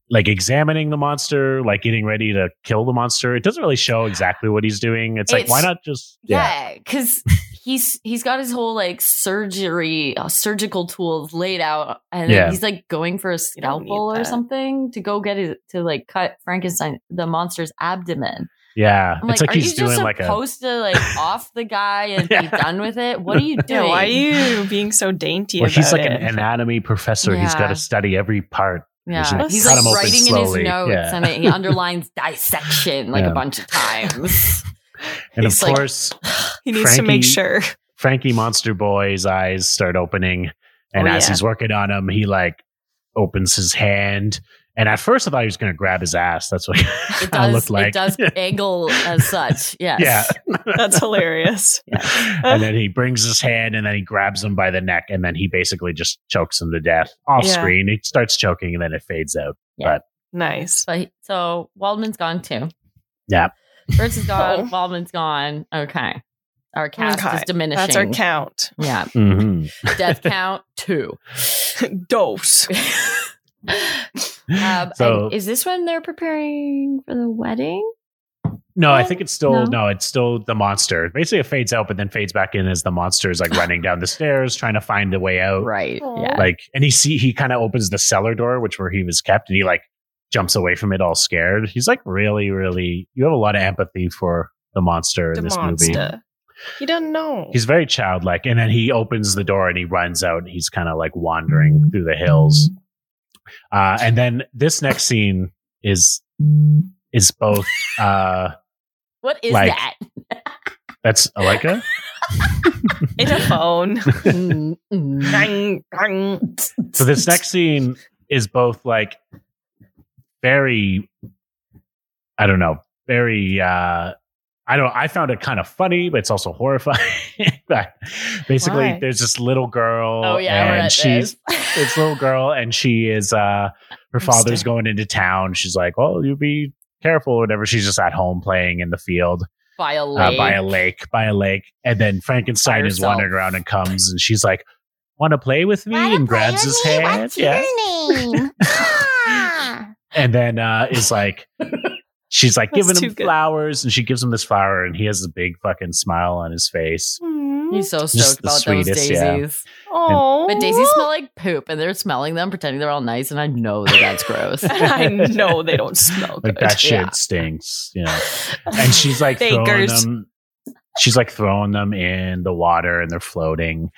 Speaker 1: like examining the monster, like getting ready to kill the monster. It doesn't really show exactly what he's doing. It's, like,
Speaker 2: It's-
Speaker 1: why not just. Yeah.
Speaker 2: Yeah, because he's he's got his whole like surgery uh, surgical tools laid out, and
Speaker 1: Yeah.
Speaker 2: he's like going for a
Speaker 4: You don't need
Speaker 2: scalpel or
Speaker 4: that.
Speaker 2: something to go get it to like cut Frankenstein the monster's abdomen.
Speaker 1: Yeah.
Speaker 2: I'm
Speaker 1: it's
Speaker 2: like,
Speaker 1: like
Speaker 2: are
Speaker 1: he's
Speaker 2: you just
Speaker 1: doing like a.
Speaker 2: supposed to like off the guy and be
Speaker 1: Yeah.
Speaker 2: done with it? What are you
Speaker 4: Yeah,
Speaker 2: doing?
Speaker 4: why are you being so dainty
Speaker 1: Well,
Speaker 4: about
Speaker 1: he's like
Speaker 4: it?
Speaker 1: an anatomy professor. He's got
Speaker 2: Yeah.
Speaker 1: to study every part. He's
Speaker 2: Yeah,
Speaker 1: like,
Speaker 2: he's
Speaker 4: cut
Speaker 2: like
Speaker 4: him open
Speaker 2: writing in his
Speaker 1: slowly.
Speaker 2: notes,
Speaker 1: Yeah.
Speaker 2: and he underlines dissection like
Speaker 1: Yeah.
Speaker 2: a bunch of times.
Speaker 1: And
Speaker 2: He's
Speaker 1: of
Speaker 2: like-
Speaker 1: course,
Speaker 4: he needs to make sure.
Speaker 1: Frankie Monster Boy's eyes start opening, and
Speaker 4: Oh,
Speaker 1: as
Speaker 4: yeah.
Speaker 1: he's working on him, he like opens his hand. And at first, I thought he was going to grab his ass. That's what
Speaker 2: It
Speaker 1: it
Speaker 2: does.
Speaker 1: looked like.
Speaker 2: It does angle as such. Yes.
Speaker 1: Yeah.
Speaker 4: That's hilarious.
Speaker 1: and then he brings his hand, and then he grabs him by the neck, and then he basically just chokes him to death off
Speaker 4: Yeah.
Speaker 1: screen. He starts choking, and then it fades out.
Speaker 4: Nice.
Speaker 2: So, he- so Waldman's gone too.
Speaker 1: Yeah.
Speaker 2: Fritz is gone.
Speaker 4: Oh.
Speaker 2: Waldman's gone. Okay. Our cast
Speaker 4: Okay.
Speaker 2: is diminishing.
Speaker 4: That's our count.
Speaker 2: Yeah. Death count two.
Speaker 4: Dose.
Speaker 2: Um,
Speaker 1: so
Speaker 2: and is this when they're preparing for the wedding?
Speaker 1: no, I think it's still
Speaker 2: No.
Speaker 1: no. it's still the monster. Basically, it fades out, but then fades back in as the monster is like running down the stairs, trying to find a way out.
Speaker 2: Right.
Speaker 4: Aw.
Speaker 2: Yeah.
Speaker 1: Oh. like and he see he kind of opens the cellar door which where he was kept and he like jumps away from it all scared he's like really really you have a lot of empathy for the monster
Speaker 4: The
Speaker 1: in this movie
Speaker 4: monster. He doesn't know.
Speaker 1: he's very childlike and then he opens the door and he runs out and he's kind of like
Speaker 2: Mm-hmm.
Speaker 1: wandering through the hills uh and then this next scene is is both uh
Speaker 2: What is
Speaker 1: like-
Speaker 2: that?
Speaker 1: that's Aleka
Speaker 4: in a phone.
Speaker 2: Mm, mm.
Speaker 4: Dang, dang.
Speaker 1: So this next scene is both like very I don't know, very uh I don't I found it kind of funny, but it's also horrifying. But basically
Speaker 4: Why?
Speaker 1: there's this little girl
Speaker 2: Oh yeah, we're
Speaker 1: and
Speaker 2: at
Speaker 1: she's
Speaker 2: this.
Speaker 1: this little girl and she is uh her father's going into town. She's like, Well, you be careful or whatever. She's just at home playing in the field
Speaker 2: by a
Speaker 1: uh,
Speaker 2: lake.
Speaker 1: by a lake, by a lake. And then Frankenstein
Speaker 2: By
Speaker 1: is
Speaker 2: herself.
Speaker 1: wandering around and comes and she's like, Wanna play with me? and grabs his hand. yeah.
Speaker 2: Ah!
Speaker 1: and then uh is like she's like
Speaker 4: That's
Speaker 1: giving
Speaker 4: too
Speaker 1: him
Speaker 4: good.
Speaker 1: flowers and she gives him this flower and he has a big fucking smile on his face
Speaker 2: He's so
Speaker 1: Just
Speaker 2: stoked
Speaker 1: the
Speaker 2: about those
Speaker 1: sweetest,
Speaker 2: daisies.
Speaker 1: yeah.
Speaker 4: Oh.
Speaker 2: But daisies smell like poop, and they're smelling them, pretending they're all nice, and I know that that's gross.
Speaker 4: I know they don't smell good.
Speaker 1: like that shit
Speaker 2: yeah.
Speaker 1: stinks you know and she's like throwing
Speaker 4: Bakers.
Speaker 1: them she's like throwing them in the water and they're floating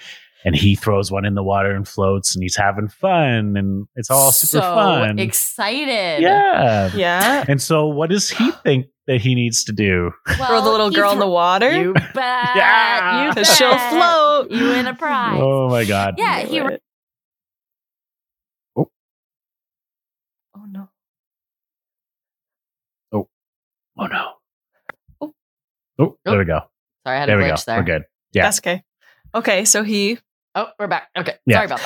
Speaker 1: and he throws one in the water and floats and he's having fun and it's all super
Speaker 2: so
Speaker 1: fun
Speaker 2: excited.
Speaker 1: yeah
Speaker 4: Yeah.
Speaker 1: and so what does he think that he needs to do
Speaker 2: Well,
Speaker 4: Throw the little
Speaker 2: he
Speaker 4: girl in the
Speaker 2: threw-
Speaker 4: water.
Speaker 2: You bet.
Speaker 1: Yeah.
Speaker 2: You bet.
Speaker 4: Because she'll float.
Speaker 2: You win a prize.
Speaker 1: oh my god
Speaker 2: yeah, he.
Speaker 4: Knew
Speaker 2: Re-
Speaker 4: it. Oh. no.
Speaker 1: oh no
Speaker 4: Oh.
Speaker 1: oh there we go
Speaker 2: Sorry, I had
Speaker 1: there
Speaker 2: a
Speaker 1: we go
Speaker 2: glitch there.
Speaker 1: we're good Yeah.
Speaker 4: That's okay. Okay, so he
Speaker 2: Oh, we're back. Okay,
Speaker 1: Yeah.
Speaker 2: sorry about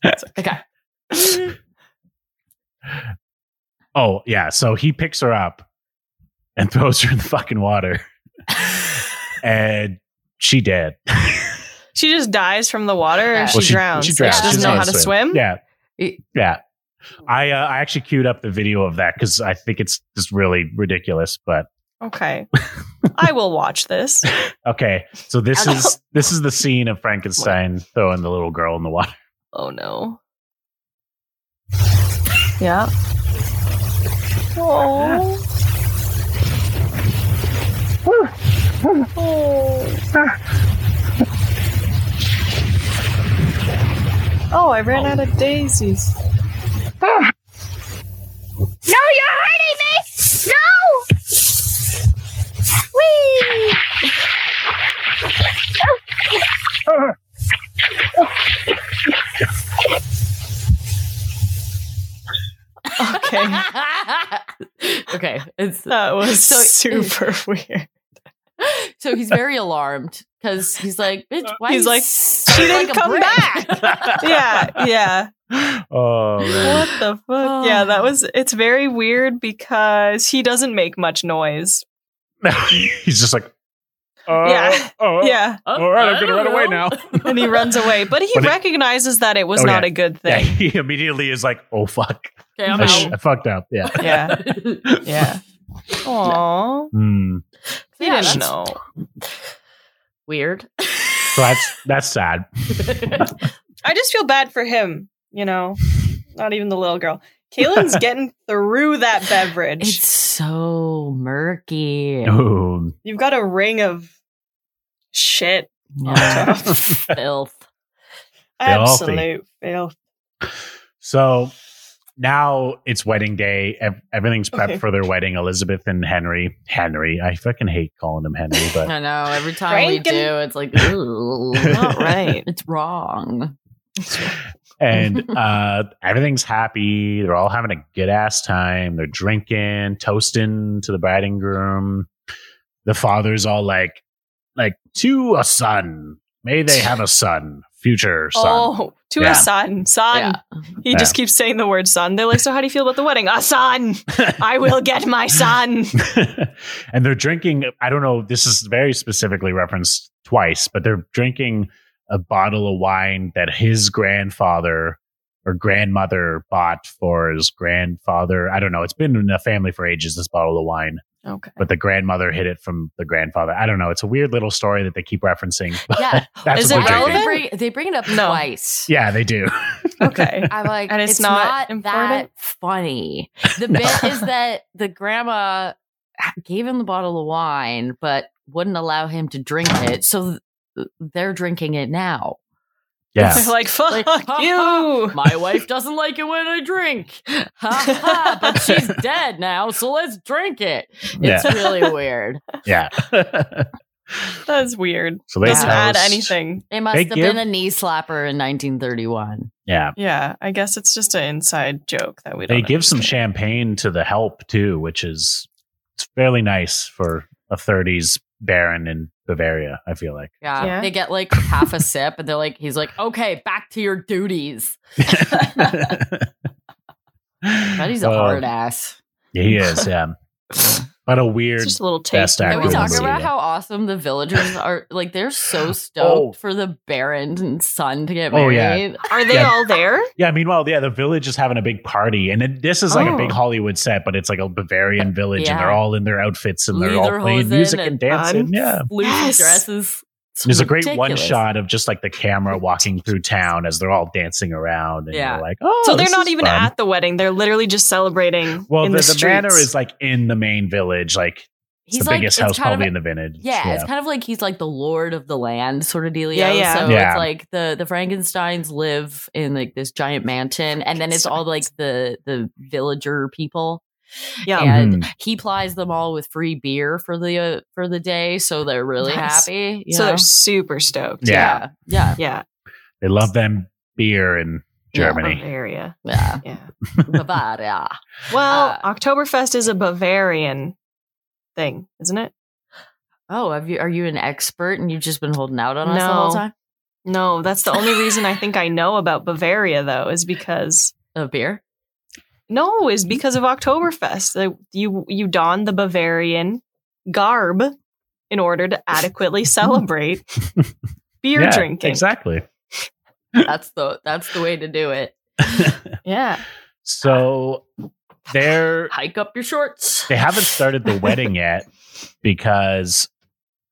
Speaker 2: that. okay.
Speaker 1: Oh yeah, so he picks her up and throws her in the fucking water, and she dead.
Speaker 4: she just dies from the water or
Speaker 2: Yeah.
Speaker 4: she,
Speaker 1: Well,
Speaker 4: drowns.
Speaker 1: She drowns.
Speaker 2: Yeah.
Speaker 4: She doesn't
Speaker 2: She
Speaker 4: know how
Speaker 1: can't
Speaker 4: to swim.
Speaker 1: Yeah,
Speaker 2: It-
Speaker 1: yeah. I uh, I actually queued up the video of that because I think it's just really ridiculous. But
Speaker 4: Okay. I will watch this.
Speaker 1: okay, so this
Speaker 2: Hello.
Speaker 1: is this is the scene of Frankenstein throwing the little girl in the water.
Speaker 4: Oh no. Yeah. Oh. Oh. Oh, I ran out of daisies.
Speaker 5: No, you're hurting me! No! Whee!
Speaker 4: Okay.
Speaker 2: okay. It's
Speaker 4: That was
Speaker 2: So-
Speaker 4: super weird.
Speaker 2: so he's very alarmed because he's like, bitch, why
Speaker 4: Uh, He's
Speaker 2: you
Speaker 4: like,
Speaker 2: s-
Speaker 4: "She
Speaker 2: like
Speaker 4: didn't
Speaker 2: a
Speaker 4: come
Speaker 2: brick?"
Speaker 4: back!" Yeah, yeah.
Speaker 1: oh man.
Speaker 4: What the fuck? Yeah, that was it's very weird because he doesn't make much noise.
Speaker 1: He's just like, uh,
Speaker 4: Yeah.
Speaker 1: uh,
Speaker 4: Yeah. Oh.
Speaker 1: All right, I'm
Speaker 2: I
Speaker 1: gonna
Speaker 2: don't
Speaker 1: run away
Speaker 2: know.
Speaker 1: now.
Speaker 4: And he runs away. But he
Speaker 1: But it-
Speaker 4: recognizes that it was
Speaker 1: Oh,
Speaker 4: not
Speaker 1: yeah.
Speaker 4: a good
Speaker 1: Yeah,
Speaker 4: thing.
Speaker 1: he immediately is like, oh fuck,
Speaker 2: Okay, I'm
Speaker 1: I, sh-
Speaker 2: out.
Speaker 1: I fucked up. Yeah.
Speaker 4: Yeah. Yeah. Aww.
Speaker 1: Hmm.
Speaker 4: He
Speaker 2: Yeah, that's-
Speaker 4: didn't know.
Speaker 2: Weird.
Speaker 1: So that's that's sad.
Speaker 4: I just feel bad for him, you know. Not even the little girl. Kaylin's getting through that beverage.
Speaker 2: It's so murky.
Speaker 1: Ooh.
Speaker 4: You've got a ring of shit.
Speaker 2: Yeah. Filth.
Speaker 1: Filthy.
Speaker 4: Absolute filth.
Speaker 1: So now it's wedding day. Ev- Everything's prepped
Speaker 4: Okay.
Speaker 1: for their wedding. Elizabeth and Henry. Henry. I fucking hate calling him Henry, but
Speaker 2: I know. Every time we
Speaker 4: Franken-
Speaker 2: do, it's like, ooh,
Speaker 4: Not right.
Speaker 2: it's wrong.
Speaker 1: and uh, everything's happy. They're all having a good ass time. They're drinking, toasting to the bride and groom. The father's all like, like to a son. May they have a son, future son.
Speaker 4: Oh, to
Speaker 1: Yeah.
Speaker 4: a son. Son. He just keeps saying the word son. They're like, so how do you feel about the wedding? A son. I will get my son.
Speaker 1: and they're drinking. I don't know. This is very specifically referenced twice, but they're drinking a bottle of wine that his grandfather or grandmother bought for his grandfather. I don't know. It's been in the family for ages. This bottle of wine,
Speaker 4: Okay.
Speaker 1: but the grandmother hid it from the grandfather. I don't know. It's a weird little story that they keep referencing. But
Speaker 2: Yeah.
Speaker 1: that's
Speaker 4: Is
Speaker 1: what they're drinking.
Speaker 4: it
Speaker 2: They
Speaker 4: relevant?
Speaker 2: bring, they bring it up
Speaker 4: No.
Speaker 2: twice.
Speaker 1: Yeah, they do.
Speaker 4: Okay.
Speaker 2: I'm like,
Speaker 4: And
Speaker 2: it's,
Speaker 4: it's
Speaker 2: not,
Speaker 4: not
Speaker 2: that
Speaker 4: important?
Speaker 2: funny. The
Speaker 1: No.
Speaker 2: bit is that the grandma gave him the bottle of wine, but wouldn't allow him to drink it. So th- they're drinking it now.
Speaker 1: Yeah.
Speaker 4: They're like, fuck
Speaker 2: Like, ha,
Speaker 4: you.
Speaker 2: My wife doesn't like it when I drink. Ha ha, but she's dead now, so let's drink it. It's
Speaker 1: Yeah.
Speaker 2: really weird.
Speaker 1: Yeah.
Speaker 4: That's weird.
Speaker 1: so they
Speaker 4: Doesn't add
Speaker 1: toast.
Speaker 4: anything.
Speaker 2: It must
Speaker 1: They
Speaker 2: have
Speaker 1: give-
Speaker 2: been a knee slapper in 1931.
Speaker 1: Yeah.
Speaker 4: Yeah. I guess it's just an inside joke that we don't
Speaker 1: They give some
Speaker 4: understand.
Speaker 1: champagne to the help too, which is it's fairly nice for a 30s baron in Bavaria. I feel like
Speaker 2: Yeah,
Speaker 4: Yeah.
Speaker 2: they get like half a sip, and they're like, he's like, okay, back to your duties. But he's a
Speaker 1: Uh,
Speaker 2: hard ass.
Speaker 1: He is, yeah. But a
Speaker 4: It's
Speaker 1: weird.
Speaker 4: just a little
Speaker 1: best
Speaker 4: taste.
Speaker 1: act
Speaker 2: Can we
Speaker 1: I
Speaker 2: talk
Speaker 1: see
Speaker 2: about
Speaker 1: that.
Speaker 2: how awesome the villagers are? Like, they're so stoked
Speaker 1: Oh.
Speaker 2: for the Baron and son to get
Speaker 1: Oh, yeah.
Speaker 2: married.
Speaker 4: Are they
Speaker 1: Yeah. Oh,
Speaker 4: all there?
Speaker 1: Yeah. Meanwhile, yeah, the village is having a big party, and it, this is like a
Speaker 4: Oh.
Speaker 1: big Hollywood set, but it's like a Bavarian village, and
Speaker 2: Yeah.
Speaker 1: they're all in their outfits and they're all playing
Speaker 2: Lederhosen
Speaker 1: music and,
Speaker 2: and
Speaker 1: dancing.
Speaker 4: buns.
Speaker 1: Yeah.
Speaker 2: Blue
Speaker 4: Yes.
Speaker 2: dresses. It's
Speaker 1: There's a great one
Speaker 2: ridiculous.
Speaker 1: shot of just like the camera walking through town as they're all dancing around, and
Speaker 2: Yeah.
Speaker 1: you're like, oh,
Speaker 4: so they're
Speaker 1: this
Speaker 4: not
Speaker 1: is
Speaker 4: even
Speaker 1: fun.
Speaker 4: at the wedding. They're literally just celebrating.
Speaker 1: Well,
Speaker 4: in
Speaker 1: the,
Speaker 4: the,
Speaker 1: the, manor
Speaker 4: streets.
Speaker 1: is like in the main village, like it's
Speaker 2: He's
Speaker 1: the
Speaker 2: like,
Speaker 1: biggest
Speaker 2: it's
Speaker 1: house
Speaker 2: kind
Speaker 1: probably in
Speaker 2: of,
Speaker 1: the village.
Speaker 2: yeah, it's kind of like he's like the lord of the land, sort of dealio.
Speaker 4: Yeah, yeah.
Speaker 2: So
Speaker 1: Yeah.
Speaker 2: it's like the the Frankenstein's live in like this giant mansion, and then it's all like the the villager people.
Speaker 4: yeah.
Speaker 2: Yeah.
Speaker 1: Mm-hmm.
Speaker 2: and he plies them all with free beer for the uh, for the day, so they're really
Speaker 4: Nice.
Speaker 2: happy. you
Speaker 4: So
Speaker 2: know?
Speaker 4: they're super stoked.
Speaker 1: Yeah.
Speaker 2: yeah,
Speaker 4: Yeah.
Speaker 1: They love them beer in
Speaker 2: Yeah.
Speaker 1: Germany.
Speaker 4: Bavaria.
Speaker 2: yeah.
Speaker 4: Yeah.
Speaker 2: Bavaria.
Speaker 4: Well,
Speaker 2: Uh,
Speaker 4: Oktoberfest is a Bavarian thing, isn't it?
Speaker 2: Oh, have you? Are you an expert? And you've just been holding out on us the whole
Speaker 4: No.
Speaker 2: time
Speaker 4: No, that's the only reason I think I know about Bavaria, though, is because
Speaker 2: of beer.
Speaker 4: no, is because of Oktoberfest. Like, You you don the Bavarian garb in order to adequately celebrate beer
Speaker 1: Yeah,
Speaker 4: drinking.
Speaker 1: Exactly.
Speaker 2: That's the that's the way to do it.
Speaker 4: Yeah,
Speaker 1: So they're
Speaker 2: Hike up your shorts.
Speaker 1: they haven't started the wedding yet because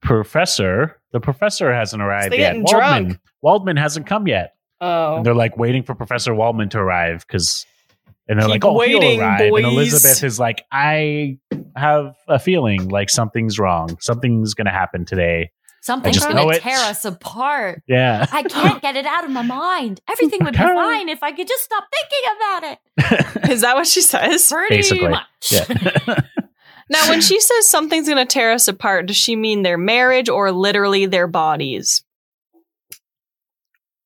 Speaker 1: Professor the Professor hasn't arrived
Speaker 4: they're
Speaker 1: yet.
Speaker 4: getting
Speaker 1: Waldman
Speaker 4: drunk.
Speaker 1: Waldman hasn't come yet.
Speaker 4: Oh,
Speaker 1: And they're like waiting for Professor Waldman to arrive because and they're
Speaker 4: Keep
Speaker 1: like, oh,
Speaker 4: waiting,
Speaker 1: he'll arrive. And
Speaker 4: boys.
Speaker 1: Elizabeth is like, I have a feeling like something's wrong. Something's going to happen today.
Speaker 2: Something's
Speaker 1: just know
Speaker 2: gonna
Speaker 1: it.
Speaker 2: tear us apart.
Speaker 1: Yeah.
Speaker 2: I can't get it out of my mind. Everything would be
Speaker 1: Okay.
Speaker 2: fine if I could just stop thinking about it.
Speaker 4: Is that what she says?
Speaker 2: Pretty
Speaker 1: Basically,
Speaker 2: much.
Speaker 1: Yeah.
Speaker 4: Now, when she says something's going to tear us apart, does she mean their marriage or literally their bodies?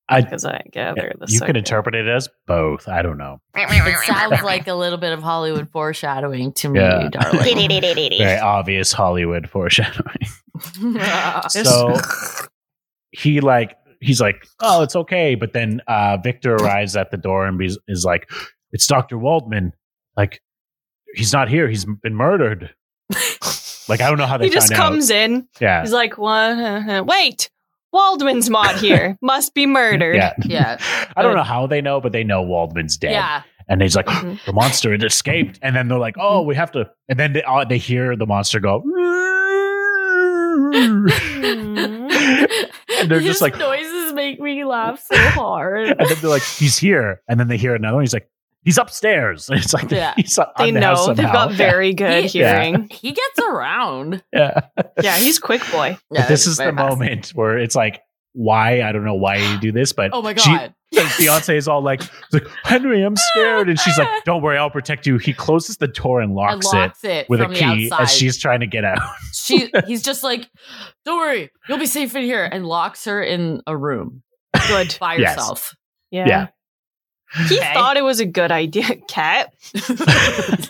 Speaker 1: I,
Speaker 4: Because I gather this.
Speaker 1: you could interpret it as both. I don't know.
Speaker 2: It sounds like a little bit of Hollywood foreshadowing to me,
Speaker 1: Yeah.
Speaker 2: darling.
Speaker 1: Very obvious Hollywood foreshadowing. so he like he's like oh it's okay but then uh victor arrives at the door and is, is like it's dr waldman like he's not here he's been murdered like i don't know how they
Speaker 4: He just
Speaker 1: found
Speaker 4: comes in.
Speaker 1: out yeah
Speaker 4: He's like, "What? Uh, uh, wait, Waldman's mod here must be murdered.
Speaker 1: yeah
Speaker 2: yeah.
Speaker 1: i don't know how they know but they know waldman's dead
Speaker 2: Yeah.
Speaker 1: and he's like
Speaker 4: Mhm.
Speaker 1: the monster it escaped and then they're like oh
Speaker 4: Mm-hmm.
Speaker 1: we have to and then they, uh, they hear the monster go
Speaker 2: Hmm.
Speaker 1: And they're just
Speaker 2: His
Speaker 1: like-
Speaker 2: noises make me laugh so hard.
Speaker 1: and then they're like, he's here. And then they hear another one. He's like, he's upstairs. And it's like,
Speaker 2: Yeah.
Speaker 1: he's on
Speaker 4: They
Speaker 1: the
Speaker 4: know
Speaker 1: house
Speaker 4: they've
Speaker 1: somehow.
Speaker 4: got very good
Speaker 1: Yeah.
Speaker 4: hearing.
Speaker 2: He gets around.
Speaker 1: Yeah.
Speaker 4: Yeah. he's quick boy.
Speaker 1: But this is the moment where it's like, why? I don't know why you do this, but
Speaker 2: Oh my
Speaker 1: she-
Speaker 2: god.
Speaker 1: the fiance is all like, like, Henry, I'm scared. And she's like, don't worry, I'll protect you. He closes the door and
Speaker 2: and
Speaker 1: locks it
Speaker 2: locks it,
Speaker 1: with a
Speaker 2: from
Speaker 1: key
Speaker 2: the outside.
Speaker 1: as she's trying to get out.
Speaker 2: she he's just like, Don't worry, you'll be safe in here and locks her in a room
Speaker 4: Good.
Speaker 2: by
Speaker 1: Yes.
Speaker 2: herself.
Speaker 4: Yeah.
Speaker 1: Yeah.
Speaker 4: He
Speaker 7: Okay.
Speaker 4: thought it was a good idea. Cat. All right.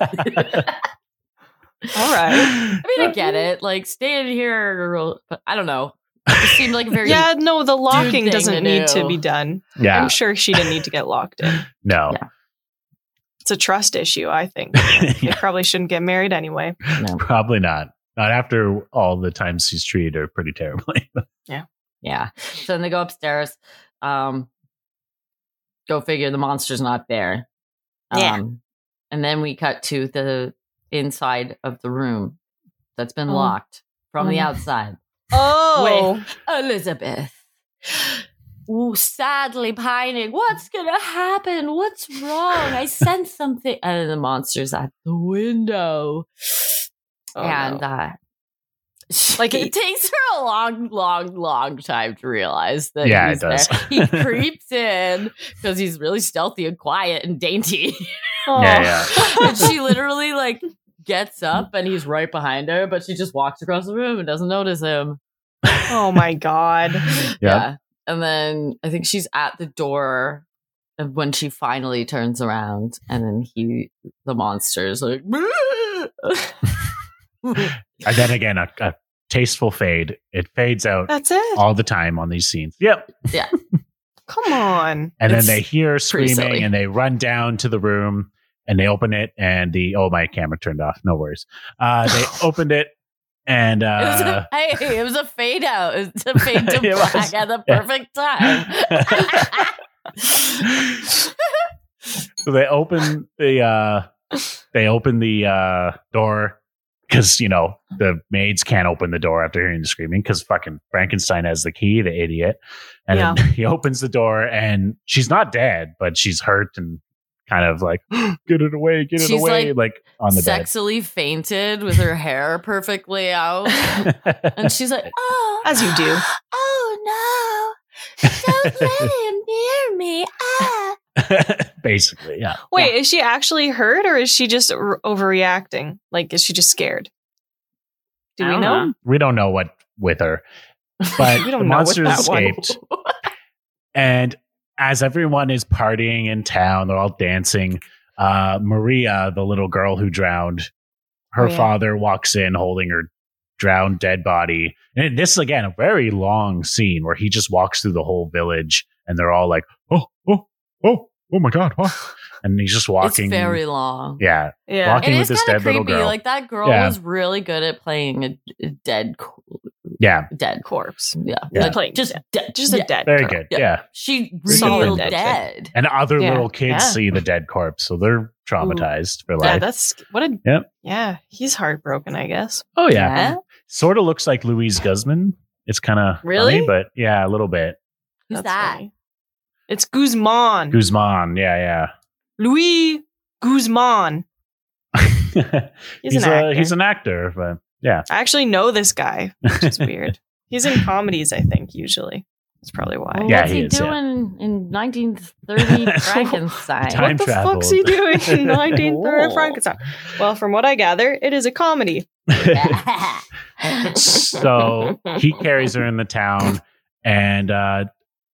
Speaker 2: I mean, I get it. Like, stay in here, but I don't know. It seemed like a very
Speaker 4: Yeah, no, the
Speaker 2: thing
Speaker 4: locking
Speaker 2: to
Speaker 4: doesn't need to
Speaker 2: do.
Speaker 4: be done.
Speaker 1: Yeah.
Speaker 4: I'm sure she didn't need to get locked in.
Speaker 1: No.
Speaker 4: It's a trust issue, I think. They probably shouldn't get married anyway.
Speaker 1: Probably not. Not after all the times he's treated her pretty terribly.
Speaker 2: Yeah. So then they go upstairs. Um, go figure the monster's not there.
Speaker 4: Yeah.
Speaker 2: Um, and then we cut to the inside of the room that's been
Speaker 4: Oh.
Speaker 2: locked from the
Speaker 4: Oh.
Speaker 2: outside.
Speaker 4: Oh,
Speaker 2: Elizabeth. Ooh, sadly pining. What's gonna happen? What's wrong? I sense something. And then the monster's at the window.
Speaker 4: Oh,
Speaker 2: and
Speaker 4: no.
Speaker 2: uh,
Speaker 4: Like,
Speaker 2: like
Speaker 4: he-
Speaker 2: it takes her a long, long, long time to realize that.
Speaker 1: Yeah, it
Speaker 2: he's
Speaker 1: does.
Speaker 2: There. He creeps in because he's really stealthy and quiet and dainty,
Speaker 1: Yeah, yeah.
Speaker 2: and she literally like gets up and he's right behind her, but she just walks across the room and doesn't notice him.
Speaker 4: oh my god.
Speaker 1: Yeah.
Speaker 2: and then I think she's at the door. And when she finally turns around, and then he, the monster, is like,
Speaker 1: And then again, a, a tasteful fade. It fades out
Speaker 4: That's it.
Speaker 1: all the time on these scenes. Yep.
Speaker 4: Come on.
Speaker 1: And
Speaker 2: It's
Speaker 1: then they hear
Speaker 2: silly.
Speaker 1: screaming and they run down to the room and they open it and the oh my camera turned off. No worries. Uh, they opened it and
Speaker 2: It was
Speaker 1: uh,
Speaker 2: a, hey, it was a fade out. It was a fade to
Speaker 1: It was.
Speaker 2: black at the
Speaker 1: Yeah.
Speaker 2: perfect time.
Speaker 1: so they open the uh, they open the uh, door because you know the maids can't open the door after hearing the screaming because fucking Frankenstein has the key, the idiot. And then he opens the door and she's not dead, but she's hurt and kind of like get it away, get it
Speaker 2: She's,
Speaker 1: away,
Speaker 2: like,
Speaker 1: like, on the bed.
Speaker 2: Sexily fainted with her hair perfectly out. And she's like, oh.
Speaker 4: As you do.
Speaker 2: Oh, no. Don't let him near me. Ah.
Speaker 1: Basically, yeah.
Speaker 4: Wait, is she actually hurt or is she just r- overreacting? Like, is she just scared? Do
Speaker 7: I
Speaker 4: we
Speaker 7: don't
Speaker 4: know?
Speaker 1: We don't know what with her, but
Speaker 4: We
Speaker 1: the
Speaker 4: don't know what
Speaker 1: monster
Speaker 4: that one-
Speaker 1: escaped. and as everyone is partying in town, they're all dancing. Uh, Maria, the little girl who drowned, her
Speaker 4: Oh, yeah.
Speaker 1: father walks in holding her drowned dead body. And this is again a very long scene where he just walks through the whole village and they're all like, oh, oh, oh, oh my God. oh." And he's just walking.
Speaker 2: It's very long.
Speaker 1: yeah.
Speaker 4: Yeah.
Speaker 1: Walking
Speaker 2: It
Speaker 1: with
Speaker 2: is
Speaker 1: this
Speaker 2: kind
Speaker 1: dead
Speaker 2: of
Speaker 1: little
Speaker 2: creepy.
Speaker 1: girl.
Speaker 2: Like that girl
Speaker 1: Yeah.
Speaker 2: was really good at playing a, a dead, co-
Speaker 1: Yeah.
Speaker 2: dead,
Speaker 4: Corpse.
Speaker 2: yeah,
Speaker 1: Yeah.
Speaker 2: Like,
Speaker 4: Playing
Speaker 2: just
Speaker 4: dead.
Speaker 2: dead,
Speaker 4: Just a
Speaker 2: Yeah.
Speaker 4: dead.
Speaker 1: Very
Speaker 4: girl.
Speaker 1: good.
Speaker 2: Yeah.
Speaker 1: yeah.
Speaker 2: She
Speaker 1: Solid
Speaker 2: real
Speaker 4: dead
Speaker 2: dead.
Speaker 4: chick.
Speaker 1: And other
Speaker 4: Yeah.
Speaker 1: little kids
Speaker 4: Yeah.
Speaker 1: see the dead corpse, so they're traumatized for
Speaker 4: Yeah,
Speaker 1: life.
Speaker 4: that's what a.
Speaker 1: Yep.
Speaker 4: Yeah, he's heartbroken, I guess.
Speaker 1: oh yeah,
Speaker 2: Yeah.
Speaker 1: sort of looks like Louise Guzman. It's kind of
Speaker 4: Really?
Speaker 1: funny, but yeah, a little bit.
Speaker 2: Who's
Speaker 4: That's
Speaker 2: that?
Speaker 4: funny. It's Guzman.
Speaker 1: Guzman, yeah,
Speaker 4: Louis Guzman.
Speaker 1: yeah.
Speaker 4: He's, an actor.
Speaker 1: he's an actor, but yeah,
Speaker 4: I actually know this guy, which is weird. He's in comedies, I think, usually. That's probably why.
Speaker 2: Well,
Speaker 1: Yeah,
Speaker 2: what's
Speaker 1: he
Speaker 2: he,
Speaker 1: is, yeah.
Speaker 2: doing in 1930 Frankenstein?
Speaker 1: Time-
Speaker 4: what the
Speaker 1: travel.
Speaker 4: fuck's he doing in 1930
Speaker 2: Whoa.
Speaker 4: Frankenstein? Well, from what I gather, it is a comedy.
Speaker 1: so he carries her in the town, and uh,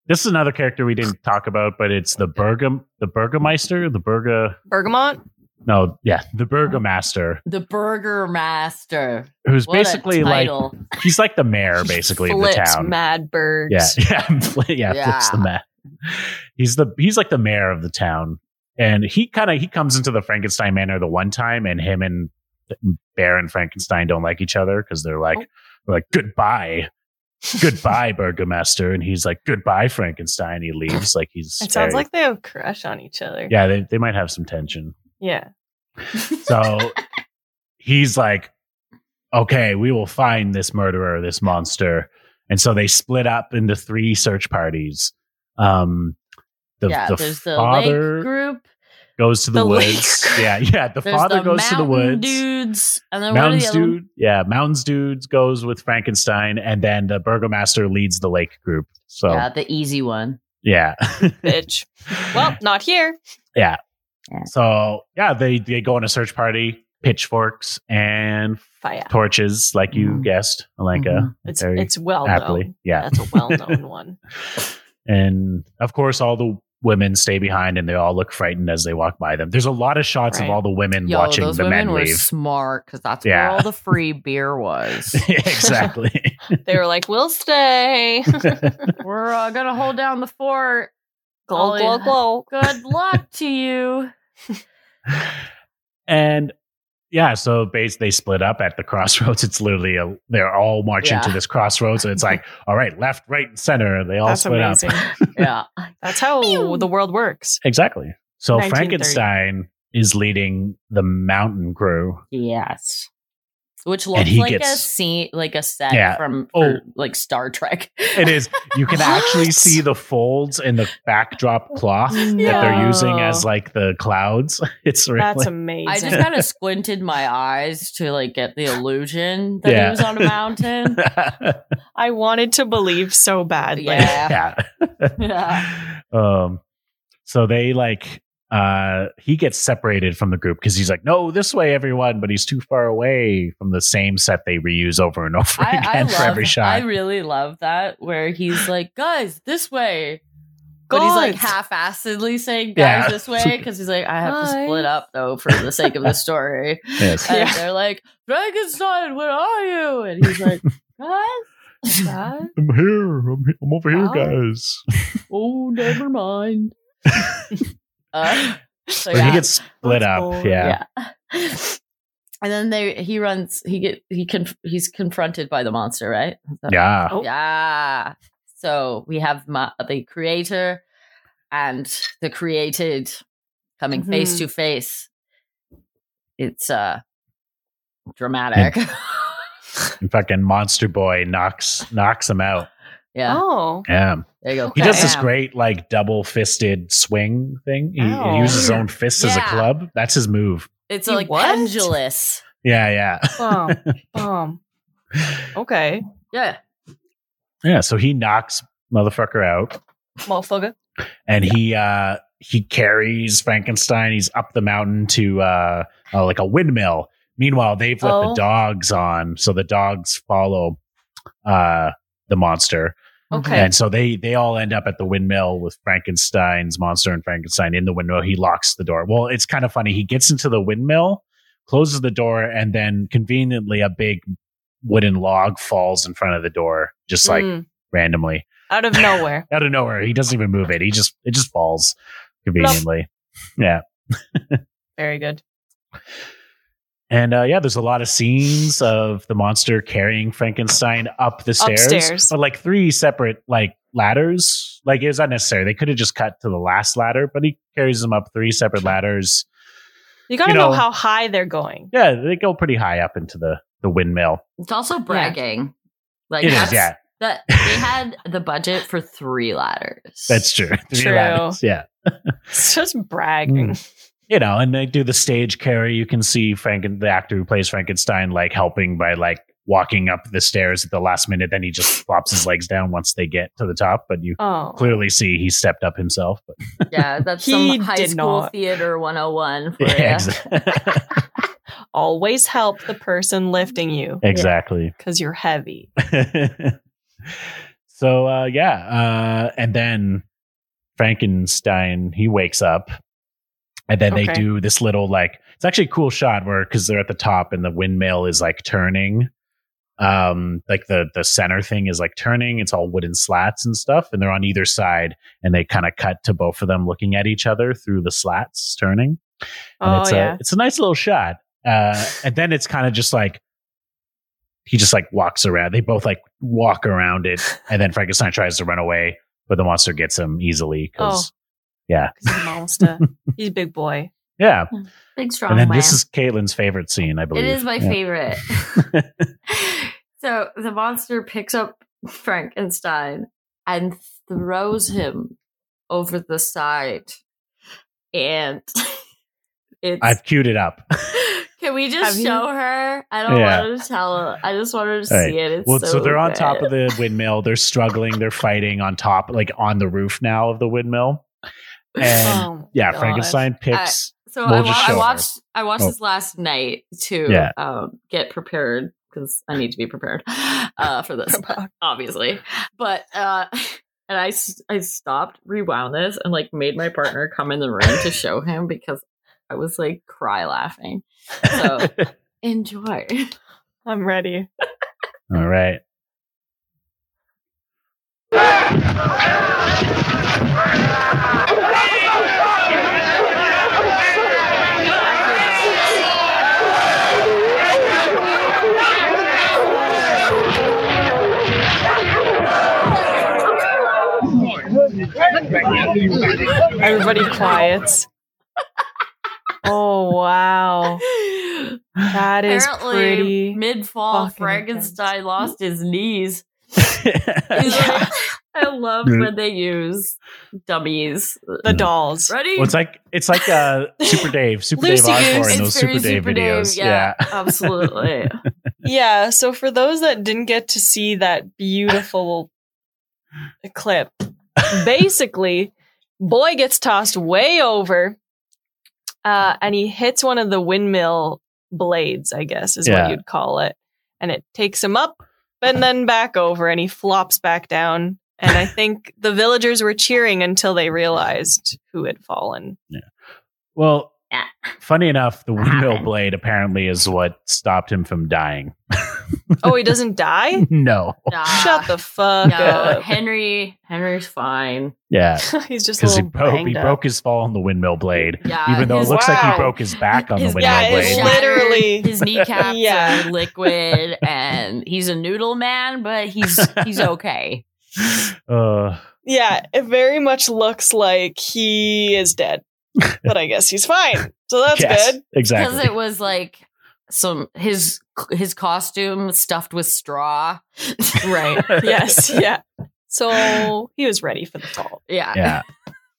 Speaker 1: this is another character we didn't talk about, but it's the Burgum, the Burgermeister, the Burger.
Speaker 4: Bergamot?
Speaker 1: No, yeah, the Burgomaster,
Speaker 2: the Burger Master.
Speaker 1: who's
Speaker 2: What
Speaker 1: basically
Speaker 2: a
Speaker 1: like
Speaker 2: title.
Speaker 1: he's like the mayor, basically of the
Speaker 4: Flips
Speaker 1: town.
Speaker 4: Mad Birds.
Speaker 1: Yeah, yeah, yeah,
Speaker 2: Yeah.
Speaker 1: Flips the mayor. He's the he's like the mayor of the town, and he kind of he comes into the Frankenstein Manor the one time, and him and Baron Frankenstein don't like each other because they're like
Speaker 4: Oh.
Speaker 1: they're like goodbye, goodbye, Burgomaster, and he's like goodbye, Frankenstein. He leaves like he's.
Speaker 4: It sounds
Speaker 1: very-
Speaker 4: like they have a crush on each other.
Speaker 1: yeah, they they might have some tension.
Speaker 4: Yeah.
Speaker 1: So he's like, okay, we will find this murderer, this monster. And so they split up into three search parties. Um, the,
Speaker 2: yeah,
Speaker 1: the
Speaker 2: there's the
Speaker 1: father
Speaker 2: lake group.
Speaker 1: goes to the,
Speaker 4: The lake
Speaker 1: woods.
Speaker 4: group.
Speaker 1: Yeah, yeah. The
Speaker 2: There's
Speaker 1: father
Speaker 2: the
Speaker 1: goes to the
Speaker 2: mountain
Speaker 1: woods.
Speaker 2: Dudes, and then
Speaker 1: Mountains
Speaker 2: what are the other?
Speaker 1: dude, yeah, mountains dudes goes with Frankenstein, and then the burgomaster leads the lake group. So
Speaker 2: Yeah, the easy one.
Speaker 1: yeah,
Speaker 4: Bitch. Well, not here.
Speaker 1: so yeah, they they go on a search party, pitchforks and
Speaker 4: Fire.
Speaker 1: torches, like you
Speaker 2: Mhm.
Speaker 1: guessed, Alenka.
Speaker 2: Mhm.
Speaker 4: It's
Speaker 1: Very-
Speaker 4: it's well
Speaker 1: aptly.
Speaker 4: known.
Speaker 1: Yeah.
Speaker 4: That's a well known one.
Speaker 1: And of course, all the women stay behind and they all look frightened as they walk by them. There's a lot of shots
Speaker 2: Right.
Speaker 1: of all the women
Speaker 2: Yo,
Speaker 1: watching
Speaker 2: those
Speaker 1: the
Speaker 2: women
Speaker 1: men
Speaker 2: were
Speaker 1: leave.
Speaker 2: smart because that's
Speaker 1: Yeah.
Speaker 2: where all the free beer was.
Speaker 1: exactly.
Speaker 4: They were like, We'll stay.
Speaker 2: we're uh, gonna hold down the fort.
Speaker 4: glow,
Speaker 2: Oh,
Speaker 4: glow, glow.
Speaker 2: Good luck to you.
Speaker 1: and yeah, so base they split up at the crossroads. It's literally a, they're all marching
Speaker 2: Yeah.
Speaker 1: to this crossroads, and it's like, all right, left, right, and center. They all
Speaker 4: That's
Speaker 1: split
Speaker 4: amazing.
Speaker 1: up.
Speaker 2: Yeah,
Speaker 4: That's how the world works.
Speaker 1: Exactly. So
Speaker 4: 1930.
Speaker 1: Frankenstein is leading the mountain crew.
Speaker 2: yes. Which
Speaker 1: And
Speaker 2: looks
Speaker 1: he
Speaker 2: like a
Speaker 1: gets-
Speaker 2: scene, like a set
Speaker 1: Yeah.
Speaker 2: from
Speaker 1: Oh.
Speaker 2: for, like Star Trek.
Speaker 1: It is you can actually
Speaker 4: What?
Speaker 1: see the folds in the backdrop cloth that
Speaker 4: No.
Speaker 1: they're using as like the clouds. It's really
Speaker 4: That's amazing.
Speaker 2: I just kind of squinted my eyes to like get the illusion that
Speaker 1: Yeah.
Speaker 2: he was on a mountain.
Speaker 4: I wanted to believe so badly.
Speaker 2: yeah.
Speaker 1: yeah. Um, so they like uh he gets separated from the group because he's like, no, this way, everyone, but he's too far away from the same set they reuse over and over
Speaker 2: I,
Speaker 1: again
Speaker 2: I love,
Speaker 1: for every
Speaker 2: I
Speaker 1: shot.
Speaker 2: really love that where he's like, guys, this way. But he's like
Speaker 4: Guys.
Speaker 2: half-assedly saying guys
Speaker 1: Yeah.
Speaker 2: this way because he's like, I have to split up though for the sake of the story.
Speaker 1: Yes.
Speaker 2: And
Speaker 4: Yeah.
Speaker 2: they're like, Frankenstein, where are you? And he's like, guys, guys,
Speaker 1: I'm here. I'm, he- I'm over here,
Speaker 2: Wow.
Speaker 1: guys.
Speaker 2: oh, never mind. Uh, so
Speaker 1: But
Speaker 2: yeah.
Speaker 1: he gets split
Speaker 4: That's
Speaker 1: up.
Speaker 4: cool.
Speaker 1: Yeah.
Speaker 2: yeah. And then they he runs he get he can he's confronted by the monster, right?
Speaker 1: Yeah.
Speaker 4: Oh.
Speaker 2: Yeah. So we have ma- the creator and the created coming
Speaker 4: Mhm.
Speaker 2: face to face. It's uh dramatic.
Speaker 1: And fucking Monster Boy knocks knocks him out.
Speaker 2: yeah.
Speaker 4: Oh.
Speaker 1: Yeah.
Speaker 2: There you go.
Speaker 1: He does this
Speaker 2: Bam.
Speaker 1: great like double fisted swing thing. He, he
Speaker 4: Ow.
Speaker 1: uses his own fists as a
Speaker 2: Yeah.
Speaker 1: club. That's his move.
Speaker 2: It's
Speaker 4: You
Speaker 2: like
Speaker 4: what?
Speaker 2: pendulous.
Speaker 1: Yeah, yeah.
Speaker 4: Bomb. Bomb. Okay.
Speaker 2: Yeah.
Speaker 1: Yeah, so he knocks motherfucker out
Speaker 4: Motherfucker.
Speaker 1: and he uh he carries Frankenstein. He's up the mountain to uh, uh like a windmill. Meanwhile, they've let the
Speaker 4: Oh.
Speaker 1: dogs on, so the dogs follow uh the monster.
Speaker 4: Okay.
Speaker 1: And so they they all end up at the windmill with Frankenstein's monster and Frankenstein in the windmill. He locks the door. Well, it's kind of funny. He gets into the windmill, closes the door, and then conveniently a big wooden log falls in front of the door, just like
Speaker 4: Mm.
Speaker 1: randomly
Speaker 4: out of nowhere.
Speaker 1: out of nowhere. He doesn't even move it. He just it just falls conveniently. Yeah.
Speaker 4: Very good.
Speaker 1: And uh, yeah, there's a lot of scenes of the monster carrying Frankenstein up the stairs,
Speaker 4: Upstairs.
Speaker 1: but like three separate like ladders. Like it was unnecessary. They could have just cut to the last ladder, but he carries them up three separate ladders.
Speaker 4: You got to
Speaker 1: You
Speaker 4: know,
Speaker 1: know-
Speaker 4: how high they're going.
Speaker 1: Yeah, they go pretty high up into the the windmill.
Speaker 2: It's also bragging. Like
Speaker 1: it is.
Speaker 2: that's-
Speaker 1: Yeah,
Speaker 2: That they had the budget for three ladders.
Speaker 1: that's true. Three
Speaker 4: True.
Speaker 1: ladders. Yeah.
Speaker 4: It's just bragging.
Speaker 1: Mm. you know, and they do the stage carry. You can see Franken, the actor who plays Frankenstein, like helping by like walking up the stairs at the last minute. Then he just flops his legs down once they get to the top. But you
Speaker 4: Oh.
Speaker 1: clearly see he stepped up himself. But
Speaker 2: Yeah, that's
Speaker 4: He
Speaker 2: some high
Speaker 4: did
Speaker 2: school
Speaker 4: not.
Speaker 2: theater 101 for
Speaker 1: Yeah,
Speaker 2: ya.
Speaker 1: exa-
Speaker 4: Always help the person lifting you
Speaker 1: exactly.
Speaker 4: because you're heavy.
Speaker 1: so uh, yeah, uh, and then Frankenstein he wakes up, and then they
Speaker 4: Okay.
Speaker 1: do this little like it's actually a cool shot where because they're at the top and the windmill is like turning, um, like the the center thing is like turning. It's all wooden slats and stuff, and they're on either side, and they kind of cut to both of them looking at each other through the slats turning. And
Speaker 4: Oh
Speaker 1: it's a
Speaker 4: yeah.
Speaker 1: it's a nice little shot. Uh, and then it's kind of just like he just like walks around. They both like walk around it, and then Frankenstein tries to run away, but the monster gets him easily
Speaker 2: Oh.
Speaker 1: because yeah,
Speaker 4: 'Cause he's a monster. he's a big boy.
Speaker 1: yeah.
Speaker 2: Big strong
Speaker 1: And then
Speaker 2: man.
Speaker 1: this is Caitlin's favorite scene, I believe.
Speaker 2: It is my
Speaker 1: Yeah.
Speaker 2: favorite. so the monster picks up Frankenstein and throws him over the side. And it's
Speaker 1: I've queued it up.
Speaker 2: can we
Speaker 4: Have
Speaker 2: just
Speaker 4: you-
Speaker 2: show her? I don't
Speaker 1: Yeah.
Speaker 2: want her to tell I just want her to
Speaker 1: All right.
Speaker 2: see it. It's
Speaker 1: Well, so,
Speaker 2: so,
Speaker 1: they're on top of
Speaker 2: good.
Speaker 1: the windmill. They're struggling. They're fighting on top, like on the roof now of the windmill. And
Speaker 4: oh,
Speaker 1: yeah,
Speaker 4: God.
Speaker 1: Frankenstein picks.
Speaker 2: So
Speaker 1: We'll
Speaker 2: I,
Speaker 1: just
Speaker 2: wa-
Speaker 1: show
Speaker 2: I
Speaker 1: her.
Speaker 2: watched I watched
Speaker 1: Oh.
Speaker 2: this last night to
Speaker 1: Yeah.
Speaker 2: um, get prepared because I need to be prepared uh, for this, obviously. But uh, and I s- I stopped, rewound this, and like made my partner come in the room to show him because I was like cry laughing. So enjoy.
Speaker 4: I'm ready.
Speaker 1: All right.
Speaker 4: Everybody quiets. oh wow. That is
Speaker 2: Apparently,
Speaker 4: pretty.
Speaker 2: mid fall,
Speaker 4: fucking
Speaker 2: Frankenstein
Speaker 4: intense.
Speaker 2: lost his knees. He's like- I love when they use dummies.
Speaker 4: the dolls.
Speaker 2: Ready?
Speaker 1: Well, it's like it's like uh, Super Dave, Super Dave
Speaker 4: Lucy Goose.
Speaker 1: Encore in
Speaker 4: It's
Speaker 1: those Super Dave videos. yeah.
Speaker 2: absolutely.
Speaker 4: Yeah, so for those that didn't get to see that beautiful clip, basically, boy gets tossed way over uh, and he hits one of the windmill blades, I guess is
Speaker 1: Yeah.
Speaker 4: what you'd call it. And it takes him up and then back over and he flops back down. And I think the villagers were cheering until they realized who had fallen.
Speaker 1: Well,
Speaker 2: Yeah.
Speaker 1: funny enough, the windmill blade apparently is what stopped him from dying.
Speaker 4: Oh, he doesn't die?
Speaker 1: no.
Speaker 2: Nah.
Speaker 4: Shut the fuck
Speaker 2: no,
Speaker 4: up.
Speaker 2: Henry. Henry's fine.
Speaker 1: Yeah.
Speaker 4: He's just a
Speaker 1: Because he
Speaker 4: little
Speaker 1: broke he
Speaker 4: banged up.
Speaker 1: broke his fall on the windmill blade.
Speaker 2: Yeah,
Speaker 1: Even though it
Speaker 2: his-
Speaker 1: looks like
Speaker 4: Wow.
Speaker 1: he broke his back on the
Speaker 2: his-
Speaker 1: windmill
Speaker 4: yeah, his
Speaker 1: blade.
Speaker 4: shoulder- Literally.
Speaker 2: his kneecaps
Speaker 4: Yeah.
Speaker 2: are liquid, and he's a noodle man, but he's he's okay.
Speaker 1: Uh,
Speaker 4: Yeah, it very much looks like he is dead, but I guess he's fine. So that's
Speaker 1: yes,
Speaker 4: good.
Speaker 2: Because
Speaker 1: Exactly.
Speaker 2: it was like some his his costume stuffed with straw.
Speaker 4: Right. yes. Yeah. So he was ready for the fall.
Speaker 2: Yeah,
Speaker 1: yeah.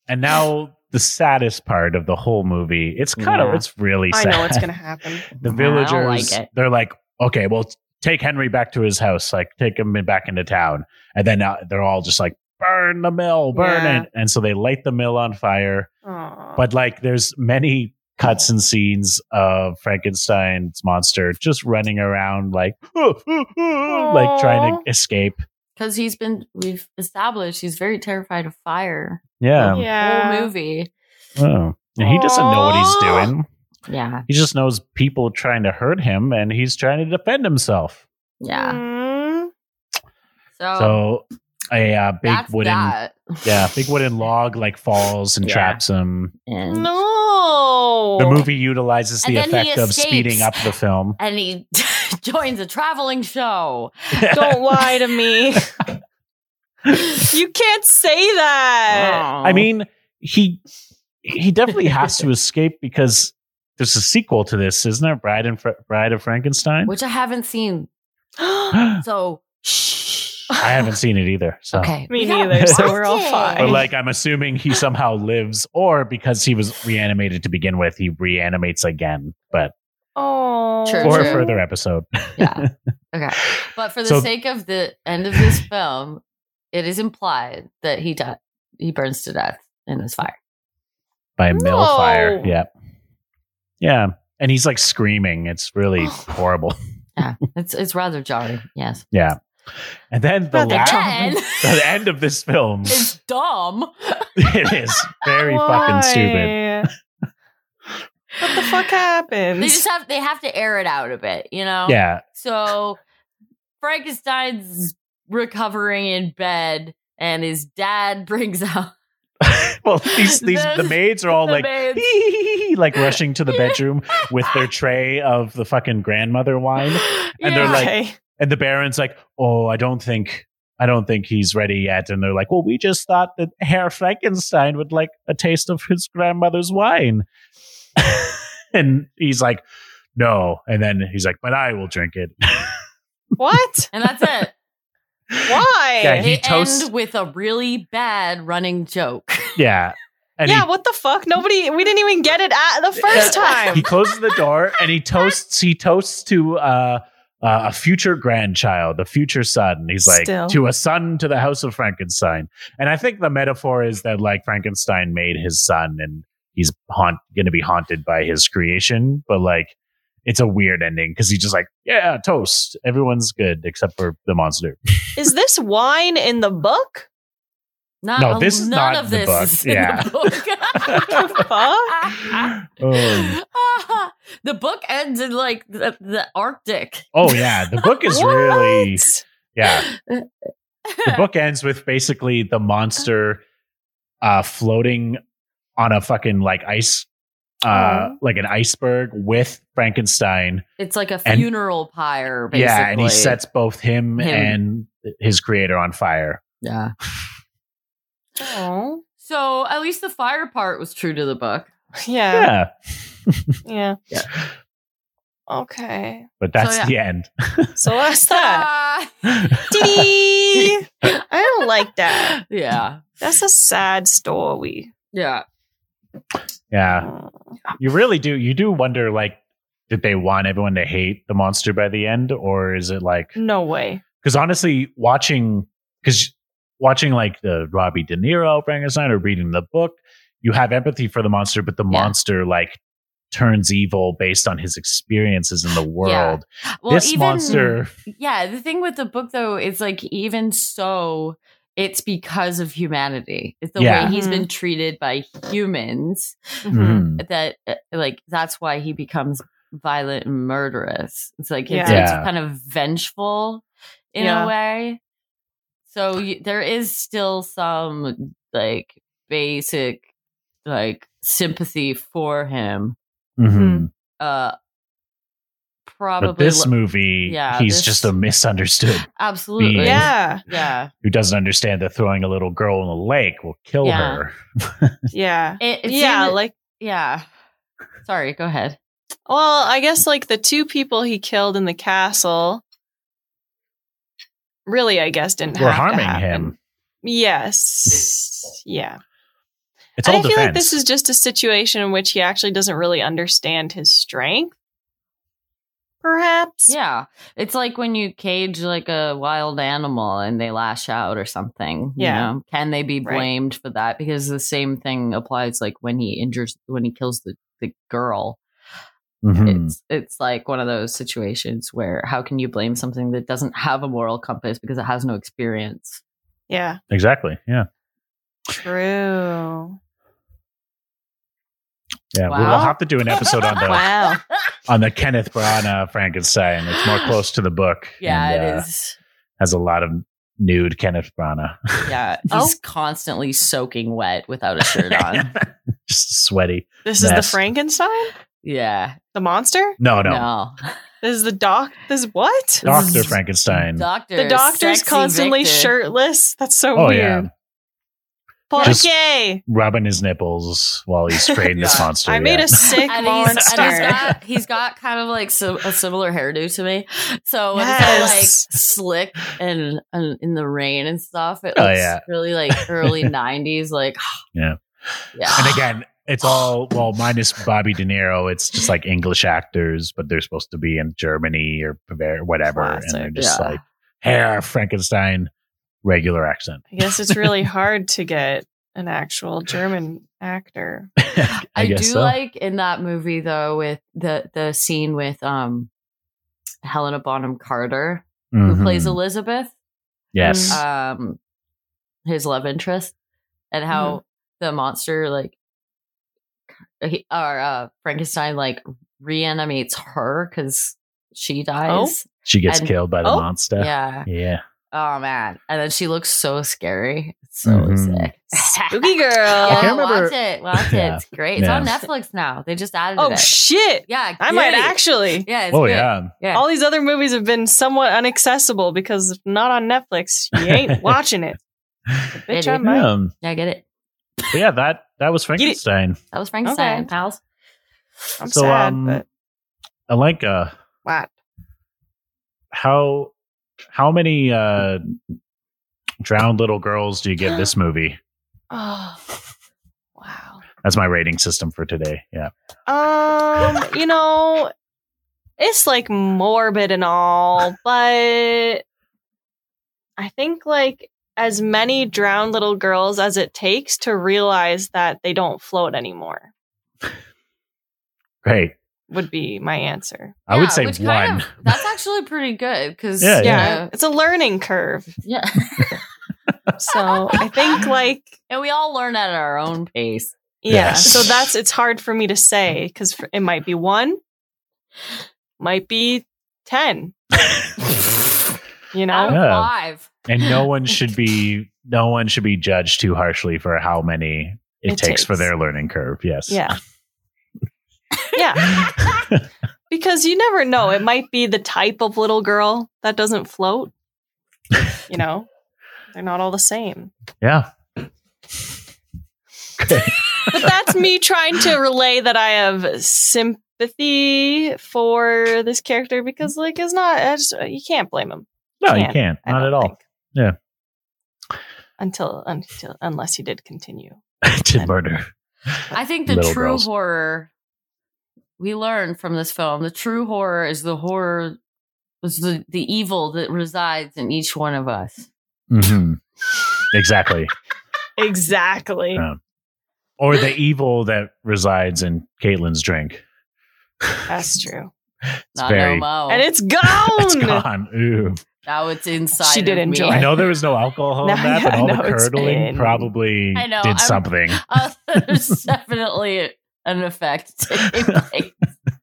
Speaker 1: And now the saddest part of the whole movie. It's kind of
Speaker 2: Yeah.
Speaker 1: it's really
Speaker 4: I
Speaker 1: sad.
Speaker 4: know what's going to happen.
Speaker 1: the
Speaker 2: I don't like
Speaker 1: villagers
Speaker 2: it.
Speaker 1: they're like okay well take henry back to his house like take him in- back into town and then uh, they're all just like burn the mill burn
Speaker 4: Yeah.
Speaker 1: it and so they light the mill on fire
Speaker 4: Aw.
Speaker 1: but like there's many cuts and scenes of frankenstein's monster just running around like like trying to escape
Speaker 2: because he's been we've established he's very terrified of fire.
Speaker 1: yeah,
Speaker 2: Whole movie.
Speaker 1: Oh. And he doesn't know what he's
Speaker 4: Aw.
Speaker 1: doing
Speaker 2: Yeah,
Speaker 1: he just knows people trying to hurt him and he's trying to defend himself
Speaker 2: yeah.
Speaker 4: Mm.
Speaker 2: So,
Speaker 1: so a uh, big
Speaker 2: Oh. that's
Speaker 1: wooden
Speaker 2: that.
Speaker 1: Yeah, big wooden log like falls and
Speaker 2: Yeah.
Speaker 1: traps him.
Speaker 2: And
Speaker 4: No.
Speaker 1: The movie utilizes the
Speaker 2: And then he
Speaker 1: effect of
Speaker 2: escapes.
Speaker 1: speeding up the film.
Speaker 2: and he joins a traveling show.
Speaker 4: Don't lie to me. you can't say that.
Speaker 2: Oh.
Speaker 1: I mean, he he definitely has to escape because there's a sequel to this, isn't there? Bride and Fra- Bride of Frankenstein.
Speaker 2: which I haven't seen.
Speaker 4: I
Speaker 1: Oh. I
Speaker 2: So shh.
Speaker 1: haven't seen it either. So.
Speaker 2: Okay,
Speaker 4: Me
Speaker 2: we gotta
Speaker 4: neither, so
Speaker 2: watch
Speaker 4: we're all
Speaker 2: it.
Speaker 4: fine.
Speaker 1: But like, I'm assuming he somehow lives, or because he was reanimated to begin with, he reanimates again. But
Speaker 4: Oh,
Speaker 2: True,
Speaker 1: or a
Speaker 2: true.
Speaker 1: further episode.
Speaker 2: Yeah. Okay. But for the
Speaker 1: So-
Speaker 2: sake of the end of this film, it is implied that he died. He burns to death in this fire.
Speaker 1: by mill fire.
Speaker 4: No.
Speaker 1: Yeah. Yeah. And he's like screaming. It's really
Speaker 2: Oh.
Speaker 1: horrible.
Speaker 2: Yeah, it's it's rather jarring. Yes.
Speaker 1: Yeah. And then the
Speaker 4: Rather
Speaker 1: last,
Speaker 2: jarring.
Speaker 1: the end of this film,
Speaker 2: It's dumb.
Speaker 1: it is very fucking stupid.
Speaker 4: What the fuck happens?
Speaker 2: They just have they have to air it out a bit, you know.
Speaker 1: Yeah.
Speaker 2: So Frankenstein's recovering in bed, and his dad brings out
Speaker 1: Well, these, these the,
Speaker 2: The-
Speaker 1: maids are all
Speaker 2: the
Speaker 1: like
Speaker 2: maids.
Speaker 1: like rushing to the
Speaker 2: Yeah.
Speaker 1: bedroom with their tray of the fucking grandmother wine. And they're
Speaker 2: Yeah.
Speaker 1: like-
Speaker 4: okay.
Speaker 1: And the Baron's like, "Oh, I don't think I don't think he's ready yet." And they're like, "Well, we just thought that Herr Frankenstein would like a taste of his grandmother's wine." and he's like, "No." And then he's like, "But I will drink it."
Speaker 4: what?
Speaker 2: and that's it.
Speaker 4: Why?
Speaker 1: Yeah,
Speaker 4: Yeah,
Speaker 1: And he
Speaker 2: they
Speaker 1: toasts-
Speaker 2: end with a really bad running joke.
Speaker 1: yeah. And he,
Speaker 4: what the fuck? Nobody. We didn't even get it at the first
Speaker 1: he
Speaker 4: time.
Speaker 1: closes the door and he toasts he toasts to uh uh, a future grandchild, a future son. He's like
Speaker 4: Still.
Speaker 1: to a son to the house of Frankenstein, and I think the metaphor is that like Frankenstein made his son, and he's haunt going to be haunted by his creation. But like, it's a weird ending because he's just like, yeah, toast. Everyone's good except for the monster.
Speaker 4: Is this wine in the book?
Speaker 2: Not
Speaker 1: No,
Speaker 2: a-
Speaker 1: this is
Speaker 2: none
Speaker 1: not
Speaker 2: of
Speaker 1: the
Speaker 2: this
Speaker 1: book.
Speaker 2: is in
Speaker 1: Yeah.
Speaker 2: the book.
Speaker 4: Fuck.
Speaker 1: oh,
Speaker 2: Ah, the book ends in like the, the Arctic.
Speaker 1: oh yeah, the book is really yeah. the book ends with basically the monster uh floating on a fucking like ice uh
Speaker 4: Oh.
Speaker 1: like an iceberg with Frankenstein.
Speaker 2: it's like a
Speaker 1: And-
Speaker 2: funeral pyre, basically.
Speaker 1: Yeah, and he sets both him,
Speaker 2: Him.
Speaker 1: and his creator on fire.
Speaker 2: Yeah.
Speaker 4: Oh.
Speaker 2: So at least the fire part was true to the book.
Speaker 4: Yeah.
Speaker 1: Yeah.
Speaker 4: Yeah.
Speaker 2: Yeah.
Speaker 4: Okay.
Speaker 1: But that's
Speaker 2: So, yeah.
Speaker 1: the end.
Speaker 4: So what's that? Dee-dee. I don't like that.
Speaker 2: Ah, yeah.
Speaker 4: That's a sad story.
Speaker 2: Yeah.
Speaker 1: yeah. You really do you do wonder like did they want everyone to hate the monster by the end or is it like
Speaker 4: No way.
Speaker 1: because honestly, watching because watching like the Robbie De Niro Frankenstein or reading the book, you have empathy for the monster, but the
Speaker 2: Yeah.
Speaker 1: monster like turns evil based on his experiences in the world.
Speaker 2: Well,
Speaker 1: this
Speaker 2: even
Speaker 1: monster,
Speaker 2: yeah, the thing with the book though is like even so, it's because of humanity. It's the
Speaker 1: Yeah.
Speaker 2: way he's
Speaker 4: Mhm.
Speaker 2: been treated by humans
Speaker 1: Mhm.
Speaker 2: that uh, like that's why he becomes violent and murderous. It's like it's,
Speaker 1: Yeah.
Speaker 2: it's
Speaker 1: Yeah.
Speaker 2: kind of vengeful in
Speaker 4: Yeah.
Speaker 2: a way. So you, there is still some like basic like sympathy for him.
Speaker 1: Mhm.
Speaker 2: Uh
Speaker 1: but
Speaker 2: probably
Speaker 1: this
Speaker 2: lo-
Speaker 1: movie,
Speaker 2: Yeah,
Speaker 1: he's
Speaker 2: this-
Speaker 1: just a misunderstood
Speaker 2: absolutely.
Speaker 1: being.
Speaker 4: Yeah.
Speaker 2: Yeah.
Speaker 1: who doesn't understand that throwing a little girl in a lake will kill
Speaker 2: Yeah.
Speaker 1: her.
Speaker 4: Yeah.
Speaker 2: It, it
Speaker 4: yeah.
Speaker 2: seemed-
Speaker 4: Like,
Speaker 2: yeah. Sorry, go ahead.
Speaker 4: well, I guess like the two people he killed in the castle really, I guess, didn't
Speaker 1: We're
Speaker 4: have to
Speaker 1: harming
Speaker 4: happen.
Speaker 1: him. Hmm.
Speaker 4: Yes. Yeah.
Speaker 1: It's
Speaker 4: And
Speaker 1: all
Speaker 4: I feel
Speaker 1: defense.
Speaker 4: like this is just a situation in which he actually doesn't really understand his strength. Perhaps.
Speaker 2: Yeah. It's like when you cage like a wild animal and they lash out or something. you
Speaker 4: Yeah.
Speaker 2: know? Can they be
Speaker 4: Right.
Speaker 2: blamed for that? Because the same thing applies like when he injures when he kills the, the girl.
Speaker 4: Hmm.
Speaker 1: Mhm.
Speaker 2: It's it's like one of those situations where how can you blame something that doesn't have a moral compass because it has no experience?
Speaker 4: Yeah.
Speaker 1: Exactly. Yeah.
Speaker 4: True.
Speaker 1: Yeah. We'll
Speaker 2: Wow.
Speaker 1: have to do an episode on the
Speaker 4: Oh, Wow.
Speaker 1: on the Kenneth Branagh Frankenstein. It's more close to the book.
Speaker 2: Yeah,
Speaker 1: and,
Speaker 2: it
Speaker 1: uh,
Speaker 2: is.
Speaker 1: Has a lot of nude Kenneth Branagh.
Speaker 2: Yeah. He's
Speaker 4: Oh.
Speaker 2: constantly soaking wet without a shirt on.
Speaker 1: Just sweaty.
Speaker 4: This is the
Speaker 1: Mess.
Speaker 4: Frankenstein?
Speaker 2: yeah.
Speaker 4: The monster?
Speaker 1: No, no.
Speaker 2: No.
Speaker 4: This is the doc. This is what?
Speaker 1: Dr. Frankenstein.
Speaker 2: Doctor.
Speaker 4: The doctor's
Speaker 2: sexy
Speaker 4: constantly
Speaker 2: Victor.
Speaker 4: shirtless. That's so
Speaker 1: Oh,
Speaker 4: weird.
Speaker 1: yeah.
Speaker 4: Paul
Speaker 1: Just-
Speaker 4: Gay.
Speaker 1: Rubbing his nipples while he's spraying this
Speaker 2: Yeah.
Speaker 1: monster.
Speaker 4: I made
Speaker 1: yeah.
Speaker 4: a sick
Speaker 2: and he's, and he's
Speaker 4: monster.
Speaker 2: got he's got kind of like so, a similar hairdo to me. So when
Speaker 4: Yes.
Speaker 2: it's all like slick and, and in the rain and stuff, it
Speaker 1: Oh,
Speaker 2: looks
Speaker 1: yeah.
Speaker 2: really like early '90s. Like
Speaker 1: Yeah.
Speaker 2: yeah,
Speaker 1: And again, it's all well minus Bobby De Niro. It's just like English actors, but they're supposed to be in Germany or Bavaria, whatever, and they're
Speaker 4: Classic,
Speaker 1: just
Speaker 2: yeah.
Speaker 1: like hair Frankenstein, regular accent.
Speaker 4: I guess it's really hard to get an actual German actor.
Speaker 1: I,
Speaker 2: I, do
Speaker 1: guess so.
Speaker 2: like in that movie though with the the scene with um Helena Bonham Carter who
Speaker 1: Mhm.
Speaker 2: plays Elizabeth,
Speaker 1: yes.
Speaker 2: um, his love interest, and how
Speaker 4: Mm-hmm.
Speaker 2: the monster like he, or uh, Frankenstein like reanimates her because she dies.
Speaker 1: she gets
Speaker 2: and-
Speaker 1: killed by the
Speaker 4: oh,
Speaker 1: monster.
Speaker 2: Yeah.
Speaker 1: Yeah.
Speaker 2: Oh man, and then she looks so scary. It's so
Speaker 1: Mhm.
Speaker 2: sick.
Speaker 4: Spooky girl.
Speaker 1: can't
Speaker 2: Yeah,
Speaker 1: remember-
Speaker 2: watch it. Watch
Speaker 1: Yeah.
Speaker 2: it. It's great. It's
Speaker 1: Yeah.
Speaker 2: on Netflix now. They just added
Speaker 4: Oh
Speaker 2: it.
Speaker 4: shit!
Speaker 2: yeah,
Speaker 4: I might
Speaker 2: great.
Speaker 4: actually.
Speaker 2: Yeah. It's
Speaker 1: Oh
Speaker 2: good.
Speaker 1: yeah.
Speaker 2: Yeah.
Speaker 4: All these other movies have been somewhat unaccessible because if not on Netflix, you ain't watching it. Bitch, I
Speaker 2: Idiot.
Speaker 4: might.
Speaker 1: Um,
Speaker 2: Yeah, I get it.
Speaker 1: but yeah, that that was Frankenstein.
Speaker 2: That was Frankenstein,
Speaker 4: Okay.
Speaker 2: pals.
Speaker 4: I'm sad, but
Speaker 1: Alenka,
Speaker 4: what?
Speaker 1: uh, how how many uh drowned little girls do you give this movie?
Speaker 4: Oh, wow.
Speaker 1: That's my rating system for today. Yeah.
Speaker 4: Um, you know, it's like morbid and all, but I think like as many drowned little girls as it takes to realize that they don't float anymore
Speaker 1: Great.
Speaker 4: would be my answer.
Speaker 1: I
Speaker 2: Yeah,
Speaker 1: would say
Speaker 2: which
Speaker 1: one.
Speaker 2: kind of- that's actually pretty good because
Speaker 1: Yeah,
Speaker 2: yeah,
Speaker 4: Yeah, it's a learning curve.
Speaker 2: yeah.
Speaker 4: So I think like
Speaker 2: and we all learn at our own pace.
Speaker 4: yeah,
Speaker 1: Yes.
Speaker 4: so that's it's hard for me to say because it might be one, might be ten. You know,
Speaker 2: Out of
Speaker 1: Yeah.
Speaker 2: five.
Speaker 1: and no one should be no one should be judged too harshly for how many it,
Speaker 4: It
Speaker 1: takes, for
Speaker 4: takes.
Speaker 1: their learning curve. Yes.
Speaker 4: yeah, yeah. Because you never know. It might be the type of little girl that doesn't float. You know, they're not all the same.
Speaker 1: yeah. Okay.
Speaker 4: But that's me trying to relay that I have sympathy for this character because, like, it's not, I just, you can't blame him.
Speaker 1: No, you
Speaker 4: Can't.
Speaker 1: can't.
Speaker 4: I
Speaker 1: Not
Speaker 4: don't
Speaker 1: at all.
Speaker 4: think. Until, until, unless he did continue.
Speaker 1: to murder.
Speaker 2: I think the
Speaker 1: Little
Speaker 2: true
Speaker 1: girls.
Speaker 2: horror we learn from this film. The true horror is the horror is the, the evil that resides in each one of us.
Speaker 1: hmm Exactly.
Speaker 4: Exactly.
Speaker 1: Yeah. Or the evil that resides in Caitlin's drink.
Speaker 4: That's true.
Speaker 1: It's
Speaker 2: Not
Speaker 1: very.
Speaker 2: no mo.
Speaker 4: And it's gone.
Speaker 1: Oh.
Speaker 2: Oh,
Speaker 1: It's gone. Ooh.
Speaker 2: now it's inside.
Speaker 4: She did
Speaker 2: of me.
Speaker 4: enjoy
Speaker 1: I know there was no alcohol in
Speaker 4: No,
Speaker 1: that, but
Speaker 4: yeah,
Speaker 1: all
Speaker 4: no,
Speaker 1: the
Speaker 4: it's
Speaker 1: curdling
Speaker 4: in.
Speaker 1: probably
Speaker 2: I know,
Speaker 1: did
Speaker 2: I'm-
Speaker 1: something.
Speaker 2: Uh, there's definitely an effect taking place.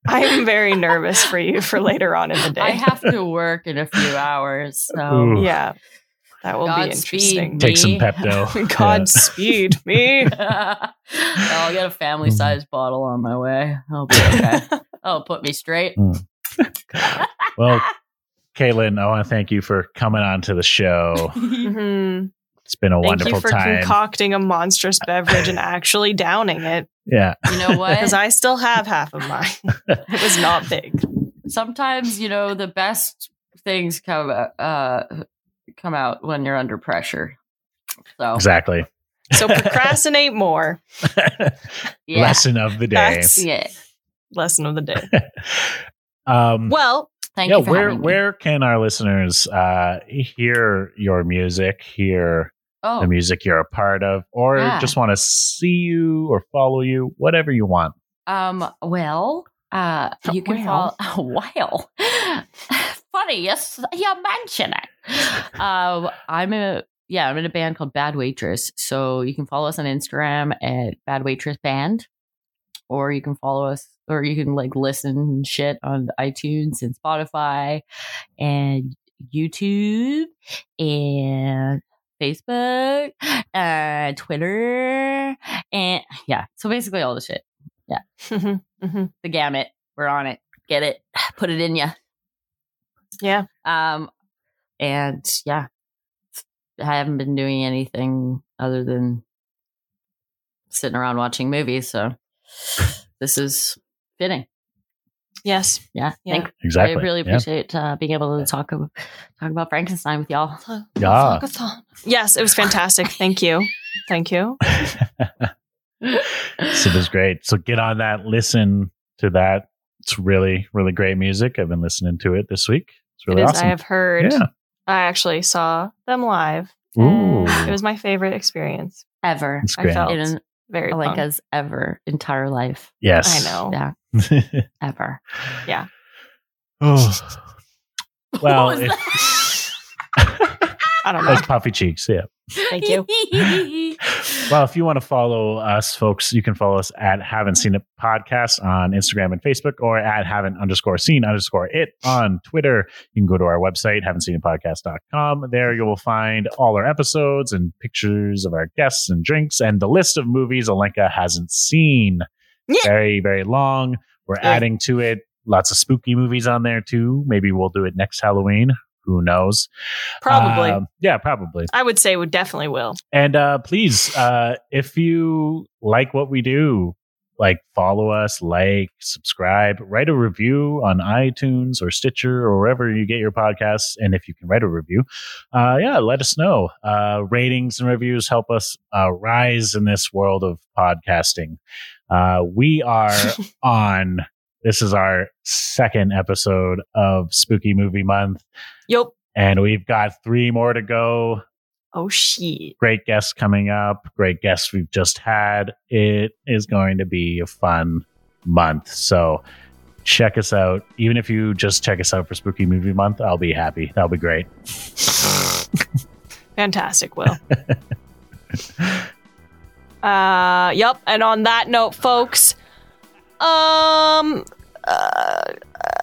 Speaker 4: I am very nervous for you for later on in the day.
Speaker 2: I have to work in a few hours, so
Speaker 1: Ooh.
Speaker 4: yeah. That will be
Speaker 2: Godspeed.
Speaker 4: interesting.
Speaker 1: Take some
Speaker 2: me.
Speaker 1: Pepto.
Speaker 4: Godspeed me.
Speaker 2: Oh, I'll
Speaker 1: Mm.
Speaker 2: get a family sized bottle on my way. I'll be okay. oh, put me straight.
Speaker 1: Yeah. Well, Caitlin, I want to thank you for coming on to the show.
Speaker 2: Mm-hmm.
Speaker 4: Mhm.
Speaker 1: It's been a
Speaker 4: Thank
Speaker 1: wonderful
Speaker 4: you for
Speaker 1: time.
Speaker 4: concocting a monstrous beverage and actually downing it
Speaker 1: yeah.
Speaker 2: You know
Speaker 4: because
Speaker 2: what?
Speaker 4: I still have half of mine. it was not big.
Speaker 2: Sometimes you know the best things come uh, come out when you're under pressure. So
Speaker 1: Exactly.
Speaker 4: So procrastinate more.
Speaker 2: yeah,
Speaker 1: Lesson of the day.
Speaker 4: That's-
Speaker 2: yeah.
Speaker 4: Lesson of the day.
Speaker 1: um,
Speaker 4: Well,
Speaker 2: Thank
Speaker 1: yeah,
Speaker 2: you for
Speaker 1: where
Speaker 2: having me.
Speaker 1: where can our listeners uh, hear your music, hear
Speaker 2: Oh,
Speaker 1: the music you're a part of, or
Speaker 2: Yeah.
Speaker 1: just want to see you or follow you, whatever you want?
Speaker 2: Um, well, uh, you can
Speaker 4: Well.
Speaker 2: follow. well, funny, yes, you mention it. Um, I'm a yeah, I'm in a band called Bad Waitress, so you can follow us on Instagram at Bad Waitress Band, or you can follow us, or you can like listen and shit on iTunes and Spotify and YouTube and Facebook and Twitter and yeah, so basically all the shit
Speaker 4: Mm-hmm.
Speaker 2: the gamut. We're on it. Get it. Put it in ya.
Speaker 4: Yeah.
Speaker 2: Um, and yeah, I haven't been doing anything other than sitting around watching movies. So this is fitting.
Speaker 4: yes.
Speaker 2: Yeah.
Speaker 4: Yeah.
Speaker 2: Thank-
Speaker 1: Exactly.
Speaker 2: I really
Speaker 1: Yeah.
Speaker 2: appreciate uh, being able to talk ab- talk about Frankenstein with y'all.
Speaker 1: Yeah.
Speaker 4: Yes, it was fantastic. Thank you. Thank you.
Speaker 1: It was great. So get on that. Listen to that. It's really, really great music. I've been listening to it this week. It's really
Speaker 4: it is.
Speaker 1: awesome.
Speaker 4: I have heard.
Speaker 1: yeah.
Speaker 4: I actually saw them live.
Speaker 1: Ooh.
Speaker 4: It was my favorite experience.
Speaker 2: ever
Speaker 1: It's
Speaker 4: I
Speaker 1: great.
Speaker 4: felt-
Speaker 2: in an
Speaker 4: Very punk.
Speaker 2: Alenka's ever entire life
Speaker 1: yes.
Speaker 4: I know.
Speaker 2: Yeah.
Speaker 1: know.
Speaker 2: ever.
Speaker 1: oh. Well,
Speaker 2: What was
Speaker 1: it,
Speaker 4: I don't know.
Speaker 1: that's puffy cheeks. Yeah.
Speaker 4: Thank you.
Speaker 1: Well, if you want to follow us, folks, you can follow us at Haven't Seen It Podcast on Instagram and Facebook or at Haven't underscore seen underscore it on Twitter. You can go to our website, haven't seen it podcast.com. There you will find all our episodes and pictures of our guests and drinks and the list of movies Alenka hasn't seen.
Speaker 4: Yeah.
Speaker 1: Very, very long. We're
Speaker 4: Yeah.
Speaker 1: adding to it. Lots of spooky movies on there too. Maybe we'll do it next Halloween. Who knows?
Speaker 4: Probably.
Speaker 1: Um, yeah, probably.
Speaker 4: I would say we definitely will.
Speaker 1: And uh, please, uh, if you like what we do, like follow us, like, subscribe, write a review on iTunes or Stitcher or wherever you get your podcasts. And if you can write a review, uh, yeah, let us know. Uh, ratings and reviews help us uh, rise in this world of podcasting. Uh, we are on. This is our second episode of Spooky Movie Month,
Speaker 4: Yup.
Speaker 1: and we've got three more to go
Speaker 4: Oh shit.
Speaker 1: great guests coming up, great guests we've just had. It is going to be a fun month. So check us out. Even if you just check us out for Spooky Movie Month, I'll be happy. That'll be great.
Speaker 4: Fantastic, Will. uh, yep. And on that note, folks, um, uh,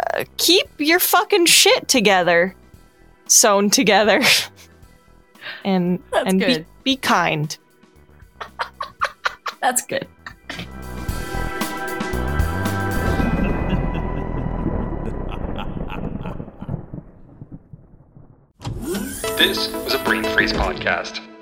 Speaker 4: uh, keep your fucking shit together, sewn together, and
Speaker 2: That's
Speaker 4: and
Speaker 2: good.
Speaker 4: Be, be kind.
Speaker 2: That's good.
Speaker 8: This was a Brain Freeze podcast.